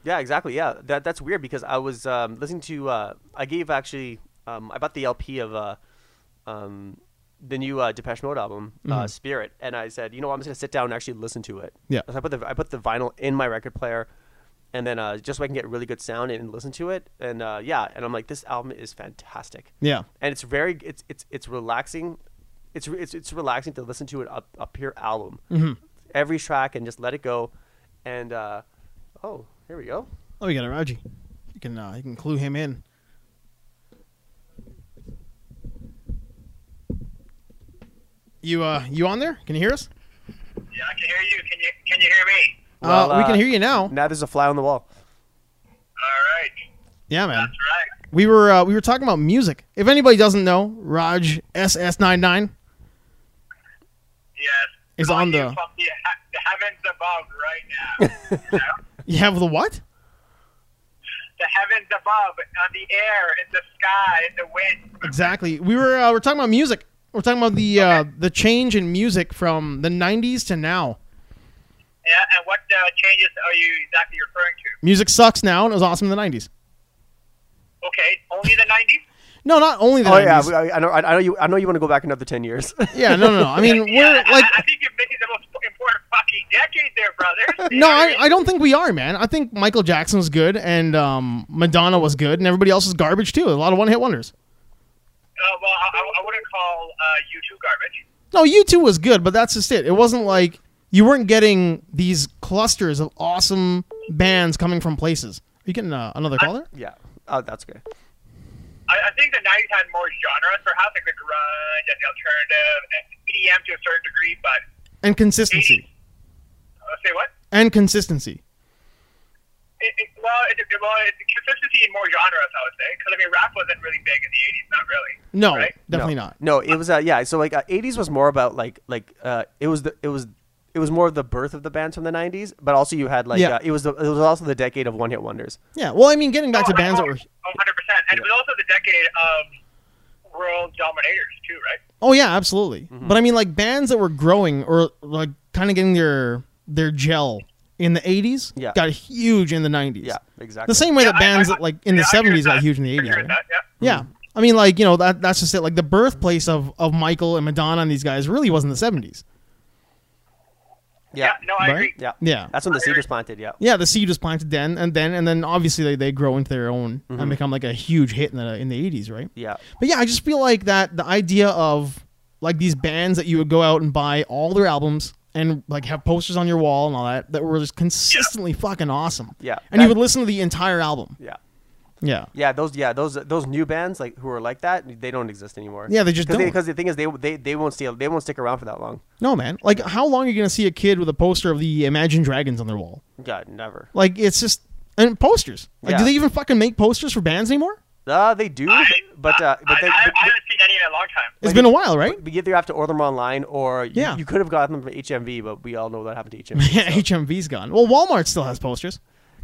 Speaker 2: yeah, exactly. Yeah, that that's weird because I was um, listening to. Uh, I gave actually. Um, I bought the LP of uh, um, the new uh, Depeche Mode album, uh, Spirit, and I said, you know, what, I'm just gonna sit down and actually listen to it.
Speaker 1: Yeah.
Speaker 2: So I put the I put the vinyl in my record player, and then uh, just so I can get really good sound and listen to it. And uh, yeah, and I'm like, this album is fantastic.
Speaker 1: Yeah.
Speaker 2: And it's very it's it's it's relaxing. It's re- it's it's relaxing to listen to it a, a pure album. Mm-hmm. Every track and just let it go, and uh, oh, here we go.
Speaker 1: Oh, you got it, Raji. You can uh, you can clue him in. You uh you on there? Can you hear us?
Speaker 3: Yeah, I can hear you. Can you can you hear me?
Speaker 2: Well,
Speaker 1: uh, we
Speaker 2: uh,
Speaker 1: can hear you now.
Speaker 2: Now there's a fly on the wall.
Speaker 3: All right,
Speaker 1: Yeah, man.
Speaker 3: that's right.
Speaker 1: We were uh, we were talking about music. If anybody doesn't know, Raj SS99
Speaker 3: Yes.
Speaker 1: It's
Speaker 3: Calling
Speaker 1: on
Speaker 3: you
Speaker 1: the-
Speaker 3: from the, he- the heavens above right now. Yeah.
Speaker 1: you have the what?
Speaker 3: the heavens above, on the air, in the sky, in the wind.
Speaker 1: Exactly. We were uh, we're talking about music. We're talking about the uh, the change in music from the 90s to now.
Speaker 3: Yeah, and what uh, changes are you exactly referring to?
Speaker 1: Music sucks now and it was awesome in the 90s.
Speaker 3: Okay, only the nineties.
Speaker 1: No, not only the
Speaker 2: Oh
Speaker 1: 90s.
Speaker 2: yeah, we- I, I know. I I know you. I know you want to go back another ten years.
Speaker 1: yeah, no, no, no. I mean, we're
Speaker 3: I,
Speaker 1: like
Speaker 3: I think you're missing the most important part lucky decade there, brother.
Speaker 1: No, I, I don't think we are, man. I think Michael Jackson was good and um, Madonna was good and everybody else is garbage too. A lot of one hit wonders.
Speaker 3: Uh, well, I, I wouldn't call uh, you two garbage.
Speaker 1: No, U2 was good, but that's just it. It wasn't like you weren't getting these clusters of awesome bands coming from places. Are you getting uh, another caller?
Speaker 2: Yeah. Oh, that's good.
Speaker 3: I, I think the 90s had more genres, perhaps like the grunge and the alternative and EDM to a certain degree, but
Speaker 1: And consistency.
Speaker 3: uh, say what?
Speaker 1: And consistency.
Speaker 3: It, it, well, it, it, well, it's consistency in more genres, I would say, because I mean, rap wasn't really big in the 80s, not really.
Speaker 1: No,
Speaker 3: Right?
Speaker 1: definitely not.
Speaker 2: No, it was uh, yeah. So like uh, '80s was more about like like uh, it was the it was it was more of the birth of the bands from the '90s, but also you had like
Speaker 1: Yeah.
Speaker 2: uh, it was the, it was also the decade of one hit wonders.
Speaker 1: Yeah. Well, I mean, getting back to
Speaker 3: Oh,
Speaker 1: bands that
Speaker 3: oh,
Speaker 1: were.
Speaker 3: 100%. And it was also the decade of world dominators, too, right?
Speaker 1: Oh yeah, absolutely.
Speaker 3: Mm-hmm.
Speaker 1: But I mean, like bands that were growing or like kind of getting their their gel in the '80s
Speaker 2: Yeah.
Speaker 1: got huge in the '90s.
Speaker 2: Yeah, exactly.
Speaker 1: The same way
Speaker 3: Yeah,
Speaker 1: that
Speaker 3: I-
Speaker 1: bands
Speaker 3: I-
Speaker 1: that like in the
Speaker 3: yeah, I agree
Speaker 1: '70s
Speaker 3: with
Speaker 1: got
Speaker 3: that.
Speaker 1: huge in the
Speaker 3: I agree
Speaker 1: '80s. right?
Speaker 3: with that, yeah.
Speaker 1: Yeah. I mean, like you know that that's just it. Like the birthplace of of Michael and Madonna and these guys really was in the '70s.
Speaker 2: Yeah,
Speaker 3: yeah, no, I
Speaker 1: Right?
Speaker 3: agree.
Speaker 2: yeah,
Speaker 1: Yeah.
Speaker 2: That's when the seed was planted. Yeah,
Speaker 1: Yeah, the seed was planted then, and then and then obviously they, they grow into their own
Speaker 2: Mm-hmm.
Speaker 1: and become like a huge hit in the in the '80s, right?
Speaker 2: yeah,
Speaker 1: But yeah, I just feel like that the idea of like these bands that you would go out and buy all their albums and like have posters on your wall and all that that were just consistently fucking awesome.
Speaker 2: Yeah.
Speaker 1: And you
Speaker 2: That-
Speaker 1: would listen to the entire album.
Speaker 2: yeah,
Speaker 1: Yeah.
Speaker 2: yeah. Those yeah those those new bands like who are like that they don't exist anymore.
Speaker 1: Yeah, they just
Speaker 2: Cause
Speaker 1: don't.
Speaker 2: Because the thing is they they they won't stay they won't stick around for that long.
Speaker 1: No, man. Like how long are you going to see a kid with a poster of the Imagine Dragons on their wall?
Speaker 2: God, never.
Speaker 1: Like it's just and posters. Like do
Speaker 2: Yeah.
Speaker 1: they even fucking make posters for bands anymore?
Speaker 2: Uh, they do, but uh, but
Speaker 3: I,
Speaker 2: they, but,
Speaker 3: I, I haven't seen any in a long time.
Speaker 1: It's been a while, right?
Speaker 2: but either you have to order them online or you,
Speaker 1: Yeah.
Speaker 2: you could have gotten them from HMV, but we all know that happened to HMV.
Speaker 1: Yeah, HMV's gone. Well, Walmart still has posters.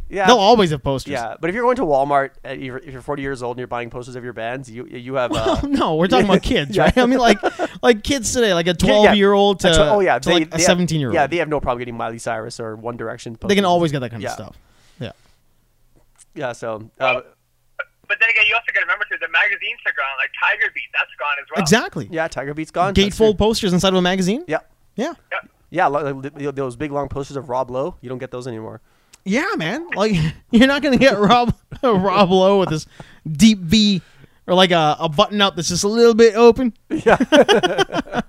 Speaker 2: yeah,
Speaker 1: They'll always have posters.
Speaker 2: yeah. But if you're going to Walmart, at, your- if you're 40 years old and you're buying posters of your bands, you you have uh,
Speaker 1: Oh, no, we're talking about kids, right? I mean, like, like kids today, like a
Speaker 2: yeah,
Speaker 1: twelve year old to,
Speaker 2: that's what- oh yeah,
Speaker 1: to like a
Speaker 2: have-
Speaker 1: seventeen year old.
Speaker 2: Yeah, they have no problem getting Miley Cyrus or One Direction. Posters.
Speaker 1: they can always get that kind
Speaker 2: Yeah.
Speaker 1: of stuff. Yeah,
Speaker 2: yeah. So uh,
Speaker 3: But then again, you also got to remember too, the magazines are gone. Like Tiger Beat, that's gone
Speaker 1: Uh,
Speaker 3: as well.
Speaker 1: exactly.
Speaker 2: yeah, Tiger Beat's gone. that's true.
Speaker 1: Gatefold posters inside of a magazine.
Speaker 2: Yeah,
Speaker 1: yeah,
Speaker 3: Yep.
Speaker 2: yeah. lo- like, th- Those big long posters of Rob Lowe, you don't get those anymore.
Speaker 1: Yeah, man. Like, you're not gonna get Rob Rob Lowe with this deep V or like a, a button up that's just a little bit open.
Speaker 2: Yeah.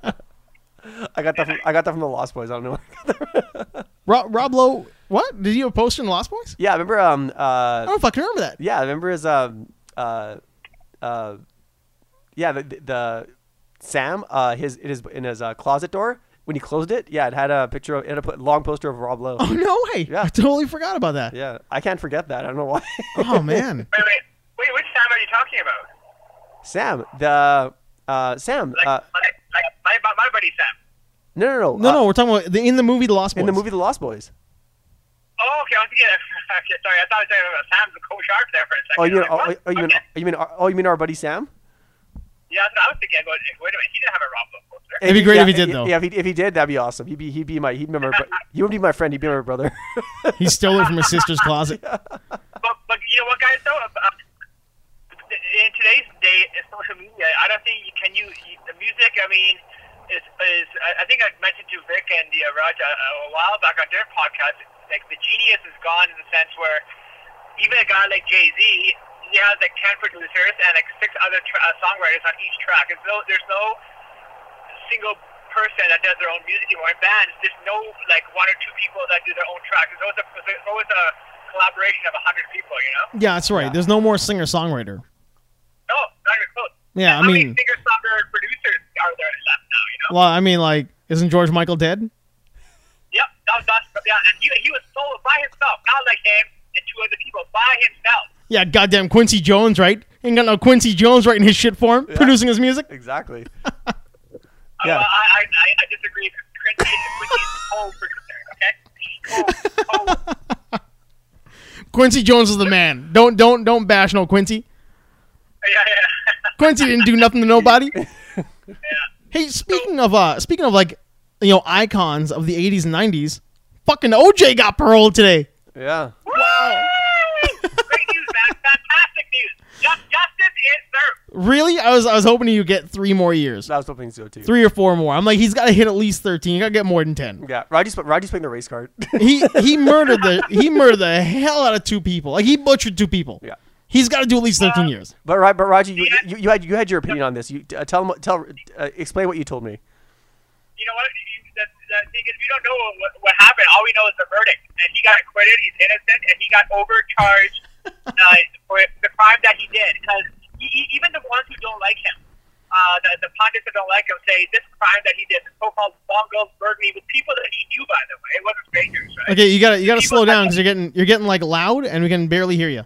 Speaker 2: I got that. From, I got that from the Lost Boys. I don't know.
Speaker 1: Rob Rob Lowe, what? Did he have a poster in the Lost Boys?
Speaker 2: yeah, I remember. Um.
Speaker 1: I
Speaker 2: Uh.
Speaker 1: don't fucking remember that.
Speaker 2: Yeah, I remember his. Um. Uh. Uh. Yeah. The the, the Sam. Uh. His in his in his uh, closet door when he closed it. Yeah, it had a picture of it had a p- long poster of Rob Lowe.
Speaker 1: Oh no way!
Speaker 2: Yeah.
Speaker 1: I totally forgot about that.
Speaker 2: Yeah, Uh, I can't forget that. I don't know why.
Speaker 1: Oh man.
Speaker 3: Wait, wait, wait. Which time are you talking about?
Speaker 2: Sam. The. Uh. Sam.
Speaker 3: Like,
Speaker 2: Uh.
Speaker 3: like, like my, my my buddy Sam.
Speaker 2: No. No. No.
Speaker 1: No,
Speaker 2: uh,
Speaker 1: no, we're talking about the, in the movie The Lost Boys.
Speaker 2: In the movie The Lost Boys.
Speaker 3: Oh, okay. I was thinking. okay, sorry, I thought I was talking about Sam's the co-sharp there for
Speaker 2: Oh,
Speaker 3: a second.
Speaker 2: you mean?
Speaker 3: I'm
Speaker 2: Oh,
Speaker 3: like,
Speaker 2: oh, oh,
Speaker 3: what?
Speaker 2: you mean?
Speaker 3: Okay.
Speaker 2: Oh, you mean? Oh, you mean our buddy Sam?
Speaker 3: Yeah, that's what I was thinking. I go, Wait a minute. He didn't have a Rob Lowe poster.
Speaker 1: It'd be great if he did,
Speaker 2: yeah,
Speaker 1: though.
Speaker 2: Yeah, if he, if he did, that'd be awesome. He'd be he'd be my he'd be my bro- he would be my friend. He'd be my brother.
Speaker 1: He stole it from his sister's closet.
Speaker 3: But but you know what, guys? Though, uh, uh, in today's day, in social media, I don't think you can you, you the music. I mean, is is I I think I mentioned to Vic and the uh, Raj a, a while back on their podcast. Like the genius is gone in the sense where even a guy like Jay Z, he has like ten producers and like six other tra- uh, songwriters on each track. It's no, there's no single person that does their own music anymore. In bands, there's no like one or two people that do their own track. There's always a, there's always a collaboration of a hundred people, you know?
Speaker 1: Yeah, that's right. There's no more singer songwriter.
Speaker 3: No, not even close.
Speaker 1: Yeah, I
Speaker 3: How
Speaker 1: mean-
Speaker 3: many singer songwriter producers are there left now? You know?
Speaker 1: Well, I mean, like, isn't George Michael dead?
Speaker 3: Yep, that was that's yeah, and he, he was solo by himself, not like him and two other people by himself.
Speaker 1: Yeah, goddamn Quincy Jones, right? Ain't got no Quincy Jones writing his shit for him, producing his music.
Speaker 2: exactly.
Speaker 3: Uh,
Speaker 2: Yeah.
Speaker 3: I, I, I I disagree. Quincy Quincy's a co-producer, okay? Co- co-
Speaker 1: Quincy Jones is the man. Don't don't don't bash no Quincy.
Speaker 3: yeah, yeah.
Speaker 1: Quincy didn't do nothing to nobody. Hey, speaking of uh, speaking of like, you know, icons of the '80s and '90s, fucking OJ got paroled today.
Speaker 2: Yeah.
Speaker 3: Wow! Great news, man. Fantastic news. Just, justice is served.
Speaker 1: Really? I was I was hoping you get three more years,
Speaker 2: I was hoping so too.
Speaker 1: three or four more. I'm like, he's got to hit at least thirteen. You got to get more than ten.
Speaker 2: Yeah, Roddy's Roddy's playing the race card.
Speaker 1: He he murdered the he murdered the hell out of two people. Like he butchered two people.
Speaker 2: Yeah.
Speaker 1: He's got to do at least thirteen years.
Speaker 2: but Rod, but Raji, you, you, you had you had your opinion on this. You uh, tell 'em what- tell uh, explain what you told me.
Speaker 3: you know what? You- That, that thing is, we don't know what, what happened. All we know is the verdict, and he got acquitted. He's innocent, and he got overcharged uh, for the crime that he did. Because even the ones who don't like him, uh, the, the pundits that don't like him, say this crime that he did, the so-called Mongols burglary, was people that he knew. By the way, it wasn't strangers, right?
Speaker 1: Okay, you gotta you gotta slow down because you're getting you're getting like loud and we can barely hear you.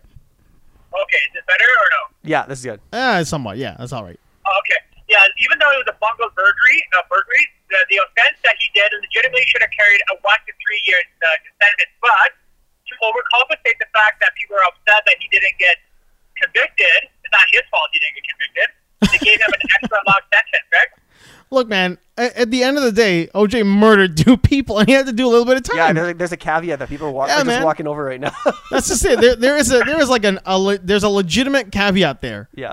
Speaker 3: Okay, is this better or no?
Speaker 2: Yeah, this is good.
Speaker 1: Ah, somewhat. Yeah, that's all right.
Speaker 3: Oh, okay. Yeah, even though it was a bungled burglary, uh, burglary, the, the offense that he did legitimately should have carried a one to three year uh, sentence. But to overcompensate the fact that people are upset that he didn't get convicted, it's not his fault he didn't get convicted. They gave him an extra long sentence, right?
Speaker 1: Look, man. a- At the end of the day, OJ murdered two people, and he had to do a little bit of time.
Speaker 2: Yeah, there's, a- there's a caveat that people are, walk,
Speaker 1: Yeah,
Speaker 2: are just
Speaker 1: man.
Speaker 2: walking over right now.
Speaker 1: That's just it. There, there is a there is like an a le- there's a legitimate caveat there
Speaker 2: yeah,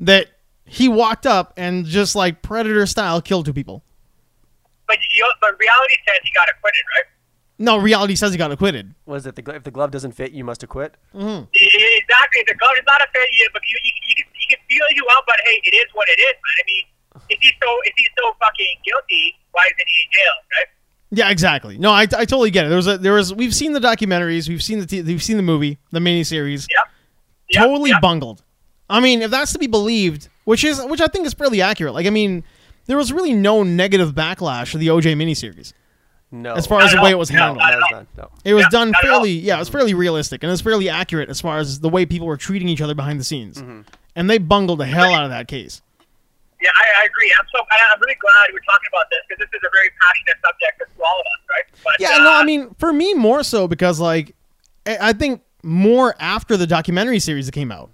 Speaker 1: that he walked up and just like predator style killed two people.
Speaker 3: But, you, but reality says he got acquitted, right?
Speaker 1: No, reality says he got acquitted.
Speaker 2: was it the glo- if the glove doesn't fit, you must acquit?
Speaker 3: E- Exactly. The goat is not a fair year, but you, you, you, can, you can feel you out, but hey, it is what it is, man. I mean, if he's so, if he's so fucking guilty, why isn't he in jail, right?
Speaker 1: Yeah, exactly. No, I, I totally get it. There was a, there was we've seen the documentaries, we've seen the t- we've seen the movie, the miniseries.
Speaker 3: Yep. Yep,
Speaker 1: totally
Speaker 3: yep.
Speaker 1: bungled. I mean, if that's to be believed, which is which I think is fairly accurate. Like, I mean, there was really no negative backlash to the OJ miniseries
Speaker 2: No,
Speaker 1: as far as
Speaker 3: Oh, Not
Speaker 1: the
Speaker 3: at
Speaker 1: way
Speaker 3: all.
Speaker 1: it was
Speaker 3: No,
Speaker 1: handled.
Speaker 3: not
Speaker 2: no,
Speaker 3: at
Speaker 2: it's
Speaker 3: all.
Speaker 2: not, no.
Speaker 1: It was
Speaker 3: Yeah,
Speaker 1: done
Speaker 3: not at all.
Speaker 1: fairly, yeah, it was fairly realistic and it was fairly accurate as far as the way people were treating each other behind the scenes. And they bungled the hell out of that case.
Speaker 3: Yeah, I, I agree. I'm so I, I'm really glad we're talking about this because this is a very passionate subject for all of us, right? But, uh,
Speaker 1: Yeah, no, I mean, for me more so because like I I think more after the documentary series that came out.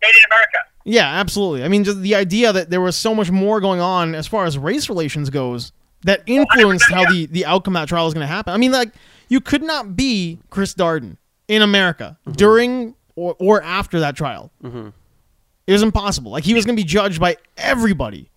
Speaker 3: made in America.
Speaker 1: Yeah, absolutely. I mean, just the idea that there was so much more going on as far as race relations goes that influenced how the, the outcome of that trial was going to happen. I mean, like, you could not be Chris Darden in America during or, or after that trial. It was impossible. Like, he was going to be judged by everybody.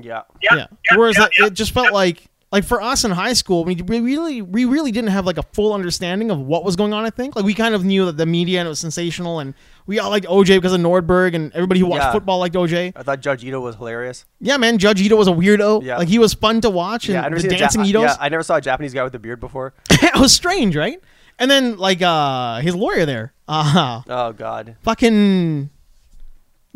Speaker 2: Yeah,
Speaker 3: Yeah.
Speaker 1: Yeah. Whereas
Speaker 3: yeah,
Speaker 1: like, it just felt like, like for us in high school, we we really we really didn't have like a full understanding of what was going on. I think like we kind of knew that the media and it was sensational, and we all liked OJ because of Nordberg, and everybody who watched
Speaker 2: Yeah.
Speaker 1: football liked OJ.
Speaker 2: I thought Judge Ito was hilarious.
Speaker 1: Yeah, man, Judge Ito was a weirdo.
Speaker 2: Yeah.
Speaker 1: Like he was fun to watch and
Speaker 2: yeah, I never
Speaker 1: the
Speaker 2: seen a Ja-
Speaker 1: dancing Itos.
Speaker 2: Yeah, I never saw a Japanese guy with a beard before.
Speaker 1: it was strange, right? And then like uh his lawyer there. Uh
Speaker 2: Oh God,
Speaker 1: fucking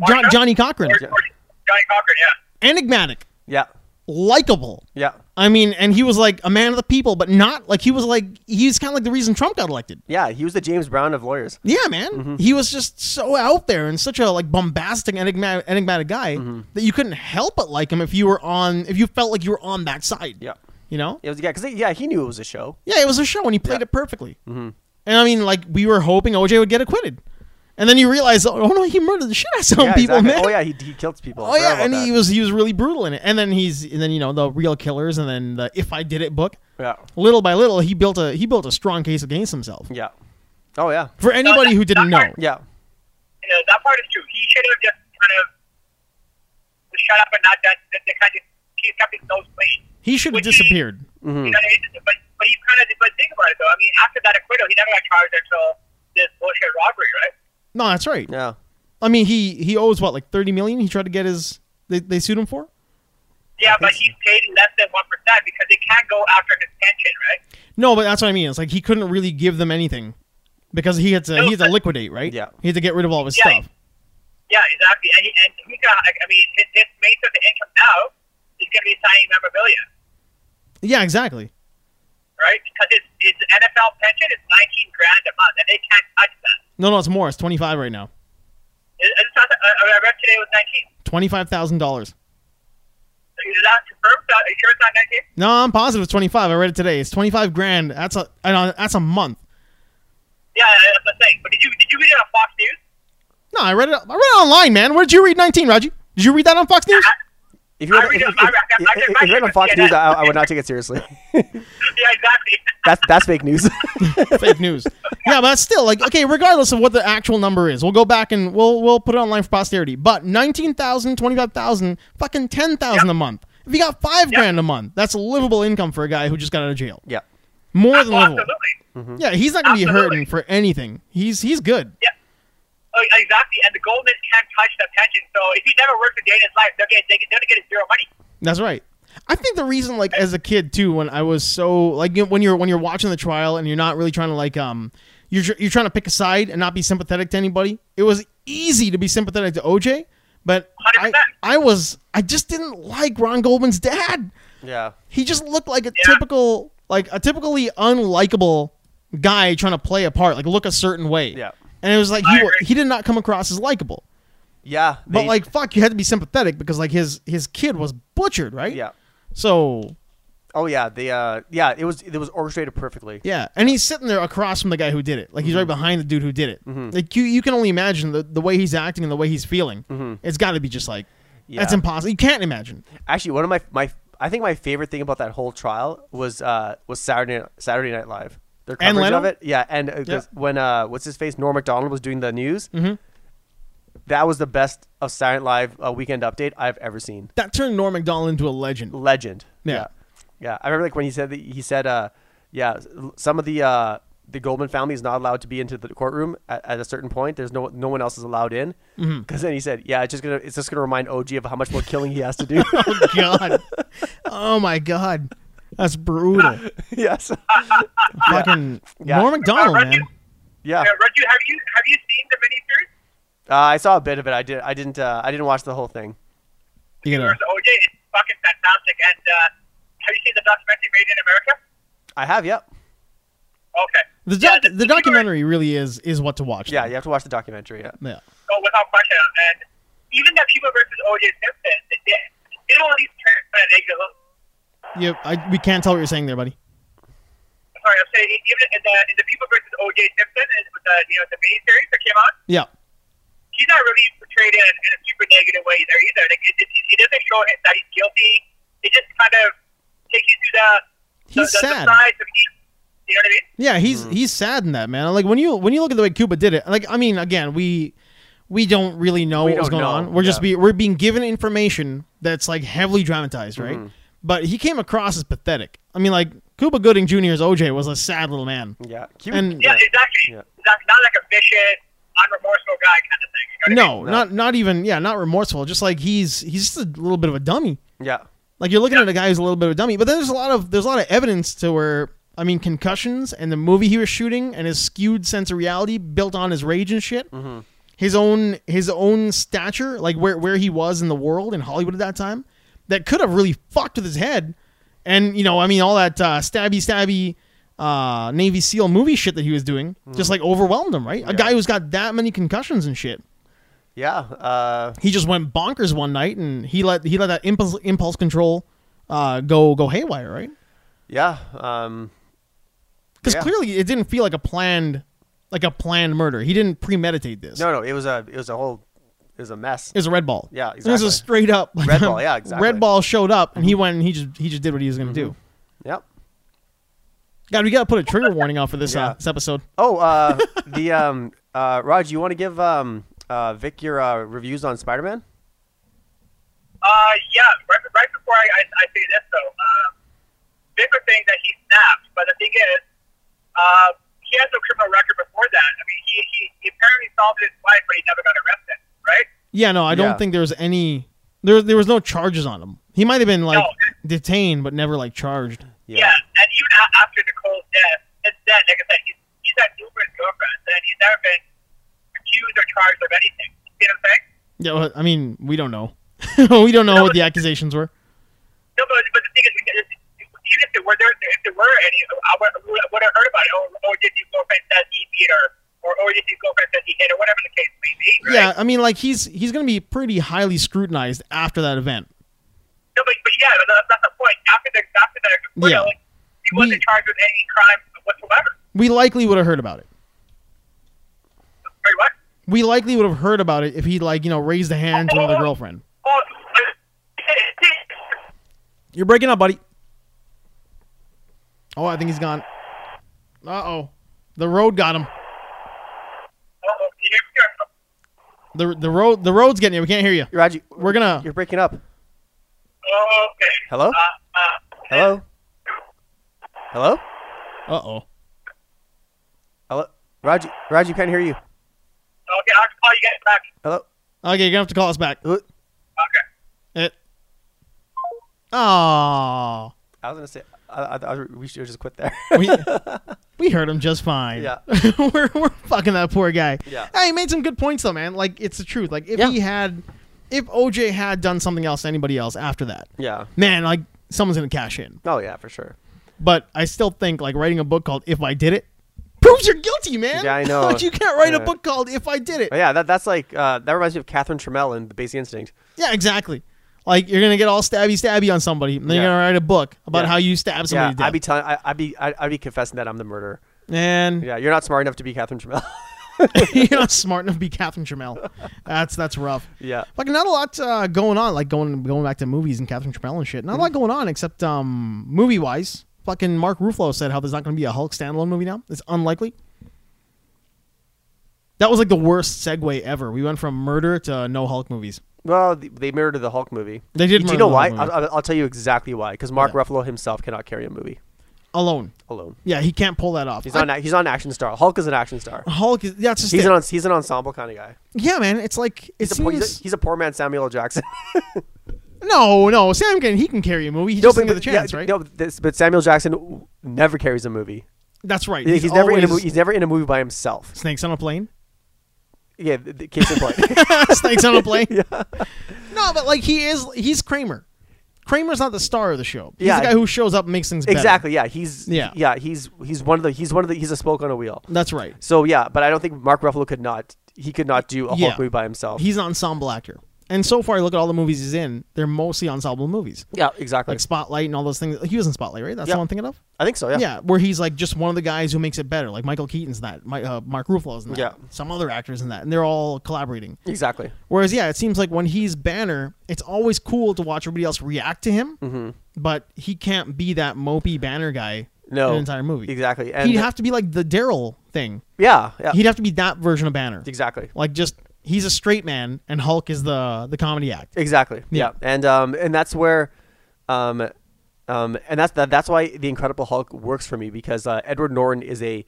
Speaker 1: John,
Speaker 3: Marco?
Speaker 1: Johnny Cochran.
Speaker 3: Or- or Johnny Cochran, yeah.
Speaker 1: Enigmatic,
Speaker 2: yeah,
Speaker 1: likable.
Speaker 2: yeah,
Speaker 1: I mean, and he was like a man of the people, but not like he was like he's kind of like the reason Trump got elected.
Speaker 2: yeah. He was the James Brown of lawyers.
Speaker 1: Yeah, man.
Speaker 2: Mm-hmm.
Speaker 1: He was just so out there and such a like bombastic enigmatic, enigmatic guy
Speaker 2: Mm-hmm.
Speaker 1: that you couldn't help but like him if you were on if you felt like you were on that side.
Speaker 2: Yeah,
Speaker 1: You know?
Speaker 2: it was yeah, because yeah, he knew it was a show.
Speaker 1: Yeah, it was a show, and he played it perfectly.
Speaker 2: Mm-hmm.
Speaker 1: And I mean, like we were hoping OJ would get acquitted, and then you realize, oh no, he murdered the shit out of some
Speaker 2: Yeah,
Speaker 1: people,
Speaker 2: exactly.
Speaker 1: man.
Speaker 2: Oh yeah, he, he killed people. I
Speaker 1: Oh,
Speaker 2: forgot
Speaker 1: yeah,
Speaker 2: about
Speaker 1: and
Speaker 2: that.
Speaker 1: he was he was really brutal in it. And then he's and then you know the real killers, and then the If I Did It book.
Speaker 2: yeah,
Speaker 1: Little by little, he built a he built a strong case against himself.
Speaker 2: yeah. Oh yeah,
Speaker 1: For anybody who didn't know,
Speaker 2: yeah,
Speaker 3: yeah. uh, That part is true. He should have just kind of just shut up and not done. The, the kind of he's kept his nose clean.
Speaker 1: he should have
Speaker 3: Which-
Speaker 1: disappeared.
Speaker 2: Mm-hmm.
Speaker 3: You know, it, but but he kind of but think about it though. I mean, after that acquittal, he never got charged until this bullshit robbery, right?
Speaker 1: No, that's right.
Speaker 2: yeah.
Speaker 1: I mean, he he owes what like thirty million. He tried to get his they, they sued him for.
Speaker 3: Yeah, but he's paid less than one percent because they can't go after his pension, right?
Speaker 1: No, but that's what I mean. It's like he couldn't really give them anything because he had to he had to liquidate, right?
Speaker 2: Yeah.
Speaker 1: He had to get rid of all of his
Speaker 3: Yeah.
Speaker 1: stuff.
Speaker 3: Yeah, exactly. And, he, and he got, like, I mean, his, his main source of income now is going to be signing memorabilia,
Speaker 1: Yeah, exactly.
Speaker 3: right? Because his, his NFL pension is 19 grand a month, and they can't touch that.
Speaker 1: No, no, it's more. It's twenty five right now.
Speaker 3: It, it's not, I, uh, I read today it was 19.
Speaker 1: Twenty five thousand dollars.
Speaker 3: So Is that confirmed? Are you sure it's not 19?
Speaker 1: No, I'm positive it's twenty five. I read it today. It's twenty five grand. That's a I know, that's a month.
Speaker 3: Yeah, that's the thing. But did you, did you read it on Fox News?
Speaker 1: No, I read it. I read it online, man. Where did you read nineteen, Raji? Did you read that on Fox News?
Speaker 2: If you're
Speaker 3: I read
Speaker 2: if,
Speaker 3: on
Speaker 2: if,
Speaker 3: my-
Speaker 2: if,
Speaker 3: I- I- I
Speaker 2: if,
Speaker 3: read
Speaker 2: you're on
Speaker 3: my
Speaker 2: Fox
Speaker 3: shit.
Speaker 2: News, I, I would not take it seriously.
Speaker 3: Yeah, exactly.
Speaker 2: that's that's fake news.
Speaker 1: fake news. Yeah, but still, like, okay, regardless of what the actual number is, we'll go back and we'll we'll put it online for posterity. But 19,000, 25,000, fucking 10,000 a month. If you got five grand a month, that's a livable income for a guy who just got out of jail.
Speaker 2: yeah.
Speaker 1: More than
Speaker 3: Oh,
Speaker 1: livable.
Speaker 3: absolutely.
Speaker 1: Yeah, he's not going to be
Speaker 3: Absolutely.
Speaker 1: hurting for anything. He's he's good.
Speaker 3: Oh, exactly. And the gold is can't touch the pension. So if he never works a day in his life, they're gonna they, they're gonna get zero money.
Speaker 1: That's right. I think the reason, like, as a kid too, when I was so like, you know, when you're when you're watching the trial and you're not really trying to like, um, you're tr- you're trying to pick a side and not be sympathetic to anybody. It was easy to be sympathetic to OJ, but I
Speaker 3: 100%.
Speaker 1: I was I just didn't like Ron Goldman's dad.
Speaker 2: Yeah.
Speaker 1: He just looked like a
Speaker 3: Yeah.
Speaker 1: typical like a typically unlikable guy trying to play a part, like look a certain way.
Speaker 2: Yeah.
Speaker 1: And it was like
Speaker 3: I
Speaker 1: he wa-
Speaker 3: agree.
Speaker 1: he did not come across as likable.
Speaker 2: Yeah.
Speaker 1: But
Speaker 2: they-
Speaker 1: like fuck, you had to be sympathetic because like his his kid was butchered, right?
Speaker 2: yeah.
Speaker 1: So
Speaker 2: Oh yeah, the uh yeah, it was it was orchestrated perfectly.
Speaker 1: yeah, and he's sitting there across from the guy who did it. Like he's right
Speaker 2: Mm-hmm.
Speaker 1: behind the dude who did it. Like you, you can only imagine the, the way he's acting and the way he's feeling. It's got to be just like that's
Speaker 2: Mm-hmm. Yeah.
Speaker 1: impossible. You can't imagine.
Speaker 2: Actually, one of my my I think my favorite thing about that whole trial was uh was Saturday Saturday Night Live. Their
Speaker 1: And
Speaker 2: coverage of
Speaker 1: Leno?
Speaker 2: it, yeah, and uh, 'cause when uh what's his face Norm Macdonald was doing the news,
Speaker 1: Mm-hmm.
Speaker 2: that was the best of Saturday Night Live uh, weekend update I've ever seen.
Speaker 1: That turned Norm Macdonald into a legend.
Speaker 2: Legend.
Speaker 1: Yeah.
Speaker 2: yeah, Yeah. I remember like when he said that he said uh yeah s- some of the uh the Goldman family is not allowed to be into the courtroom at, at a certain point. There's no no one else is allowed in because
Speaker 1: Mm-hmm.
Speaker 2: then he said yeah it's just gonna it's just gonna remind OG of how much more killing he has to do.
Speaker 1: Oh god. oh my god. That's brutal.
Speaker 2: yes.
Speaker 1: Fucking
Speaker 2: Yeah.
Speaker 1: Norm Macdonald,
Speaker 3: Aren't
Speaker 1: man.
Speaker 3: you-
Speaker 2: Yeah.
Speaker 3: Uh, Raju, have you have you seen the miniseries?
Speaker 2: Uh, I saw a bit of it. I did. I didn't. Uh, I didn't watch the whole thing.
Speaker 1: You know.
Speaker 3: There's OJ. Oh, It's fucking fantastic. And uh, have you seen the documentary Made in America?
Speaker 2: I have. Yep.
Speaker 3: Okay.
Speaker 1: The
Speaker 3: Yeah,
Speaker 1: doc- the documentary really is is what to watch.
Speaker 2: Yeah. You have to watch the documentary. Yeah.
Speaker 1: Yeah.
Speaker 3: Oh, without question. And even that people versus OJ Simpson, they, they, they don't Uh, at least turn an egg.
Speaker 1: Yeah, I, we can't tell what you're saying there, buddy.
Speaker 3: Sorry, I'm saying even in the in the people versus OJ Simpson, and with the you know the miniseries that came out,
Speaker 1: Yeah.
Speaker 3: he's not really portrayed in, in a super negative way there either. Like it, it, it doesn't show him that he's guilty. It just kind of takes you to the
Speaker 1: He's
Speaker 3: the, the,
Speaker 1: sad.
Speaker 3: the sides of each. You know what I mean?
Speaker 1: Yeah, he's
Speaker 2: Mm.
Speaker 1: he's sad in that man. Like when you when you look at the way Cuba did it, like I mean, again, we we don't really know
Speaker 2: We
Speaker 1: what was
Speaker 2: don't
Speaker 1: going
Speaker 2: know,
Speaker 1: on. We're just be
Speaker 2: yeah.
Speaker 1: we're being given information that's like heavily dramatized, right?
Speaker 2: Mm-hmm.
Speaker 1: But he came across as pathetic. I mean, like Cuba Gooding Jr.'s OJ was a sad little man.
Speaker 2: Yeah. Keep-
Speaker 1: And-
Speaker 3: Yeah, exactly.
Speaker 2: Yeah.
Speaker 3: That's not like a vicious, unremorseful guy kind of thing. You know what I mean?
Speaker 1: No, not not even yeah, not remorseful. Just like he's he's just a little bit of a dummy.
Speaker 2: Yeah.
Speaker 1: Like you're looking at a guy who's a little bit of a dummy, but then there's a lot of there's a lot of evidence to where I mean concussions and the movie he was shooting and his skewed sense of reality built on his rage and shit. His own his own stature, like where where he was in the world in Hollywood at that time, that could have really fucked with his head. And you know, I mean, all that uh, stabby stabby uh, Navy SEAL movie shit that he was doing just like overwhelmed him, right? A guy who's got that many concussions and shit
Speaker 2: Yeah. Uh,
Speaker 1: he just went bonkers one night and he let he let that impulse impulse control uh, go go haywire, right?
Speaker 2: yeah. Um,
Speaker 1: Because
Speaker 2: Yeah.
Speaker 1: clearly it didn't feel like a planned like a planned murder. He didn't premeditate this.
Speaker 2: no. No. It was a. It was a whole. It was a mess.
Speaker 1: It was a red ball.
Speaker 2: Yeah,
Speaker 1: It was
Speaker 2: exactly.
Speaker 1: a straight up like,
Speaker 2: Red ball, yeah, exactly. Mm-hmm.
Speaker 1: Red ball showed up and he went and he just he just did what he was gonna do.
Speaker 2: Yep.
Speaker 1: God, we gotta put a trigger warning out for this
Speaker 2: Yeah.
Speaker 1: uh, this episode.
Speaker 2: Oh. Uh, the um. Uh, Raj, you want to give um uh Vic your uh, reviews on Spider Man?
Speaker 3: Uh, yeah. Right, right before I, I, I say this, though, um, bigger thing that he snapped. But the thing is, uh, he has no criminal record before that. I mean, he, he, he apparently solved his life, but he never got arrested, right?
Speaker 1: Yeah, no, I don't
Speaker 2: Yeah.
Speaker 1: think there was any there there was no charges on him. He might have been like
Speaker 3: No.
Speaker 1: detained but never like charged.
Speaker 3: Yeah. And even a- after Nicole's death, since then, like I said, he's, he's had numerous girlfriends, and he's never been accused or charged of anything. You know what I'm saying?
Speaker 1: Yeah, well, I mean, we don't know. we don't know
Speaker 3: No,
Speaker 1: what
Speaker 3: but-
Speaker 1: the accusations were.
Speaker 3: No, but, but the thing is, even if there were there, if there were any, I would, would have heard about it. Or, or did his girlfriend says he beat her, or or did his girlfriend says he hit her, whatever the case may be.
Speaker 1: Yeah,
Speaker 3: Right?
Speaker 1: I mean, like he's he's gonna be pretty highly scrutinized after that event.
Speaker 3: No, but, but yeah, that's, that's the point. After the after the acquittal,
Speaker 1: Yeah.
Speaker 3: he wasn't
Speaker 1: We-
Speaker 3: charged with any crime whatsoever.
Speaker 1: We likely would have heard about it.
Speaker 3: Sorry, what?
Speaker 1: We likely would have heard about it if he like you know raised a hand to another girlfriend.
Speaker 3: Oh, uh,
Speaker 1: You're breaking up, buddy. Oh, I think he's gone. Uh oh. The road got him.
Speaker 3: Uh-oh, can you hear me or no?
Speaker 1: The the road the road's getting you. We can't hear you.
Speaker 2: Raji,
Speaker 1: We're gonna
Speaker 2: you're breaking up.
Speaker 3: Oh, okay.
Speaker 2: Hello?
Speaker 3: Uh, uh,
Speaker 2: Hello? Hello?
Speaker 1: Uh oh.
Speaker 2: Hello? Raji, Raji, can't hear you.
Speaker 3: Okay, I'll call you guys back.
Speaker 2: Hello?
Speaker 1: Okay, you're gonna have to call us back.
Speaker 2: Who-
Speaker 3: Okay.
Speaker 1: It. Oh.
Speaker 2: I was gonna say I, I, I, we should just quit there.
Speaker 1: We, we heard him just fine.
Speaker 2: Yeah.
Speaker 1: we're, we're fucking that poor guy.
Speaker 2: Yeah.
Speaker 1: Hey, he made some good points though, man. Like it's the truth. Like if
Speaker 2: Yeah.
Speaker 1: he had, if OJ had done something else to anybody else after that,
Speaker 2: yeah.
Speaker 1: man, like someone's gonna cash in.
Speaker 2: Oh yeah, for sure.
Speaker 1: But I still think like writing a book called "If I Did It" proves you're guilty, man.
Speaker 2: Yeah, I know.
Speaker 1: Like, you can't write a
Speaker 2: Yeah.
Speaker 1: book called "If I Did It."
Speaker 2: But yeah, that that's like uh, that reminds me of Catherine Trammell in The Basic Instinct.
Speaker 1: Yeah, exactly. Like you're gonna get all stabby stabby on somebody, and then
Speaker 2: Yeah.
Speaker 1: you're gonna write a book about
Speaker 2: Yeah.
Speaker 1: how you stab somebody.
Speaker 2: Yeah,
Speaker 1: to death.
Speaker 2: I'd be telling, I, I'd be, I, I'd be confessing that I'm the murderer.
Speaker 1: and
Speaker 2: Yeah, you're not smart enough to be Catherine Trammell.
Speaker 1: you're not smart enough to be Catherine Trammell. That's that's rough.
Speaker 2: yeah,
Speaker 1: Like not a lot uh, going on. Like going going back to movies and Catherine Trammell and shit. Not a lot
Speaker 2: Mm-hmm.
Speaker 1: going on except um movie wise. Fucking Mark Ruffalo said how there's not going to be a Hulk standalone movie now. It's unlikely. That was like the worst segue ever. We went from murder to no Hulk movies.
Speaker 2: well, th- they murdered the Hulk movie.
Speaker 1: They did
Speaker 2: Do
Speaker 1: murder
Speaker 2: you know
Speaker 1: the
Speaker 2: why?
Speaker 1: Hulk
Speaker 2: I'll,
Speaker 1: movie.
Speaker 2: I'll- I'll tell you exactly why. Because Mark
Speaker 1: Yeah.
Speaker 2: Ruffalo himself cannot carry a movie
Speaker 1: Alone.
Speaker 2: alone.
Speaker 1: Yeah, he can't pull that off.
Speaker 2: He's not. an
Speaker 1: I-
Speaker 2: ac- he's not an action star. Hulk is an action star.
Speaker 1: Hulk is yeah, it's just
Speaker 2: He's
Speaker 1: it.
Speaker 2: an. He's an ensemble kind of guy.
Speaker 1: yeah, man. It's like it
Speaker 2: He's, a, po- he's,
Speaker 1: seems-
Speaker 2: a, he's a poor man Samuel L. Jackson.
Speaker 1: no, no. Sam can he can carry a movie. He just didn't get the chance,
Speaker 2: yeah,
Speaker 1: right?
Speaker 2: No, this, but Samuel Jackson w- never carries a movie.
Speaker 1: That's right.
Speaker 2: He's, never in a
Speaker 1: always
Speaker 2: movie. He's never in a movie by himself.
Speaker 1: Snakes on a plane.
Speaker 2: Yeah, th- th- case in point.
Speaker 1: snakes on a plane. No, but like he is, he's Kramer. Kramer's not the star of the show. He's
Speaker 2: Yeah.
Speaker 1: the guy who shows up and makes things better.
Speaker 2: Exactly. Yeah. He's
Speaker 1: Yeah.
Speaker 2: yeah. Yeah. He's he's one of the he's one of the he's a spoke on a wheel.
Speaker 1: That's right.
Speaker 2: So yeah, but I don't think Mark Ruffalo could not he could not do a
Speaker 1: Yeah.
Speaker 2: Hulk movie by himself.
Speaker 1: He's an ensemble actor. And so far, you look at all the movies he's in, they're mostly ensemble movies.
Speaker 2: yeah, exactly.
Speaker 1: Like Spotlight and all those things. He was in Spotlight, right? That's
Speaker 2: Yeah.
Speaker 1: the one I'm thinking of?
Speaker 2: I think so. Yeah.
Speaker 1: Yeah. where he's like just one of the guys who makes it better. Like Michael Keaton's in that, Mi- uh, Mark Ruffalo's in that,
Speaker 2: Yeah.
Speaker 1: some other actors in that, and they're all collaborating.
Speaker 2: Exactly.
Speaker 1: Whereas, yeah, it seems like when he's Banner, it's always cool to watch everybody else react to him,
Speaker 2: Mm-hmm.
Speaker 1: but he can't be that mopey Banner guy
Speaker 2: No.
Speaker 1: in an entire movie.
Speaker 2: Exactly. And
Speaker 1: He'd have to be like the Daryl thing.
Speaker 2: yeah, yeah.
Speaker 1: He'd have to be that version of Banner.
Speaker 2: exactly.
Speaker 1: Like just he's a straight man and Hulk is the the comedy act.
Speaker 2: Exactly.
Speaker 1: Yeah.
Speaker 2: Yeah. And um and that's where um um and that's that, that's why the Incredible Hulk works for me because uh, Edward Norton is a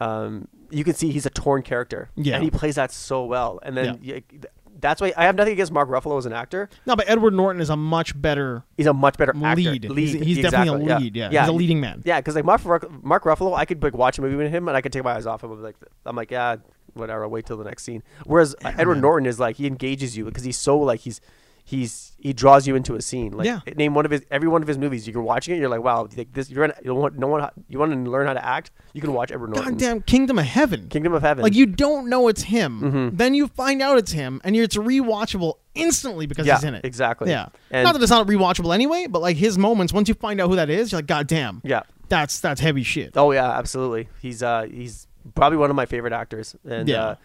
Speaker 2: um you can see he's a torn character.
Speaker 1: Yeah.
Speaker 2: And he plays that so well. And then
Speaker 1: Yeah.
Speaker 2: y- that's why I have nothing against Mark Ruffalo as an actor.
Speaker 1: No, but Edward Norton is a much better
Speaker 2: He's a much better actor.
Speaker 1: lead. He's, he's definitely
Speaker 2: exactly,
Speaker 1: a lead. Yeah. He's a leading man.
Speaker 2: Yeah, because like Mark, Ruff- Mark Ruffalo, I could like watch a movie with him and I could take my eyes off him. I'm like, I'm like, yeah, whatever. I'll wait till the next scene. Whereas uh, Edward Norton is like he engages you because he's so like he's he's he draws you into a scene. Like
Speaker 1: Yeah.
Speaker 2: name one of his every one of his movies. You're watching it. You're like, wow, like this. You're in, you want no one. You want to learn how to act. You can watch Edward Norton.
Speaker 1: Goddamn Kingdom of Heaven.
Speaker 2: Kingdom of Heaven.
Speaker 1: like you don't know it's him,
Speaker 2: Mm-hmm.
Speaker 1: then you find out it's him, and you're, it's rewatchable instantly because
Speaker 2: Yeah,
Speaker 1: he's in it.
Speaker 2: exactly.
Speaker 1: Yeah.
Speaker 2: And-
Speaker 1: not that it's not rewatchable anyway, but like his moments, once you find out who that is, you're like, God damn.
Speaker 2: Yeah.
Speaker 1: That's that's heavy shit.
Speaker 2: Oh yeah, absolutely. He's uh he's probably one of my favorite actors, and
Speaker 1: Yeah.
Speaker 2: uh,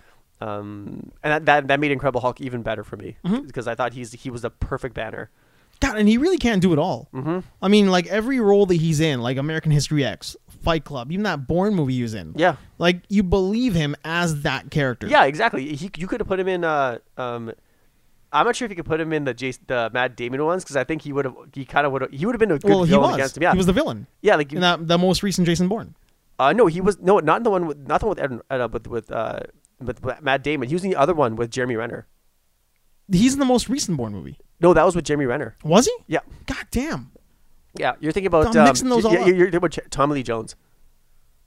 Speaker 2: um and that, that that made Incredible Hulk even better for me
Speaker 1: Mm-hmm.
Speaker 2: because I thought he's he was the perfect banner.
Speaker 1: God, and he really can do it all. Mm-hmm. I mean, like every role that he's in, like American History X, Fight Club, even that Bourne movie he was in.
Speaker 2: Yeah.
Speaker 1: like you believe him as that character.
Speaker 2: Yeah, exactly. He you could have put him in uh um. I'm not sure if you could put him in the Jason, the Matt Damon ones because I think he would have he kind of would have he would have been a good
Speaker 1: well, he
Speaker 2: villain
Speaker 1: was.
Speaker 2: against him. Yeah,
Speaker 1: He was the villain
Speaker 2: yeah like
Speaker 1: in that the most recent Jason Bourne.
Speaker 2: uh, no he was no not in the one with not the one with Ed, uh, with with uh with Matt Damon. He was in the other one with Jeremy Renner.
Speaker 1: He's in the most recent Bourne movie.
Speaker 2: No, that was with Jeremy Renner.
Speaker 1: Was he?
Speaker 2: Yeah,
Speaker 1: God damn.
Speaker 2: yeah. You're thinking about
Speaker 1: I'm
Speaker 2: um,
Speaker 1: mixing those
Speaker 2: yeah,
Speaker 1: all
Speaker 2: you're-
Speaker 1: up.
Speaker 2: You're thinking about Ch- Tommy Lee Jones.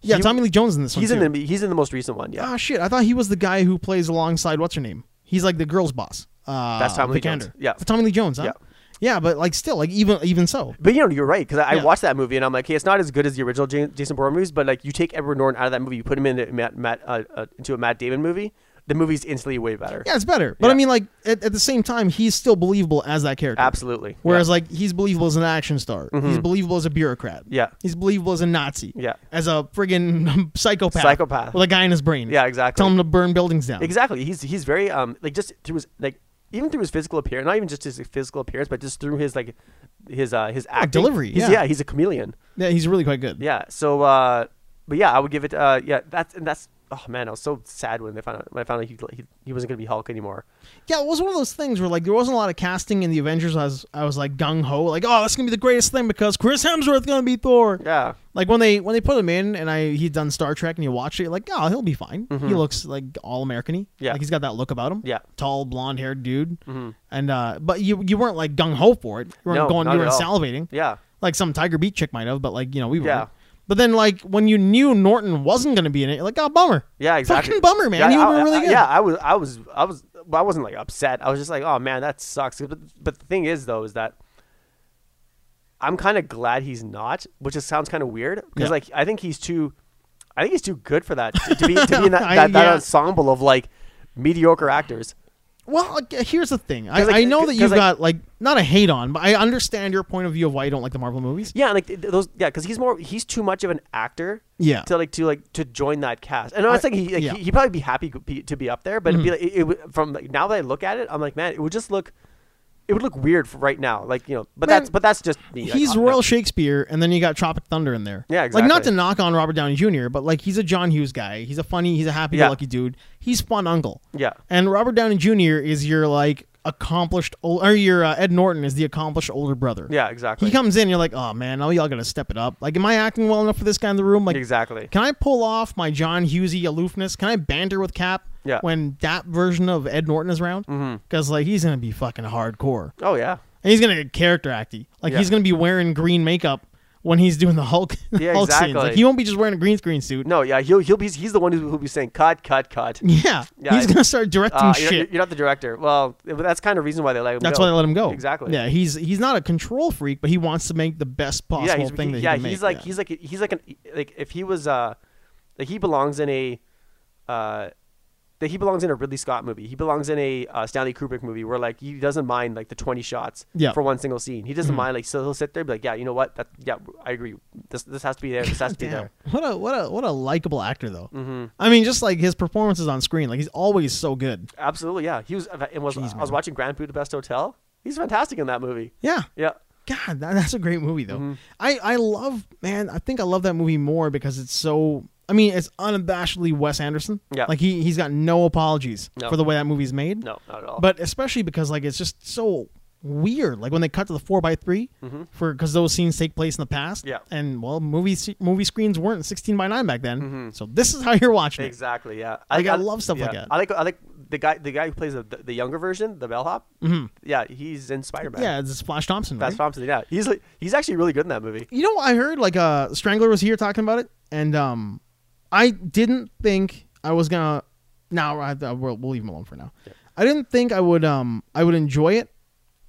Speaker 1: Yeah,
Speaker 2: He-
Speaker 1: Tommy Lee Jones in this
Speaker 2: He's
Speaker 1: one.
Speaker 2: in
Speaker 1: too.
Speaker 2: the he's in the most recent one. Yeah,
Speaker 1: Ah shit! I thought he was the guy who plays alongside what's her name. He's like the girl's boss. Uh,
Speaker 2: That's Tommy Lee
Speaker 1: Vikander.
Speaker 2: Jones. Yeah.
Speaker 1: That's Tommy Lee Jones. Huh?
Speaker 2: Yeah.
Speaker 1: yeah, but like still, like even even so,
Speaker 2: but you know you're right because I,
Speaker 1: Yeah.
Speaker 2: I watched that movie and I'm like, hey, it's not as good as the original Jan- Jason Bourne movies, but like you take Edward Norton out of that movie, you put him in a Matt, Matt uh, uh, into a Matt Damon movie, the movie's instantly way better.
Speaker 1: yeah, it's better. But I
Speaker 2: Yeah.
Speaker 1: mean, like at, at the same time, he's still believable as that character.
Speaker 2: absolutely.
Speaker 1: Whereas
Speaker 2: yeah.
Speaker 1: like
Speaker 2: Mm-hmm.
Speaker 1: he's believable as an action star. He's believable as a bureaucrat.
Speaker 2: Yeah.
Speaker 1: He's believable as a Nazi.
Speaker 2: Yeah.
Speaker 1: As a friggin' psychopath.
Speaker 2: Psychopath.
Speaker 1: With a guy in his brain.
Speaker 2: Yeah, exactly.
Speaker 1: Tell him to burn buildings down.
Speaker 2: exactly, he's he's very um like just through his like even through his physical appearance, not even just his physical appearance, but just through his like his uh his acting
Speaker 1: delivery,
Speaker 2: He's-
Speaker 1: yeah.
Speaker 2: he's a chameleon.
Speaker 1: Yeah, he's really quite good.
Speaker 2: Yeah. So, uh, but yeah, I would give it. Uh, yeah, that's and that's. Oh man, I was so sad when they found out when I found out he he, he wasn't gonna be Hulk anymore.
Speaker 1: Yeah, it was one of those things where like there wasn't a lot of casting in the Avengers. I was I was like gung ho, like oh that's gonna be the greatest thing because Chris Hemsworth's gonna be Thor.
Speaker 2: Yeah.
Speaker 1: Like when they when they put him in and I he'd done Star Trek and you watch it, you're like oh he'll be fine. He looks like all American-y.
Speaker 2: Mm-hmm. Yeah.
Speaker 1: like he's got that look about him.
Speaker 2: Yeah. Mm-hmm.
Speaker 1: tall blonde haired dude. And uh, but you you weren't like gung ho for it. You weren't
Speaker 2: No,
Speaker 1: going.
Speaker 2: not
Speaker 1: You weren't
Speaker 2: at all.
Speaker 1: salivating.
Speaker 2: Yeah.
Speaker 1: Like some Tiger Beat chick might have, but like you know we
Speaker 2: Yeah.
Speaker 1: weren't. But then like when you knew Norton wasn't gonna be in it, you're like oh bummer.
Speaker 2: Yeah. Exactly.
Speaker 1: Fucking bummer, man.
Speaker 2: Yeah,
Speaker 1: he would
Speaker 2: I,
Speaker 1: have been really
Speaker 2: I-
Speaker 1: good.
Speaker 2: Yeah. I was. I was. I was. Well, I wasn't like upset. I was just like, oh man, that sucks. But but the thing is though, is that I'm kind of glad he's not, which just sounds kind of weird because
Speaker 1: Yeah.
Speaker 2: like I think he's too, I think he's too good for that to, to be to be in that,
Speaker 1: I-
Speaker 2: that, that
Speaker 1: yeah.
Speaker 2: ensemble of like mediocre actors.
Speaker 1: Well, like, here's the thing. I,
Speaker 2: 'Cause, like,
Speaker 1: I know that
Speaker 2: 'cause,
Speaker 1: you've
Speaker 2: like-
Speaker 1: got like not a hate on, but I understand your point of view of why you don't like the Marvel movies.
Speaker 2: Yeah, like th- those. Yeah, because he's more. He's too much of an actor.
Speaker 1: Yeah.
Speaker 2: To like to like to join that cast, and I was
Speaker 1: I-
Speaker 2: like, he, like
Speaker 1: yeah. Mm-hmm.
Speaker 2: he, would probably be happy to be, to be up there, but it'd be like, it, it, would- from like, now that I look at it, I'm like, man, it would just look, it would look weird for right now, like you know. But
Speaker 1: Man,
Speaker 2: that's but that's just me. like,
Speaker 1: He's
Speaker 2: I-
Speaker 1: Royal Shakespeare, and then you got Tropic Thunder in there.
Speaker 2: Yeah,
Speaker 1: Like not
Speaker 2: exactly.
Speaker 1: to knock on Robert Downey Jr., but like he's a John Hughes guy. He's a funny, he's a happy-go-lucky dude. He's fun uncle.
Speaker 2: Yeah.
Speaker 1: And Robert Downey Jr. is your like accomplished old, or your uh, Ed Norton is the accomplished older brother.
Speaker 2: Yeah, exactly.
Speaker 1: He comes in, you're like, oh man, now y'all gotta step it up. Like, am I acting well enough for this guy in the room? Like,
Speaker 2: exactly.
Speaker 1: Can I pull off my John Hughesy aloofness? Can I banter with Cap?
Speaker 2: Yeah. Mm-hmm.
Speaker 1: When that version of Ed Norton is around, because like he's gonna be fucking hardcore,
Speaker 2: Oh yeah.
Speaker 1: and he's gonna get character acty. Like
Speaker 2: Yeah.
Speaker 1: he's gonna be wearing green makeup when he's doing the Hulk.
Speaker 2: Yeah,
Speaker 1: Hulk scenes.
Speaker 2: exactly.
Speaker 1: Like he won't be just wearing a green screen suit.
Speaker 2: No, yeah, he'll he'll be he's the one who will be saying cut, cut, cut.
Speaker 1: Yeah.
Speaker 2: Yeah,
Speaker 1: he's
Speaker 2: I-
Speaker 1: gonna start directing
Speaker 2: Uh, you're,
Speaker 1: shit.
Speaker 2: not, you're not the director. Well, that's kind of reason why they let him.
Speaker 1: That's
Speaker 2: go.
Speaker 1: why they let him go.
Speaker 2: Exactly.
Speaker 1: Yeah. He's he's not a control freak, but he wants to make the best possible
Speaker 2: yeah, he's,
Speaker 1: thing
Speaker 2: he-
Speaker 1: that
Speaker 2: yeah,
Speaker 1: he can
Speaker 2: he's
Speaker 1: make.
Speaker 2: like he's like he's like an like if he was uh like he belongs in a uh that he belongs in a Ridley Scott movie. He belongs in a uh, Stanley Kubrick movie where like he doesn't mind like the 20 shots
Speaker 1: Yeah. Mm-hmm.
Speaker 2: for one single scene. He doesn't mind like so he'll sit there and be like, yeah, you know what? That yeah, I agree. This this has to be there. This has to be
Speaker 1: Damn.
Speaker 2: there.
Speaker 1: What a what a what a likable actor though.
Speaker 2: Mm-hmm.
Speaker 1: I mean, just like his performances on screen, like he's always so good.
Speaker 2: Absolutely, yeah. He was and was
Speaker 1: Jeez,
Speaker 2: I was
Speaker 1: man.
Speaker 2: watching Grand Budapest Hotel. He's fantastic in that movie.
Speaker 1: Yeah.
Speaker 2: Yeah.
Speaker 1: God, that, that's a great movie though.
Speaker 2: Mm-hmm.
Speaker 1: I I love man. I think I love that movie more because it's so. I mean, it's unabashedly Wes Anderson.
Speaker 2: Yeah.
Speaker 1: like he he's got no apologies
Speaker 2: No.
Speaker 1: for the way that movie's made.
Speaker 2: No, not at all.
Speaker 1: but especially because like it's just so weird. Like when they cut to the four by three for because those scenes take place in the past.
Speaker 2: Mm-hmm. Yeah.
Speaker 1: and well, movie se- movie screens weren't sixteen by nine back then, so this is how you're watching it.
Speaker 2: Mm-hmm. Exactly. Yeah.
Speaker 1: Like, I love stuff like that.
Speaker 2: I like. I like the guy. The guy who plays the, the younger version, the bellhop. Mm-hmm. Yeah, he's in Spider Man.
Speaker 1: Yeah, it's Flash Thompson.
Speaker 2: That's
Speaker 1: right?
Speaker 2: Thompson. Yeah, he's like he's actually really good in that movie.
Speaker 1: you know what I heard like uh Strangler was here talking about it and um I didn't think I was gonna now I, I- we'll, we'll leave him alone for now. I didn't think I would um I would enjoy it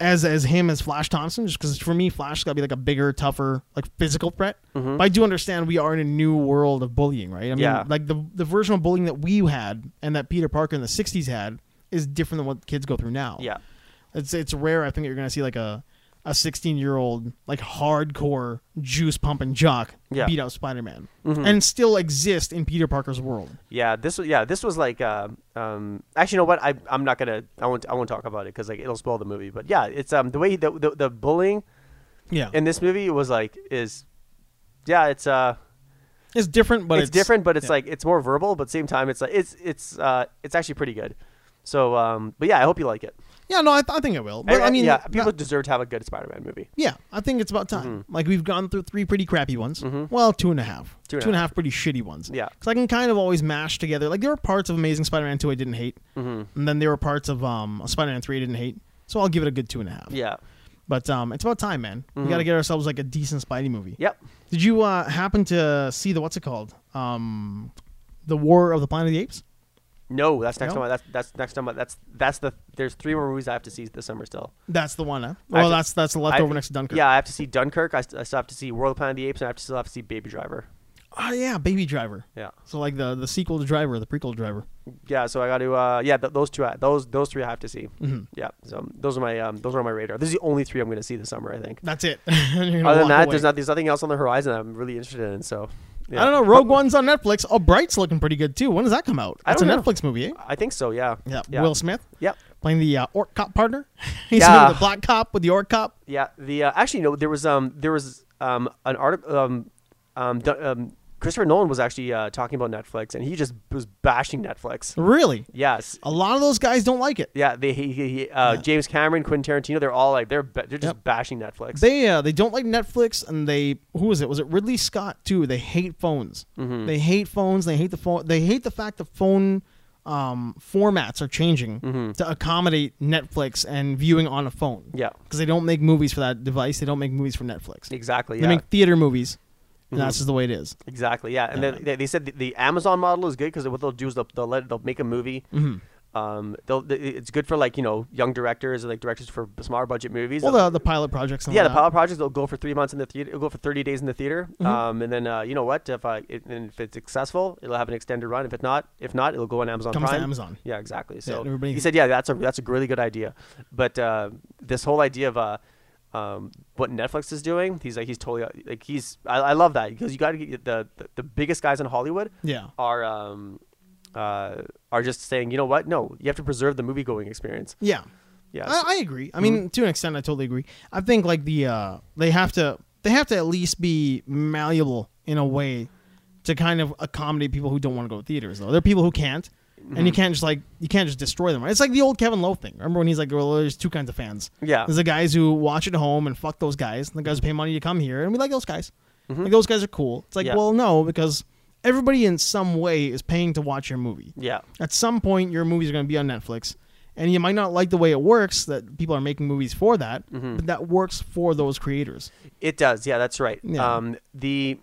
Speaker 1: as as him as Flash Thompson just because for me Flash got to be like a bigger tougher like physical threat. But I do understand we are in a new world of bullying, right? I mean,
Speaker 2: Mm-hmm. Yeah.
Speaker 1: like the the version of bullying that we had and that Peter Parker in the '60s had is different than what kids go through now.
Speaker 2: Yeah.
Speaker 1: It's it's rare. I think you're gonna see like a a 16 year old like hardcore juice pumping jock
Speaker 2: Yeah. Mm-hmm.
Speaker 1: beat out Spider Man and still exist in Peter Parker's world.
Speaker 2: Yeah. This was yeah. This was like uh, um. Actually, you know what? I I'm not gonna. I won't. I won't talk about it because like it'll spoil the movie. But yeah, it's um the way the the, the bullying
Speaker 1: Yeah,
Speaker 2: in this movie was like is. Yeah, it's uh,
Speaker 1: it's different, but
Speaker 2: it's,
Speaker 1: it's,
Speaker 2: different, but it's
Speaker 1: yeah.
Speaker 2: like it's more verbal, but same time it's like it's it's uh, it's actually pretty good. So um, but yeah, I hope you like it.
Speaker 1: yeah. No, I, I think it will. But I, mean,
Speaker 2: yeah,
Speaker 1: not-
Speaker 2: people Mm-hmm. deserve to have a good Spider-Man movie.
Speaker 1: yeah, I think it's about time. Like we've gone through three pretty crappy ones. Well, two and a half.
Speaker 2: Mm-hmm. Two and a
Speaker 1: two and a half pretty shitty ones.
Speaker 2: Yeah.
Speaker 1: because I can kind of always mash together. Like there were parts of Amazing Spider Man two I didn't hate,
Speaker 2: Mm-hmm.
Speaker 1: and then there were parts of um Spider Man three I didn't hate. So I'll give it a good two and a half.
Speaker 2: Yeah.
Speaker 1: But um, it's about time, man. We got to get ourselves like a decent Spidey movie.
Speaker 2: Yep.
Speaker 1: Did you uh, happen to see the what's it called? Um, the War of the Planet of the Apes.
Speaker 2: No, that's next
Speaker 1: No?
Speaker 2: time. That's that's next time. That's that's the. There's three more movies I have to see this summer still.
Speaker 1: That's the one. Huh? Well,
Speaker 2: ju-
Speaker 1: that's that's the leftover
Speaker 2: I-
Speaker 1: next to Dunkirk.
Speaker 2: Yeah, I have to see Dunkirk. I, st- I still have to see World of Planet of the Apes, and I have to still have to see Baby Driver.
Speaker 1: Oh yeah, Baby Driver.
Speaker 2: Yeah.
Speaker 1: So like the the sequel to Driver, the prequel to Driver.
Speaker 2: Yeah. So I got to. Uh, yeah, th- those two. I, those those three I have to see.
Speaker 1: Mm-hmm.
Speaker 2: Yeah. So those are my um, those are on my radar. This is the only three I'm going to see this summer. I think.
Speaker 1: That's it. Other
Speaker 2: Other than that, there's not there's nothing else on the horizon that I'm really interested in. So
Speaker 1: I don't know. Rogue One's on Netflix. Oh, Bright's looking pretty good too. When does that come out?
Speaker 2: I
Speaker 1: That's a
Speaker 2: don't know.
Speaker 1: Netflix movie, eh?
Speaker 2: I think so. Yeah.
Speaker 1: Yeah. Will Smith
Speaker 2: Yep.
Speaker 1: playing the uh, orc cop partner. He's
Speaker 2: Yeah.
Speaker 1: the black cop with the orc cop.
Speaker 2: Yeah. The uh, actually no, there was um there was um an article um um, done- um Christopher Nolan was actually uh, talking about Netflix and he just was bashing Netflix.
Speaker 1: Really?
Speaker 2: Yes.
Speaker 1: A lot of those guys don't like it.
Speaker 2: Yeah, they he, he, he, uh, James Cameron, Quentin Tarantino, they're all like they're ba- they're just
Speaker 1: Yep.
Speaker 2: bashing Netflix.
Speaker 1: They uh, they don't like Netflix, and they who was it? Was it Ridley Scott too? They hate phones.
Speaker 2: Mm-hmm.
Speaker 1: They hate phones. They hate the phone. They hate the fact that phone um, formats are changing to accommodate Netflix and viewing on a phone.
Speaker 2: Mm-hmm. Yeah.
Speaker 1: because they don't make movies for that device. They don't make movies for Netflix.
Speaker 2: exactly.
Speaker 1: They
Speaker 2: Yeah. Mm-hmm.
Speaker 1: make theater movies, and that's just the way it is.
Speaker 2: Exactly. Yeah, and then they, they said the, the Amazon model is good because what they'll do is they'll they'll, let, they'll make a movie.
Speaker 1: Mm-hmm.
Speaker 2: Um, they'll they, it's good for like you know young directors or like directors for smaller budget movies.
Speaker 1: Well,
Speaker 2: They'll-
Speaker 1: the, the pilot projects. And
Speaker 2: yeah,
Speaker 1: all
Speaker 2: the
Speaker 1: that.
Speaker 2: pilot project they'll go for three months in the theater. It'll go for thirty days in the theater.
Speaker 1: Mm-hmm.
Speaker 2: Um, and then uh, you know what? If I it, and if it's successful, it'll have an extended run. If it's not, if not, it'll go on Amazon.
Speaker 1: Comes to
Speaker 2: Prime.
Speaker 1: Amazon.
Speaker 2: Yeah, exactly. So
Speaker 1: everybody-
Speaker 2: he said, yeah, that's a that's a really good idea. But uh, this whole idea of uh, um, what Netflix is doing, he's like he's totally uh, like he's I, I love that because you got to get the, the the biggest guys in Hollywood.
Speaker 1: Yeah.
Speaker 2: Are um. Uh, are just saying, you know what? No, you have to preserve the movie going experience.
Speaker 1: Yeah.
Speaker 2: Yeah, so-
Speaker 1: I, I agree.
Speaker 2: Mm-hmm.
Speaker 1: I mean, to an extent, I totally agree. I think like the uh, they have to they have to at least be malleable in a way to kind of accommodate people who don't want to go to theaters. Though there are people who can't, and
Speaker 2: Mm-hmm.
Speaker 1: you can't just like you can't just destroy them. It's like the old Kevin Lowe thing. Remember when he's like, "Well, there's two kinds of fans.
Speaker 2: Yeah.
Speaker 1: there's the guys who watch at home and fuck those guys, and the guys who pay money to come here, and we like those guys. Like those guys are cool. It's like,
Speaker 2: Mm-hmm. Yeah.
Speaker 1: well, no, because everybody in some way is paying to watch your movie
Speaker 2: Yeah,
Speaker 1: at some point your movies are going to be on Netflix, and you might not like the way it works that people are making movies for that,
Speaker 2: Mm-hmm.
Speaker 1: but that works for those creators.
Speaker 2: it does. Yeah, that's right.
Speaker 1: Yeah.
Speaker 2: Um, the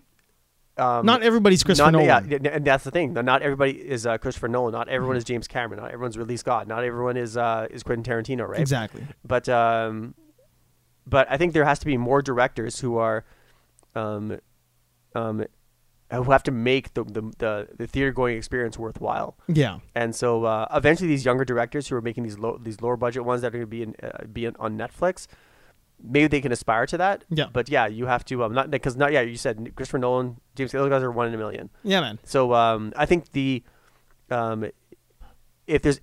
Speaker 2: um,
Speaker 1: Not everybody's Christopher
Speaker 2: not,
Speaker 1: Nolan.
Speaker 2: Yeah, and that's the thing. Not everybody is uh, Christopher Nolan. Not everyone is James Cameron. Not everyone's Ridley Scott. Not everyone is uh, is Quentin Tarantino. Right.
Speaker 1: Exactly.
Speaker 2: But um, but I think there has to be more directors who are, um, um, who have to make the the the, the theater going experience worthwhile.
Speaker 1: Yeah.
Speaker 2: And so uh, eventually, these younger directors who are making these low, these lower budget ones that are going to be in, uh, be in, on Netflix, maybe they can aspire to that.
Speaker 1: Yeah.
Speaker 2: But yeah, you have to um, not because not yeah you said Christopher Nolan, James those guys are one in a million.
Speaker 1: Yeah, man.
Speaker 2: So um, I think the um, if there's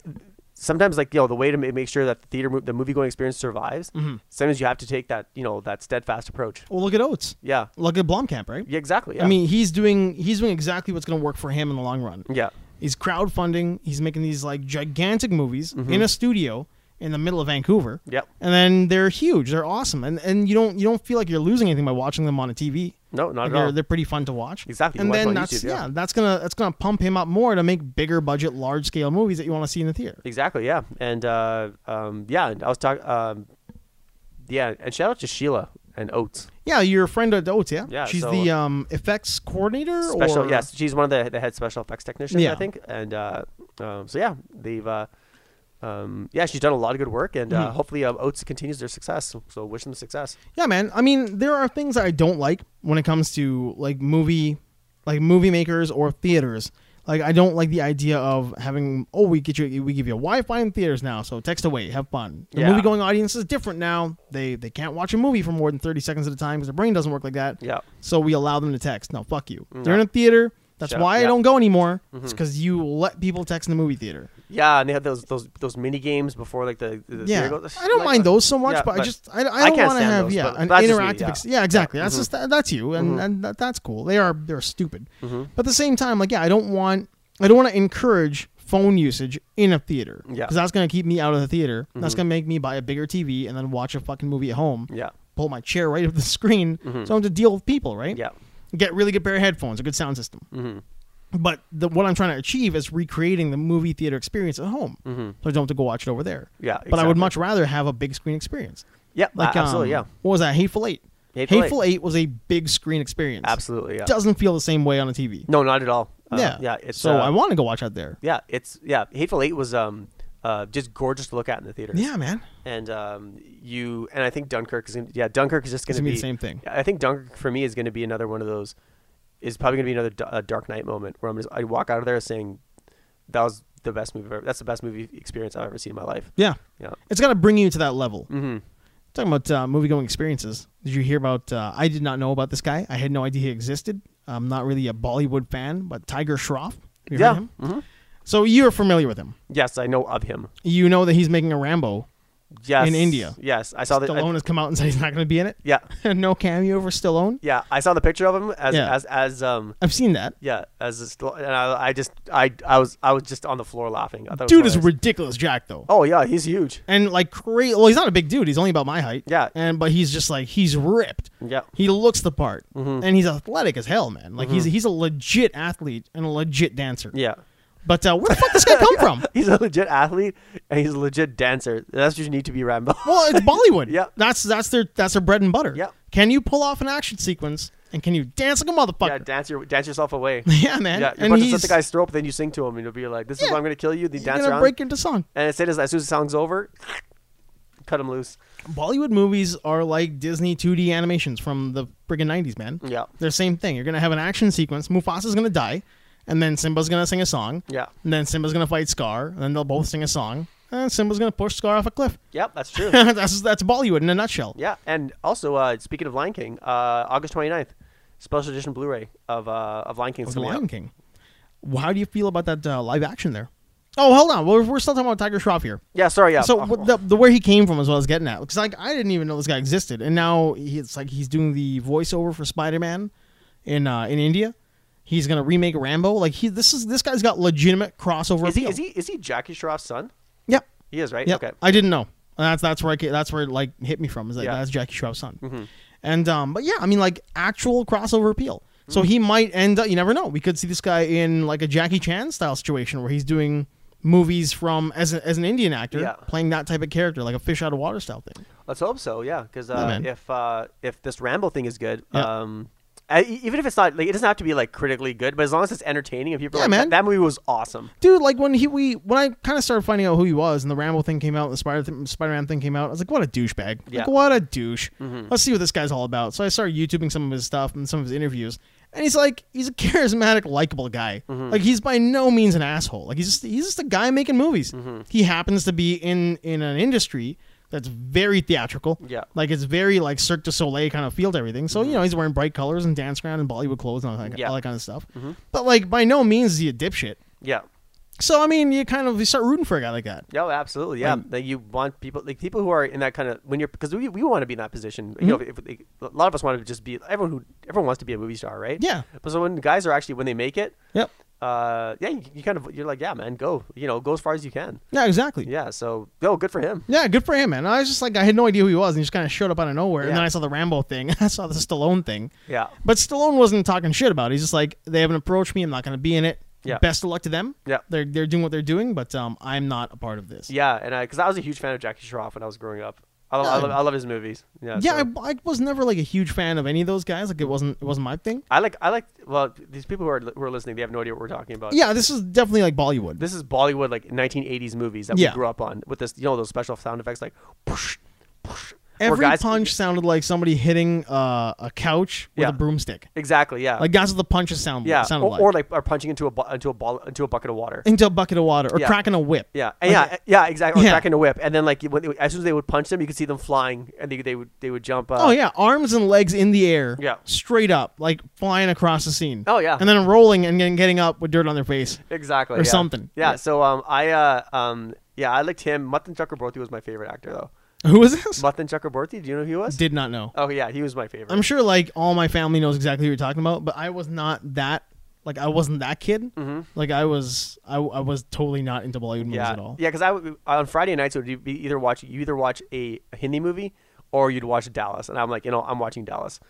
Speaker 2: sometimes like you know the way to ma- make sure that the theater mo- the movie going experience survives,
Speaker 1: Mm-hmm.
Speaker 2: sometimes you have to take that you know that steadfast approach.
Speaker 1: Well, look at Oates.
Speaker 2: Yeah.
Speaker 1: Look at Blomkamp, right?
Speaker 2: Yeah. Exactly. Yeah.
Speaker 1: I mean, he's doing he's doing exactly what's going to work for him in the long run.
Speaker 2: Yeah.
Speaker 1: He's crowdfunding. He's making these like gigantic movies in a studio in the middle of Vancouver.
Speaker 2: Mm-hmm. Yep.
Speaker 1: And then they're huge. They're awesome. And and you don't you don't feel like you're losing anything by watching them on a TV.
Speaker 2: No, not
Speaker 1: Like,
Speaker 2: at all.
Speaker 1: they're, they're pretty fun to watch.
Speaker 2: oh. Exactly, you
Speaker 1: And
Speaker 2: watch
Speaker 1: then
Speaker 2: them on
Speaker 1: that's
Speaker 2: YouTube, yeah.
Speaker 1: yeah. that's gonna that's gonna pump him up more to make bigger budget, large scale movies that you want to see in the theater.
Speaker 2: Exactly. Yeah. And uh, um, yeah, and I was talking. Um, yeah, and shout out to Sheila and Oates.
Speaker 1: Yeah, your friend at Oates, yeah.
Speaker 2: Yeah,
Speaker 1: She's
Speaker 2: so-
Speaker 1: the um, effects coordinator.
Speaker 2: Special.
Speaker 1: or...
Speaker 2: Yes, she's one of the, the head special effects technicians,
Speaker 1: Yeah.
Speaker 2: I think. And uh, um, so yeah, they've. Uh, um, yeah, she's done a lot of good work, and
Speaker 1: Hmm.
Speaker 2: uh, hopefully uh, Oates continues their success. So- So wish them success.
Speaker 1: Yeah, man. I mean, there are things that I don't like when it comes to like movie, like movie makers or theaters. Like I don't like the idea of having oh we get you we give you Wi-Fi in theaters now, so text away, have fun. The
Speaker 2: Yeah.
Speaker 1: movie going audience is different now. They they can't watch a movie for more than thirty seconds at a time because their brain doesn't work like that.
Speaker 2: Yeah.
Speaker 1: So we allow them to text. No, fuck you. They're in a theater. That's
Speaker 2: Shut up.
Speaker 1: why I
Speaker 2: Mm. Yeah. Mm-hmm.
Speaker 1: don't go anymore. It's because you let people text in the movie theater.
Speaker 2: Yeah, and they had those those those mini games before like the, the
Speaker 1: Yeah,
Speaker 2: theater goes-
Speaker 1: I don't
Speaker 2: like,
Speaker 1: mind those so much,
Speaker 2: yeah,
Speaker 1: but, I just I, I
Speaker 2: I
Speaker 1: don't
Speaker 2: can't
Speaker 1: want to
Speaker 2: stand
Speaker 1: have
Speaker 2: those,
Speaker 1: yeah
Speaker 2: but
Speaker 1: an
Speaker 2: that's just me,
Speaker 1: interactive.
Speaker 2: yeah. Mm-hmm.
Speaker 1: ex- yeah, exactly. That's just that, that's you, and and that, that's cool. They are they're stupid, but at the same time, like yeah, I don't want I don't want to encourage phone usage in a theater because
Speaker 2: Yeah. Mm-hmm.
Speaker 1: that's gonna keep me out of the theater. That's gonna make me buy a bigger TV and then watch a fucking movie at home.
Speaker 2: Yeah. Mm-hmm.
Speaker 1: pull my chair right up the screen, so I have to deal with people, right?
Speaker 2: Yeah.
Speaker 1: get really good pair of headphones, a good sound system.
Speaker 2: Mm-hmm.
Speaker 1: But the, what I'm trying to achieve is recreating the movie theater experience at home, so I don't have to go watch it over there.
Speaker 2: Mm-hmm. Yeah,
Speaker 1: but I would
Speaker 2: exactly.
Speaker 1: much rather have a big screen experience.
Speaker 2: Yeah,
Speaker 1: Like
Speaker 2: a- absolutely.
Speaker 1: um,
Speaker 2: yeah,
Speaker 1: what was that? Hateful Eight.
Speaker 2: Hateful Eight.
Speaker 1: Eight was a big screen experience.
Speaker 2: absolutely. Yeah.
Speaker 1: doesn't feel the same way on a TV.
Speaker 2: no, not at all. Uh,
Speaker 1: yeah,
Speaker 2: Yeah. It's,
Speaker 1: so
Speaker 2: uh,
Speaker 1: I want to go watch out there.
Speaker 2: Yeah, it's yeah. Hateful Eight was um uh just gorgeous to look at in the theater.
Speaker 1: Yeah, man.
Speaker 2: and um you and I think Dunkirk is gonna, yeah Dunkirk is just going to
Speaker 1: gonna
Speaker 2: be
Speaker 1: be the same thing.
Speaker 2: I think Dunkirk for me is going to be another one of those is probably going to be another D- uh, Dark Knight moment where I'm just I walk out of there saying that was the best movie I've ever, that's the best movie experience I've ever seen in my life.
Speaker 1: Yeah,
Speaker 2: Yeah.
Speaker 1: it's got to bring you to that level. Mm-hmm. Talking about uh, movie going experiences. Did you hear about? Uh, I did not know about this guy. I had no idea he existed. I'm not really a Bollywood fan, but Tiger Shroff. You heard
Speaker 2: yeah. Mm-hmm.
Speaker 1: him? So you're familiar with him.
Speaker 2: Yes, I know of him.
Speaker 1: You know that he's making a Rambo.
Speaker 2: Yes.
Speaker 1: In India.
Speaker 2: Yes, I saw the. I-
Speaker 1: Stallone has come out and said he's not going to be in it.
Speaker 2: yeah,
Speaker 1: no cameo for Stallone.
Speaker 2: yeah, I saw the picture of him as
Speaker 1: Yeah.
Speaker 2: as as um
Speaker 1: I've seen that.
Speaker 2: yeah as a, st- and I, I just I I was I was just on the floor laughing. I thought it was
Speaker 1: Dude is
Speaker 2: hilarious.
Speaker 1: ridiculous, Jack though.
Speaker 2: Oh yeah, he's huge.
Speaker 1: and like crazy. Well, he's not a big dude. He's only about my height.
Speaker 2: Yeah.
Speaker 1: And but he's just like he's ripped.
Speaker 2: Yeah. Mm-hmm.
Speaker 1: He looks the part, and he's athletic as hell, man. Like he's he's a legit athlete and a legit dancer.
Speaker 2: Yeah.
Speaker 1: But uh, where the fuck does this guy come from?
Speaker 2: He's a legit athlete and he's a legit dancer. That's what you need to be Rambo.
Speaker 1: Well, it's Bollywood.
Speaker 2: Yeah.
Speaker 1: That's that's their that's their bread and butter.
Speaker 2: Yeah.
Speaker 1: Can you pull off an action sequence and can you dance like a
Speaker 2: yeah,
Speaker 1: motherfucker?
Speaker 2: dance your dance yourself away.
Speaker 1: Yeah, man.
Speaker 2: Yeah, you
Speaker 1: and
Speaker 2: put
Speaker 1: he's
Speaker 2: this at the guy's throat, but then you sing to him, and you'll be like, "This is
Speaker 1: Yeah.
Speaker 2: why I'm gonna kill you." Then you
Speaker 1: he's
Speaker 2: dance
Speaker 1: gonna
Speaker 2: around,
Speaker 1: break into song.
Speaker 2: and as soon as as soon as the song's over, cut him loose.
Speaker 1: Bollywood movies are like Disney 2D animations from the friggin' 90s, man.
Speaker 2: Yeah.
Speaker 1: They're the same thing. You're going to have an action sequence. Mufasa's going to die, and then Simba's going to sing a song.
Speaker 2: Yeah.
Speaker 1: And then Simba's going to fight Scar, and then they'll both sing a song, and Simba's going to push Scar off a cliff.
Speaker 2: Yep, that's true.
Speaker 1: that's that's Bollywood in a nutshell.
Speaker 2: yeah, and also uh, speaking of Lion King, uh, August 29th, special edition Blu-ray of uh, of Lion King.
Speaker 1: It's The Lion King. Well, How do you feel about that uh, live action there? Oh, hold on. We're, we're still talking about Tiger Shroff here.
Speaker 2: Yeah, sorry. Yeah.
Speaker 1: So
Speaker 2: Oh,
Speaker 1: what the, the where he came from is what I was getting at because like I didn't even know this guy existed, and now he, it's like he's doing the voiceover for Spider Man in uh, in India. He's gonna remake Rambo. Like he this is this guy's got legitimate crossover.
Speaker 2: is he
Speaker 1: appeal.
Speaker 2: is he is he Jackie Shroff's son?
Speaker 1: Yep.
Speaker 2: He is, right?
Speaker 1: Yep.
Speaker 2: Okay.
Speaker 1: I didn't know. And that's that's where I, ca- that's where it, like hit me from is that
Speaker 2: Yeah. Mm-hmm.
Speaker 1: that's Jackie Shroud's son. And um, but yeah, I mean like actual crossover appeal. So
Speaker 2: Mm.
Speaker 1: he might end up. You never know. We could see this guy in like a Jackie Chan style situation where he's doing movies from as, a, as an Indian actor
Speaker 2: Yeah.
Speaker 1: playing that type of character, like a fish out of water style thing.
Speaker 2: Let's hope so. Yeah, because
Speaker 1: Yeah,
Speaker 2: uh,
Speaker 1: man.
Speaker 2: if uh, if this Rambo thing is good,
Speaker 1: Yeah.
Speaker 2: um, I, e- even if it's not like it doesn't have to be like critically good, but as long as it's entertaining, if people are
Speaker 1: Yeah,
Speaker 2: like,
Speaker 1: man.
Speaker 2: That, that movie was awesome.
Speaker 1: Dude, like when he we when I kind of started finding out who he was, and the Rambo thing came out, and the Spider th- Spider Man thing came out, I was like, what a douchebag!
Speaker 2: Yeah. Mm-hmm.
Speaker 1: Like what a douche! Let's see what this guy's all about. So I started YouTubing some of his stuff and some of his interviews, and he's like, he's a charismatic, likable guy.
Speaker 2: Mm-hmm.
Speaker 1: Like he's by no means an asshole. Like he's just he's just a guy making movies.
Speaker 2: Mm-hmm.
Speaker 1: He happens to be in in an industry that's very theatrical.
Speaker 2: Yeah. Mm-hmm.
Speaker 1: like it's very like Cirque du Soleil kind of feel to everything. So you know he's wearing bright colors and dancing around in Bollywood clothes and all that,
Speaker 2: Yeah. Mm-hmm.
Speaker 1: all that kind of stuff. But like by no means is he a dipshit.
Speaker 2: Yeah.
Speaker 1: So I mean, you kind of you start rooting for a guy like that.
Speaker 2: Yeah, absolutely. Yeah,
Speaker 1: Like-
Speaker 2: like you want people like people who are in that kind of when you're because we, we want to be in that position.
Speaker 1: Mm-hmm.
Speaker 2: You know, if, if, a lot of us want to just be everyone who everyone wants to be a movie star, right?
Speaker 1: Yeah.
Speaker 2: But so when guys are actually when they make it,
Speaker 1: Yep.
Speaker 2: uh, yeah, you, you kind of you're like, yeah, man, go, you know, go as far as you can.
Speaker 1: Yeah, exactly. Yeah.
Speaker 2: Yeah. So, oh, good for him.
Speaker 1: good for him, man. I was just like, I had no idea who he was, and he just kind of showed up out of nowhere.
Speaker 2: Yeah.
Speaker 1: And then I saw the Rambo thing, I saw the Stallone thing.
Speaker 2: Yeah.
Speaker 1: But Stallone wasn't talking shit about. it. He's just like, they haven't approached me. I'm not going to be in it.
Speaker 2: Yeah.
Speaker 1: Best of luck to them.
Speaker 2: Yeah.
Speaker 1: They're they're doing what they're doing, but um, I'm not a part of this.
Speaker 2: Yeah, and because I, was a huge fan of Jackie Shroff when I was growing up. I, lo- I, love, I love his movies. Yeah.
Speaker 1: Yeah,
Speaker 2: so-
Speaker 1: I, I was never like a huge fan of any of those guys. Like it wasn't it wasn't my thing.
Speaker 2: I, like I like well these people who are li- who are listening they have no idea what we're talking about.
Speaker 1: Yeah, this is definitely like Bollywood.
Speaker 2: This is Bollywood like 1980s movies that
Speaker 1: Yeah.
Speaker 2: we grew up on with this you know those special sound effects like push push where
Speaker 1: Every
Speaker 2: guys-
Speaker 1: punch sounded like somebody hitting uh, a couch with
Speaker 2: Yeah.
Speaker 1: a broomstick.
Speaker 2: exactly yeah
Speaker 1: Like that's what the punches sound
Speaker 2: yeah
Speaker 1: sounded
Speaker 2: or,
Speaker 1: like.
Speaker 2: or like are punching into a bu- into a ball into a bucket of water.
Speaker 1: into a bucket of water or
Speaker 2: Yeah.
Speaker 1: cracking a whip.
Speaker 2: Yeah, and yeah, yeah, exactly. Or
Speaker 1: Yeah.
Speaker 2: cracking a whip, and then like when they, as soon as they would punch them, you could see them flying, and they, they would they would jump. Uh,
Speaker 1: Oh yeah, arms and legs in the air.
Speaker 2: Yeah.
Speaker 1: Straight up, like flying across the scene.
Speaker 2: Oh, yeah.
Speaker 1: And then rolling and then getting up with dirt on their face.
Speaker 2: exactly
Speaker 1: or
Speaker 2: yeah.
Speaker 1: something.
Speaker 2: Yeah,
Speaker 1: Yeah.
Speaker 2: so um, I uh um yeah, I liked him. Mutton Chakraborty was my favorite actor though.
Speaker 1: Who was this?
Speaker 2: Mutton Chakraborty, do you know who he was?
Speaker 1: Did not know.
Speaker 2: oh yeah, he was my favorite.
Speaker 1: I'm sure like all my family knows exactly who you're talking about, but I was not that like I wasn't that kid. Like I was I, I was totally not into Bollywood movies
Speaker 2: Mm-hmm. yeah,
Speaker 1: at all.
Speaker 2: yeah, because I would, on Friday nights would be either watch you either watch a Hindi movie or you'd watch Dallas, and I'm like, you know, I'm watching Dallas.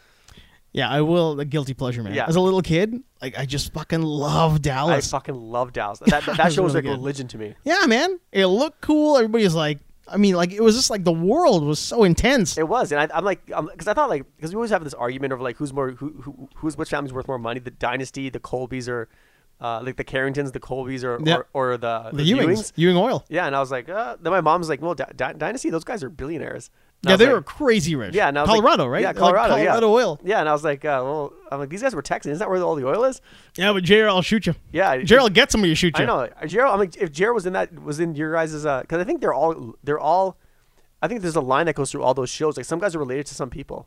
Speaker 1: Yeah, I will the guilty pleasure man.
Speaker 2: Yeah.
Speaker 1: As a little kid, like I just fucking love
Speaker 2: I
Speaker 1: Dallas.
Speaker 2: fucking love Dallas. That that, that
Speaker 1: It's
Speaker 2: show was
Speaker 1: really
Speaker 2: like
Speaker 1: good.
Speaker 2: religion to me.
Speaker 1: yeah, man. It looked cool. Everybody was like I mean, like it was just like the world was so intense.
Speaker 2: It was, and I, I'm like, because I thought like, because we always have this argument over like who's more, who, who who's which family's worth more money, the dynasty, the Colbys, or uh, like the Carringtons, the Colbys, or
Speaker 1: Yeah.
Speaker 2: or, or the,
Speaker 1: the Ewings, Ewing Oil.
Speaker 2: Yeah, and I was like, uh, then my mom's like, well, Dy- Dy- dynasty, those guys are billionaires. And
Speaker 1: Yeah,
Speaker 2: I was
Speaker 1: they
Speaker 2: like-
Speaker 1: were crazy rich.
Speaker 2: Yeah, and I was like-
Speaker 1: Colorado, right?
Speaker 2: Yeah,
Speaker 1: Like,
Speaker 2: Colorado. yeah.
Speaker 1: Colorado oil.
Speaker 2: Yeah, and I was like, uh, well, I'm like, these guys were Texans. Isn't that where all the oil is?
Speaker 1: Yeah, but Jared, I'll shoot you.
Speaker 2: Yeah,
Speaker 1: Jared will get somebody to shoot you.
Speaker 2: I know. Jared, I'm like, if Jared was in that, was in your guys' because I think they're all, they're all, I think there's a line that goes through all those shows. Like some guys are related to some people.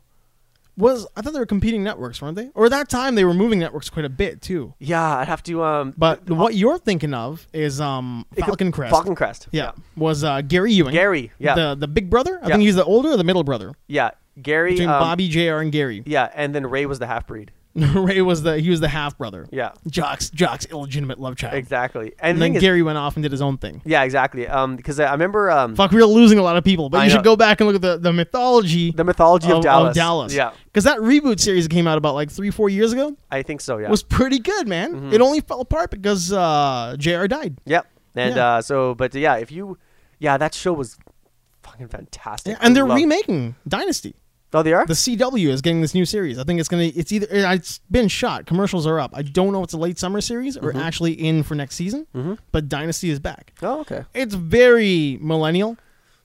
Speaker 1: was I thought they were competing networks, weren't they? Or at that time they were moving networks quite a bit too.
Speaker 2: Yeah, I'd have to. Um,
Speaker 1: But what you're thinking of is um
Speaker 2: it could-
Speaker 1: Falcon Crest.
Speaker 2: Falcon Crest.
Speaker 1: yeah, was uh, Gary Ewing.
Speaker 2: Gary, yeah.
Speaker 1: the the big brother. I
Speaker 2: Yeah.
Speaker 1: think he's the older or the middle brother
Speaker 2: Yeah. Gary.
Speaker 1: between
Speaker 2: um,
Speaker 1: Bobby Jr. and Gary.
Speaker 2: Yeah, and then Ray was the half breed.
Speaker 1: Ray was the he was the half brother.
Speaker 2: Yeah.
Speaker 1: Jock's Jock's illegitimate love child.
Speaker 2: Exactly. And,
Speaker 1: And
Speaker 2: the
Speaker 1: then
Speaker 2: thing is-
Speaker 1: Gary went off and did his own thing.
Speaker 2: Yeah, exactly. Um, because I I remember um
Speaker 1: Fuck, we are losing a lot of people, but
Speaker 2: I
Speaker 1: you should go
Speaker 2: know.
Speaker 1: back and look at the, the mythology.
Speaker 2: the mythology of, Dallas. Yeah,
Speaker 1: Because that reboot series that came out about like three, four years ago
Speaker 2: I think so. Yeah. Mm-hmm.
Speaker 1: was pretty good, man. It only fell apart because uh, JR died.
Speaker 2: Yep. And
Speaker 1: Yeah.
Speaker 2: uh, so, but yeah, if you, yeah, that show was fucking fantastic.
Speaker 1: And they're
Speaker 2: Love-
Speaker 1: remaking Dynasty.
Speaker 2: Oh, they are.
Speaker 1: The CW is getting this new series. I think it's going to, it's either, uh, it's been shot. Commercials are up. I don't know if it's a late summer series or
Speaker 2: Mm-hmm.
Speaker 1: actually in for next season, but Dynasty is back.
Speaker 2: oh, okay.
Speaker 1: It's very millennial.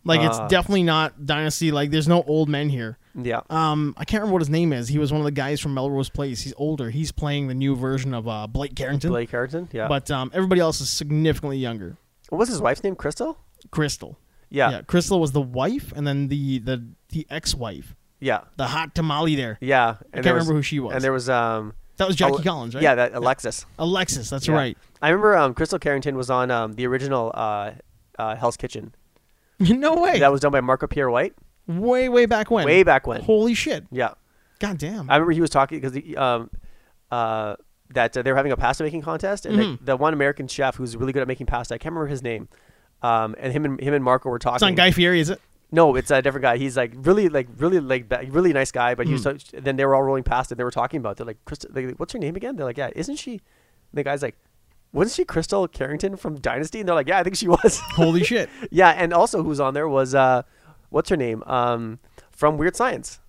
Speaker 1: Like, it's
Speaker 2: Ah.
Speaker 1: definitely not Dynasty. Like, there's no old men here.
Speaker 2: Yeah.
Speaker 1: Um, I can't remember what his name is. He was one of the guys from Melrose Place. He's older. He's playing the new version of uh, Blake Carrington.
Speaker 2: Blake Harrington. Yeah.
Speaker 1: But um, everybody else is significantly younger.
Speaker 2: what was his wife's name? Crystal.
Speaker 1: Crystal.
Speaker 2: Yeah.
Speaker 1: Yeah.
Speaker 2: Yeah.
Speaker 1: Crystal was the wife, and then the the the ex-wife,
Speaker 2: Yeah.
Speaker 1: the hot tamale there.
Speaker 2: And
Speaker 1: can't
Speaker 2: there was-
Speaker 1: remember who she was.
Speaker 2: And there was um.
Speaker 1: That was Jackie
Speaker 2: Ale-
Speaker 1: Collins, right?
Speaker 2: Yeah, that Alexis.
Speaker 1: Alexis. That's
Speaker 2: Yeah.
Speaker 1: right.
Speaker 2: I remember um, Crystal Carrington was on um, the original uh, uh, Hell's Kitchen.
Speaker 1: no way.
Speaker 2: That was done by Marco Pierre White.
Speaker 1: way way back when.
Speaker 2: Way back when.
Speaker 1: Holy shit.
Speaker 2: Yeah.
Speaker 1: God damn.
Speaker 2: I remember he was talking because um, uh, that uh, they were having a pasta making contest, and
Speaker 1: Mm-hmm.
Speaker 2: the, the one American chef who's really good at making pasta, I can't remember his name. Um, and him and him and Marco were talking.
Speaker 1: it's not Guy Fieri, is it?
Speaker 2: No, it's a different guy. He's like really, like really, like ba- really nice guy. But he was
Speaker 1: Mm.
Speaker 2: so, then they were all rolling past, and they were talking about. it. They're like, Crystal, like, what's her name again? They're like, yeah, isn't she? And the guy's like, wasn't she Crystal Carrington from Dynasty? And they're like, yeah, I think she was.
Speaker 1: Holy shit.
Speaker 2: yeah, and also who's on there was uh, what's her name? Um, from Weird Science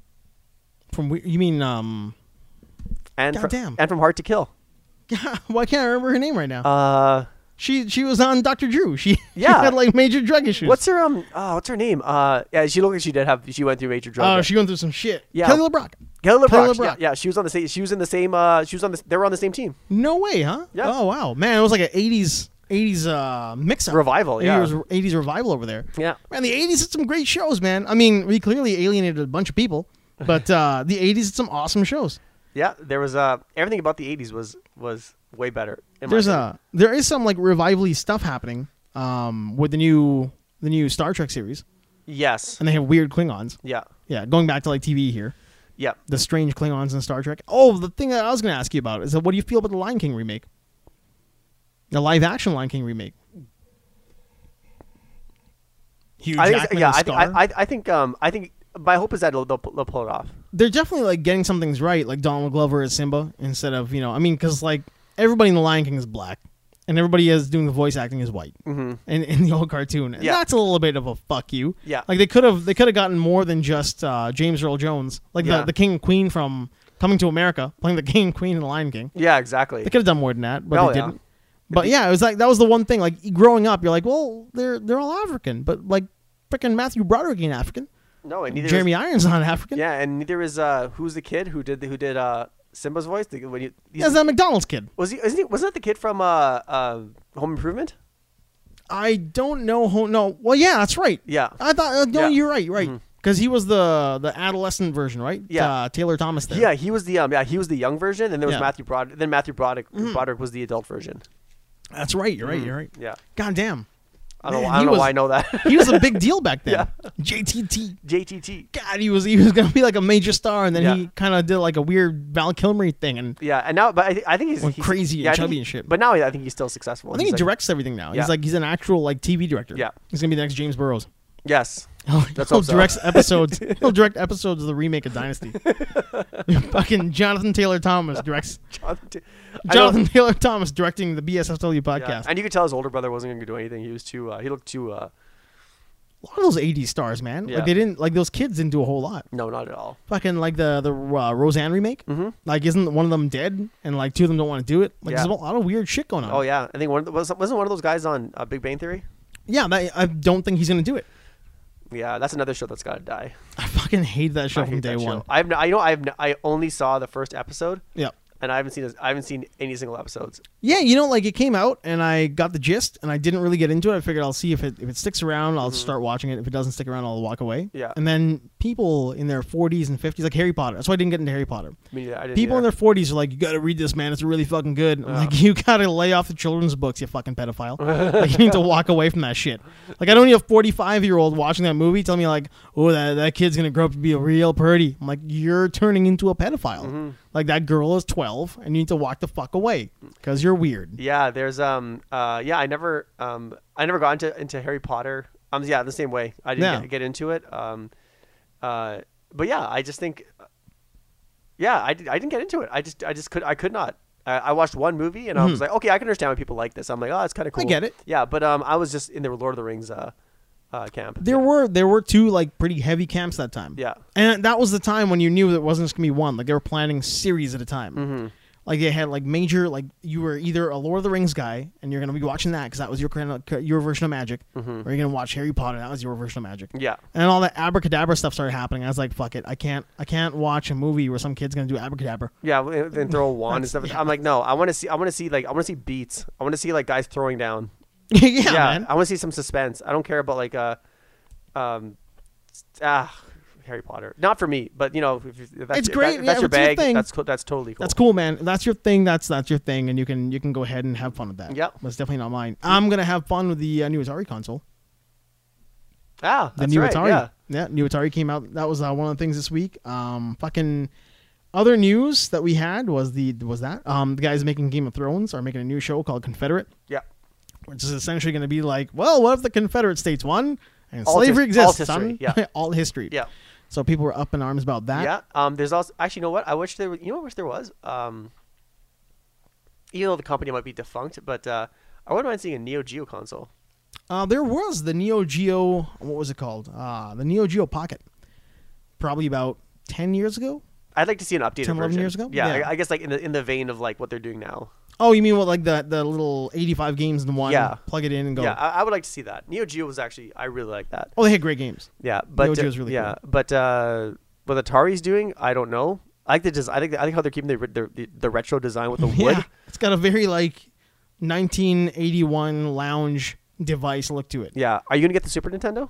Speaker 1: From wh- you mean um?
Speaker 2: and from,
Speaker 1: Goddamn.
Speaker 2: and from Hard to Kill.
Speaker 1: Why can't I remember her name right now?
Speaker 2: Uh,
Speaker 1: she she was on Doctor Drew. She,
Speaker 2: Yeah.
Speaker 1: she had like major drug issues.
Speaker 2: What's her um? Oh, what's her name? Uh, yeah, she looked like she did have. She went through major drug.
Speaker 1: Oh,
Speaker 2: yeah.
Speaker 1: she went through some shit.
Speaker 2: Yeah.
Speaker 1: Kelly LeBrock.
Speaker 2: Kelly
Speaker 1: Kelly
Speaker 2: LeBrock.
Speaker 1: LeBrock.
Speaker 2: Yeah, yeah, she was on the same. She was in the same. Uh, she was on the. They were on the same team.
Speaker 1: No way, huh?
Speaker 2: Yeah.
Speaker 1: Oh wow, man, it was like an '80s '80s uh, mix up
Speaker 2: Revival, yeah.
Speaker 1: '80s, revival over there.
Speaker 2: Yeah.
Speaker 1: Man, the '80s had some great shows, man. I mean, we clearly alienated a bunch of people, but uh, the '80s had some awesome shows.
Speaker 2: Yeah, there was uh everything about the '80s was was way better. in my
Speaker 1: There's
Speaker 2: opinion.
Speaker 1: a there is some like revivally stuff happening um, with the new the new Star Trek series,
Speaker 2: yes.
Speaker 1: and they have weird Klingons.
Speaker 2: Yeah.
Speaker 1: Yeah, going back to like TV here.
Speaker 2: Yeah.
Speaker 1: The strange Klingons in Star Trek. Oh, the thing that I was going to ask you about is that what do you feel about the Lion King remake? The live action Lion King remake. Hugh
Speaker 2: I
Speaker 1: Jackman
Speaker 2: think, yeah,
Speaker 1: as
Speaker 2: I, think,
Speaker 1: Scar.
Speaker 2: I, I, I think um I think my hope is that they'll, they'll, pu- they'll pull it off.
Speaker 1: They're definitely like getting some things right, like Donald Glover as Simba instead of you know, I mean, because like everybody in the Lion King is black, and everybody is doing the voice acting is white, mm-hmm. in, in the old cartoon, and
Speaker 2: Yeah.
Speaker 1: that's a little bit of a fuck you.
Speaker 2: Yeah.
Speaker 1: like they could have they could have gotten more than just uh, James Earl Jones, like
Speaker 2: Yeah.
Speaker 1: the, the King and Queen from Coming to America, playing the King and Queen in the Lion King.
Speaker 2: Yeah, exactly.
Speaker 1: They could have done more than that, but
Speaker 2: Oh,
Speaker 1: they
Speaker 2: yeah.
Speaker 1: didn't. But yeah, it was like that was the one thing. Like growing up, you're like, well, they're they're all African, but like freaking Matthew Broderick ain't African.
Speaker 2: No, and neither
Speaker 1: Jeremy
Speaker 2: Is,
Speaker 1: Irons not African.
Speaker 2: yeah, and neither is uh who's the kid who did the, who did uh Simba's voice? The, when you,
Speaker 1: Yeah, it's that McDonald's kid.
Speaker 2: was he isn't he wasn't that the kid from uh uh Home Improvement?
Speaker 1: I don't know. Who, no, well, yeah, that's right.
Speaker 2: Yeah.
Speaker 1: I thought. Uh, no,
Speaker 2: Yeah. Mm-hmm.
Speaker 1: you're right. You're right. Because he was the the adolescent version, right?
Speaker 2: Yeah.
Speaker 1: Uh, Taylor Thomas. There.
Speaker 2: Yeah, he was the um, yeah he was the young version, and there was
Speaker 1: Yeah. Mm-hmm.
Speaker 2: Matthew Broad. Then Matthew Broderick, Broderick was the adult version.
Speaker 1: That's right. You're right.
Speaker 2: Mm-hmm.
Speaker 1: You're right.
Speaker 2: Yeah,
Speaker 1: God damn.
Speaker 2: I don't,
Speaker 1: Man,
Speaker 2: know, I
Speaker 1: he
Speaker 2: don't know
Speaker 1: was-
Speaker 2: why I know that.
Speaker 1: He was a big deal back then.
Speaker 2: Yeah.
Speaker 1: JTT.
Speaker 2: JTT.
Speaker 1: God, he was he was gonna be like a major star, and then
Speaker 2: Yeah.
Speaker 1: he kind of did like a weird Val Kilmer thing, and
Speaker 2: Yeah, and now, but I, thi- I think he's,
Speaker 1: Went
Speaker 2: he's-
Speaker 1: crazy and
Speaker 2: yeah, I think
Speaker 1: chubby
Speaker 2: he-
Speaker 1: and shit.
Speaker 2: But now I think he's still successful.
Speaker 1: I think
Speaker 2: He's
Speaker 1: he
Speaker 2: like-
Speaker 1: directs everything now.
Speaker 2: Yeah.
Speaker 1: He's like he's an actual like TV director.
Speaker 2: Yeah.
Speaker 1: he's gonna be the next James Burrows.
Speaker 2: Yes, Let's
Speaker 1: he'll
Speaker 2: hope so.
Speaker 1: direct episodes. he'll direct episodes of the remake of Dynasty. Fucking Jonathan Taylor Thomas directs.
Speaker 2: Jonathan. I don't-
Speaker 1: Jonathan Taylor Thomas directing the BSFW
Speaker 2: yeah,
Speaker 1: podcast.
Speaker 2: and you could tell his older brother wasn't going to do anything. He was too. Uh, he looked too. Uh,
Speaker 1: a lot of those '80s stars, man.
Speaker 2: Yeah.
Speaker 1: Like they didn't like those kids didn't do a whole lot.
Speaker 2: no, not at all.
Speaker 1: Fucking like the the uh, Roseanne remake. Mm-hmm. Like isn't one of them dead and like two of them don't want to do it? Like there's a
Speaker 2: Yeah.
Speaker 1: lot of weird shit going on.
Speaker 2: Oh yeah, I think one of the, was, wasn't one of those guys on uh, Big Bang Theory.
Speaker 1: yeah. That, I don't think he's gonna do it.
Speaker 2: Yeah, that's another show that's got to die.
Speaker 1: I fucking hate that show
Speaker 2: I
Speaker 1: from
Speaker 2: hate
Speaker 1: day
Speaker 2: that show.
Speaker 1: one.
Speaker 2: I've n- I know I've n- I only saw the first episode.
Speaker 1: Yeah.
Speaker 2: and I haven't seen I haven't seen any single episodes.
Speaker 1: Yeah, you know, like it came out and I got the gist and I didn't really get into it. I figured I'll see if it if it sticks around, I'll start watching it. If it doesn't stick around, I'll walk away.
Speaker 2: Mm-hmm. Yeah.
Speaker 1: And then people in their 40s and 50s, like Harry Potter. That's why I didn't get into Harry Potter.
Speaker 2: I mean, I didn't
Speaker 1: People in
Speaker 2: either.
Speaker 1: their 40s are like, you got to read this, man. It's really fucking good. I'm
Speaker 2: Yeah.
Speaker 1: like, you got to lay off the children's books, you fucking pedophile. like, you need to walk away from that shit. Like, I don't need a 45 year old watching that movie telling me, like, oh, that, that kid's going to grow up to be a real purdy. I'm like, you're turning into a pedophile.
Speaker 2: Mm-hmm.
Speaker 1: Like, that girl is 12, and you need to walk the fuck away because you're weird.
Speaker 2: Yeah, there's um uh yeah, I never um I never got into into Harry Potter. Um yeah, the same way. I didn't
Speaker 1: Yeah.
Speaker 2: get, get into it. Um uh but yeah, I just think yeah, I, did, I didn't get into it. I just I just could I could not. I, I watched one movie and I was like, okay, I can understand why people like this. I'm like, oh, it's kind of cool.
Speaker 1: Mm-hmm. get it.
Speaker 2: Yeah, but um I was just in the Lord of the Rings uh uh camp.
Speaker 1: There were there were two like pretty heavy camps that time.
Speaker 2: Yeah.
Speaker 1: and that was the time when you knew that it wasn't just gonna be one. Like they were planning series at a time.
Speaker 2: Mm-hmm.
Speaker 1: Like they had like major like you were either a Lord of the Rings guy and you're gonna be watching that because that was your kind of- your version of magic, or you're gonna watch Harry Potter that was your version of magic.
Speaker 2: Mm-hmm. Yeah.
Speaker 1: and all that abracadabra stuff started happening. I was like, fuck it, I can't I can't watch a movie where some kid's gonna do abracadabra.
Speaker 2: Yeah, well, and then throw a wand and stuff. I'm like, no, I want to see I want to see like I want to see beats. I want to see like guys throwing down.
Speaker 1: yeah,
Speaker 2: yeah,
Speaker 1: man.
Speaker 2: I want to see some suspense. I don't care about like uh, um, ah, Harry Potter. Not for me, but you know, if, if that's,
Speaker 1: It's
Speaker 2: if
Speaker 1: great,
Speaker 2: that-
Speaker 1: yeah,
Speaker 2: if that's your
Speaker 1: if it's your
Speaker 2: bag.
Speaker 1: thing.
Speaker 2: That's cool. That's totally cool.
Speaker 1: That's cool, man. If that's your thing. That's that's your thing, and you can you can go ahead and have fun with that.
Speaker 2: Yep.
Speaker 1: that's definitely not mine. I'm gonna have fun with the uh, new Atari console.
Speaker 2: Ah,
Speaker 1: the
Speaker 2: that's
Speaker 1: new
Speaker 2: right.
Speaker 1: Atari.
Speaker 2: Yeah.
Speaker 1: new Atari came out. That was uh, one of the things this week. Um, fucking other news that we had was the was that um the guys making Game of Thrones are making a new show called Confederate,
Speaker 2: Yeah.
Speaker 1: which is essentially going to be like, well, what if the Confederate states won and
Speaker 2: Alt
Speaker 1: slavery
Speaker 2: his-
Speaker 1: exists?
Speaker 2: alt history,
Speaker 1: son?
Speaker 2: yeah.
Speaker 1: all history.
Speaker 2: Yeah.
Speaker 1: So people were up in arms about that.
Speaker 2: Yeah. Um, there's also actually, you know what? I wish there. were- You know, what I wish there was. Um, even though the company might be defunct, but uh, I wouldn't mind seeing a Neo Geo console.
Speaker 1: Uh, there was the Neo Geo. What was it called? Uh, the Neo Geo Pocket. Probably about ten years ago.
Speaker 2: I'd like to see an
Speaker 1: 10,
Speaker 2: updated
Speaker 1: 11
Speaker 2: version.
Speaker 1: years ago?
Speaker 2: Yeah,
Speaker 1: Yeah.
Speaker 2: I, I guess like in the in the vein of like what they're doing now.
Speaker 1: Oh, you mean what? Like the the little eighty-five games in one.
Speaker 2: Yeah.
Speaker 1: Plug it in and go.
Speaker 2: Yeah, I, I would like to see that. Neo Geo was actually I really like that.
Speaker 1: Oh, they had great games.
Speaker 2: Yeah, but
Speaker 1: Neo
Speaker 2: uh,
Speaker 1: Geo's really
Speaker 2: yeah, but uh, what Atari's doing, I don't know. I like the des- I think I think how they're keeping the, re- the, the the retro design with the wood.
Speaker 1: Yeah, it's got a very like 1981 lounge device look to it.
Speaker 2: Yeah. Are you gonna get the Super Nintendo?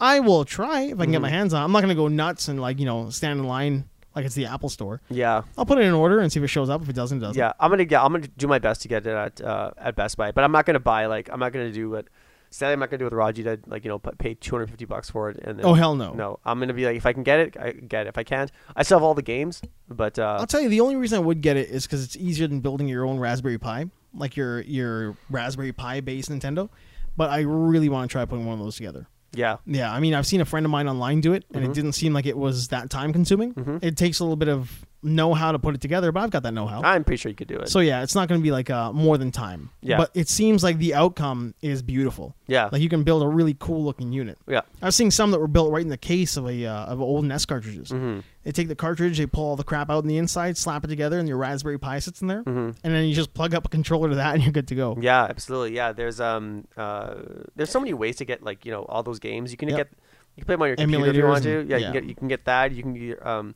Speaker 1: I will try if I can get my hands on. it. I'm not gonna go nuts and like you know stand in line like it's the Apple Store.
Speaker 2: Yeah.
Speaker 1: I'll put it in order and see if it shows up. If it doesn't, it doesn't.
Speaker 2: Yeah, I'm gonna yeah, I'm gonna do my best to get it at uh, at Best Buy, but I'm not gonna buy like I'm not gonna do what sadly I'm not gonna do what Raji did, like you know p- pay 250 bucks for it and then,
Speaker 1: Oh, hell no.
Speaker 2: no I'm gonna be like if I can get it I can get it if I can't I still have all the games but uh,
Speaker 1: I'll tell you the only reason I would get it is because it's easier than building your own Raspberry Pi, like your your Raspberry Pi based Nintendo. But I really want to try putting one of those together.
Speaker 2: yeah
Speaker 1: Yeah, I mean, I've seen a friend of mine online do it, and
Speaker 2: Mm-hmm.
Speaker 1: it didn't seem like it was that time consuming. It takes a little bit of know how to put it together, but I've got that know how.
Speaker 2: I'm pretty sure you could do it.
Speaker 1: So yeah, it's not going to be like uh, more than time.
Speaker 2: Yeah.
Speaker 1: But it seems like the outcome is beautiful.
Speaker 2: Yeah.
Speaker 1: Like you can build a really cool looking unit.
Speaker 2: yeah,
Speaker 1: I was seeing some that were built right in the case of a uh, of old NES cartridges.
Speaker 2: Mm-hmm.
Speaker 1: They take the cartridge, they pull all the crap out in the inside, slap it together, and your Raspberry Pi sits in there. And then you just plug up a controller to that, and you're good to go.
Speaker 2: Mm-hmm. Yeah, absolutely. Yeah, there's um uh there's so many ways to get like you know all those games. You can
Speaker 1: Yep.
Speaker 2: get you can play them on your computer if you
Speaker 1: Emulators
Speaker 2: want to.
Speaker 1: and-
Speaker 2: Yeah, you
Speaker 1: yeah.
Speaker 2: can get you can get that. You can get, um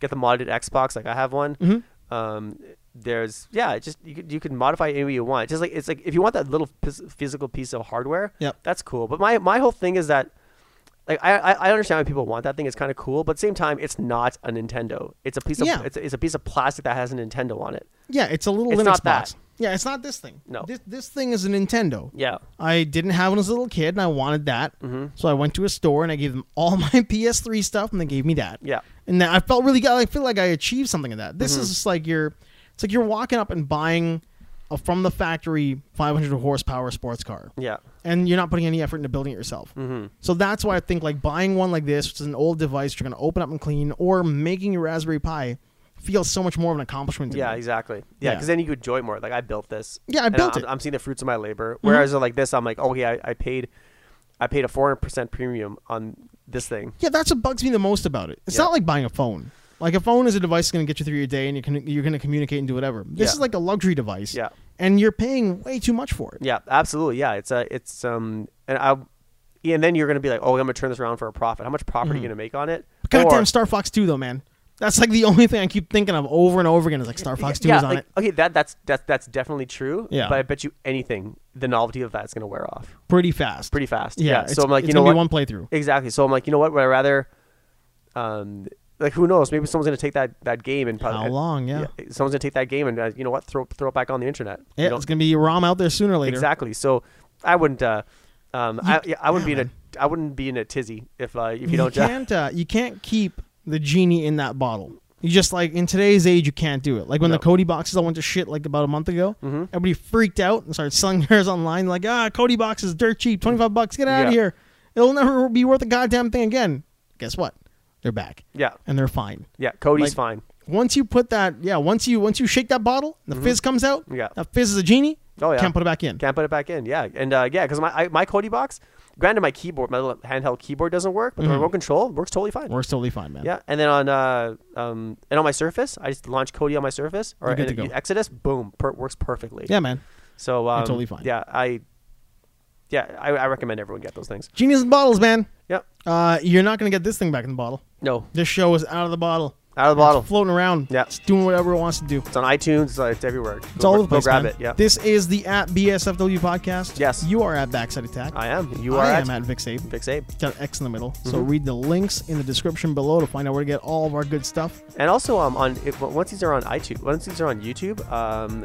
Speaker 2: get the modded Xbox. Like I have one.
Speaker 1: Mm-hmm.
Speaker 2: Um, there's yeah, it's just you can, you can modify it any way you want. Just like it's like if you want that little phys- physical piece of hardware.
Speaker 1: Yep.
Speaker 2: that's cool. But my my whole thing is that. Like I, I I understand why people want that thing. It's kind of cool, but at the same time, it's not a Nintendo. It's a piece of
Speaker 1: Yeah.
Speaker 2: it's, a, it's a piece of plastic that has a Nintendo on it.
Speaker 1: Yeah, it's a little
Speaker 2: It's
Speaker 1: Linux
Speaker 2: not that.
Speaker 1: box. Yeah, it's not this thing.
Speaker 2: No.
Speaker 1: This this thing is a Nintendo.
Speaker 2: Yeah,
Speaker 1: I didn't have one as a little kid, and I wanted that.
Speaker 2: Mm-hmm.
Speaker 1: So I went to a store and I gave them all my PS3 stuff, and they gave me that.
Speaker 2: Yeah. Mm-hmm.
Speaker 1: and that I felt really. I feel like I achieved something in that. This is just like you're. It's like you're walking up and buying a from the factory 500 horsepower sports car.
Speaker 2: yeah, Mm-hmm.
Speaker 1: And you're not putting any effort into building it yourself. So that's why I think like buying one like this, which is an old device you're going to open up and clean, or making your Raspberry Pi, feels so much more of an accomplishment. To
Speaker 2: Yeah,
Speaker 1: me.
Speaker 2: exactly. Yeah,
Speaker 1: Yeah.
Speaker 2: because then you could enjoy it more. Like I built this.
Speaker 1: Yeah, I
Speaker 2: and
Speaker 1: built
Speaker 2: I'm,
Speaker 1: it. Mm-hmm.
Speaker 2: I'm seeing the fruits of my labor. Whereas like this, I'm like, oh yeah, I, I paid, I paid a 400 percent premium on this thing.
Speaker 1: Yeah, that's what bugs me the most about it. It's
Speaker 2: Yeah.
Speaker 1: not like buying a phone. Like a phone is a device that's going to get you through your day, and you can you're going to communicate and do whatever. This
Speaker 2: Yeah.
Speaker 1: is like a luxury device.
Speaker 2: Yeah.
Speaker 1: and you're paying way too much for it.
Speaker 2: Yeah, absolutely. Yeah, it's a, it's um, and I,
Speaker 1: Mm.
Speaker 2: yeah, and then you're gonna be like, oh, I'm gonna turn this around for a profit. How much profit are you gonna make on it?
Speaker 1: Goddamn
Speaker 2: Or-
Speaker 1: Star Fox Two though, man. That's like the only thing I keep thinking of over and over again is like Star Fox Two
Speaker 2: yeah,
Speaker 1: is on
Speaker 2: like,
Speaker 1: it.
Speaker 2: okay, that that's that's that's definitely true.
Speaker 1: Yeah.
Speaker 2: but I bet you anything, the novelty of that's gonna wear off
Speaker 1: pretty fast.
Speaker 2: pretty fast.
Speaker 1: Yeah,
Speaker 2: so I'm like,
Speaker 1: it's
Speaker 2: you know
Speaker 1: gonna
Speaker 2: what?
Speaker 1: be one playthrough.
Speaker 2: Exactly. So I'm like, you know what? Would I rather, um, like who knows? Maybe someone's gonna take that that game and probably
Speaker 1: How long? Yeah,
Speaker 2: someone's gonna take that game and uh, you know what? Throw throw it back on the internet.
Speaker 1: yeah.
Speaker 2: you know?
Speaker 1: it's gonna be a ROM out there sooner or later.
Speaker 2: Exactly. So I wouldn't. Uh, um, I, yeah, I wouldn't
Speaker 1: yeah,
Speaker 2: be in a I wouldn't be in a tizzy if uh, if you, don't. ju-
Speaker 1: can't. Uh, you can't keep the genie in that bottle. You just like in today's age, you can't do it. Like when
Speaker 2: No.
Speaker 1: the Cody boxes all went to shit like about a month ago,
Speaker 2: Mhm.
Speaker 1: everybody freaked out and started selling theirs online. Like ah, Cody box is dirt cheap, twenty five bucks. Get out
Speaker 2: Yeah.
Speaker 1: of here. It'll never be worth a goddamn thing again. Guess what? They're back
Speaker 2: Yeah,
Speaker 1: and they're fine.
Speaker 2: yeah. Cody's
Speaker 1: Like-
Speaker 2: fine.
Speaker 1: Once you put that, yeah. Once you once you shake that bottle, and the fizz comes out.
Speaker 2: Mm-hmm. Yeah.
Speaker 1: that fizz is a genie.
Speaker 2: Oh, yeah.
Speaker 1: can't put it back in.
Speaker 2: Can't put it back in. Yeah, and uh, yeah, because my I, my Cody box, granted, my keyboard, my little handheld keyboard doesn't work, but
Speaker 1: Mm.
Speaker 2: the remote control works totally fine.
Speaker 1: We're totally fine, man.
Speaker 2: Yeah, and then on uh, um, and on my Surface, I just launch Cody on my Surface or
Speaker 1: You're good
Speaker 2: and
Speaker 1: to go.
Speaker 2: Exodus. Boom, per- works perfectly.
Speaker 1: yeah, man.
Speaker 2: so um,
Speaker 1: totally fine.
Speaker 2: Yeah, I, yeah, I, I recommend everyone get those things.
Speaker 1: Genies in bottles, man.
Speaker 2: Yep.
Speaker 1: Uh, you're not gonna get this thing back in the bottle.
Speaker 2: No,
Speaker 1: This show is out of the bottle.
Speaker 2: out of the
Speaker 1: It's
Speaker 2: bottle.
Speaker 1: floating around.
Speaker 2: Yeah.
Speaker 1: It's doing whatever it wants to do.
Speaker 2: It's on iTunes. It's, uh, it's everywhere.
Speaker 1: It's all over the place.
Speaker 2: grab
Speaker 1: man.
Speaker 2: it. Yeah,
Speaker 1: This is the at BSFW podcast.
Speaker 2: Yes.
Speaker 1: You are at Backside Attack.
Speaker 2: I am. You are
Speaker 1: I
Speaker 2: at, Mm-hmm.
Speaker 1: am at VicSabe.
Speaker 2: Vic Sabe.
Speaker 1: Got an X in the middle. So read the links in the description below to find out where to get all of our good stuff.
Speaker 2: And also, um, on if, once these are on iTunes, once these are on YouTube, um,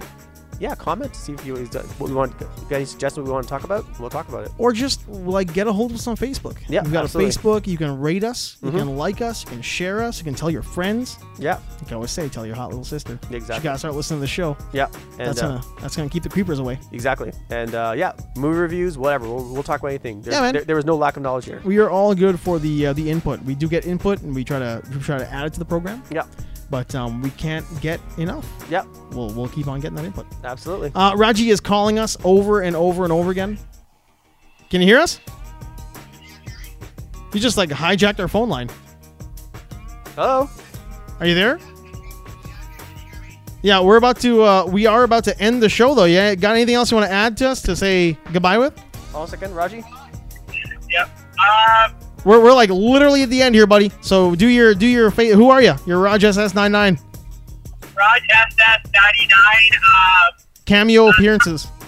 Speaker 2: yeah, comment to see if you what we want. If you guys suggest what we want to talk about, we'll talk about it.
Speaker 1: Or just like get a hold of us on Facebook.
Speaker 2: Yeah,
Speaker 1: We've got
Speaker 2: absolutely. Mm-hmm.
Speaker 1: a Facebook. You can rate us. You can like us. You can share us. You can tell your friends.
Speaker 2: Yeah,
Speaker 1: You can always say, tell your hot little sister. She
Speaker 2: Exactly.
Speaker 1: gotta start listening to the show.
Speaker 2: yeah. And,
Speaker 1: That's
Speaker 2: uh,
Speaker 1: gonna that's gonna keep the creepers away.
Speaker 2: Exactly. And uh, yeah, movie reviews, whatever. We'll, we'll talk about anything. There,
Speaker 1: Yeah, man. Mm.
Speaker 2: There, there was no lack of knowledge here.
Speaker 1: We are all good for the uh, the input. We do get input, and we try to we try to add it to the program.
Speaker 2: Yeah.
Speaker 1: But um, we can't get enough.
Speaker 2: Yeah.
Speaker 1: We'll we'll keep on getting that input.
Speaker 2: Absolutely.
Speaker 1: Uh, Raji is calling us over and over and over again. Can you hear us? You just like hijacked our phone line.
Speaker 2: Hello.
Speaker 1: Are you there? Yeah, we're about to uh, we are about to end the show though. Yeah, got anything else you want to add to us to say goodbye with?
Speaker 2: All second, Raji.
Speaker 3: Yep. Um,
Speaker 1: We're, we're like literally at the end here, buddy. So do your do your fa- who are you? You're Raj SS99
Speaker 3: Raj SS99, uh,
Speaker 1: cameo appearances.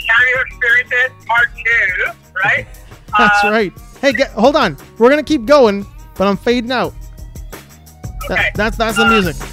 Speaker 3: Carrier Experiences Part 2, right?
Speaker 1: That's
Speaker 3: Uh,
Speaker 1: right. Hey, get, hold on. We're gonna keep going, but I'm fading out. That-
Speaker 3: Okay.
Speaker 1: that's that's the
Speaker 3: Uh,
Speaker 1: music.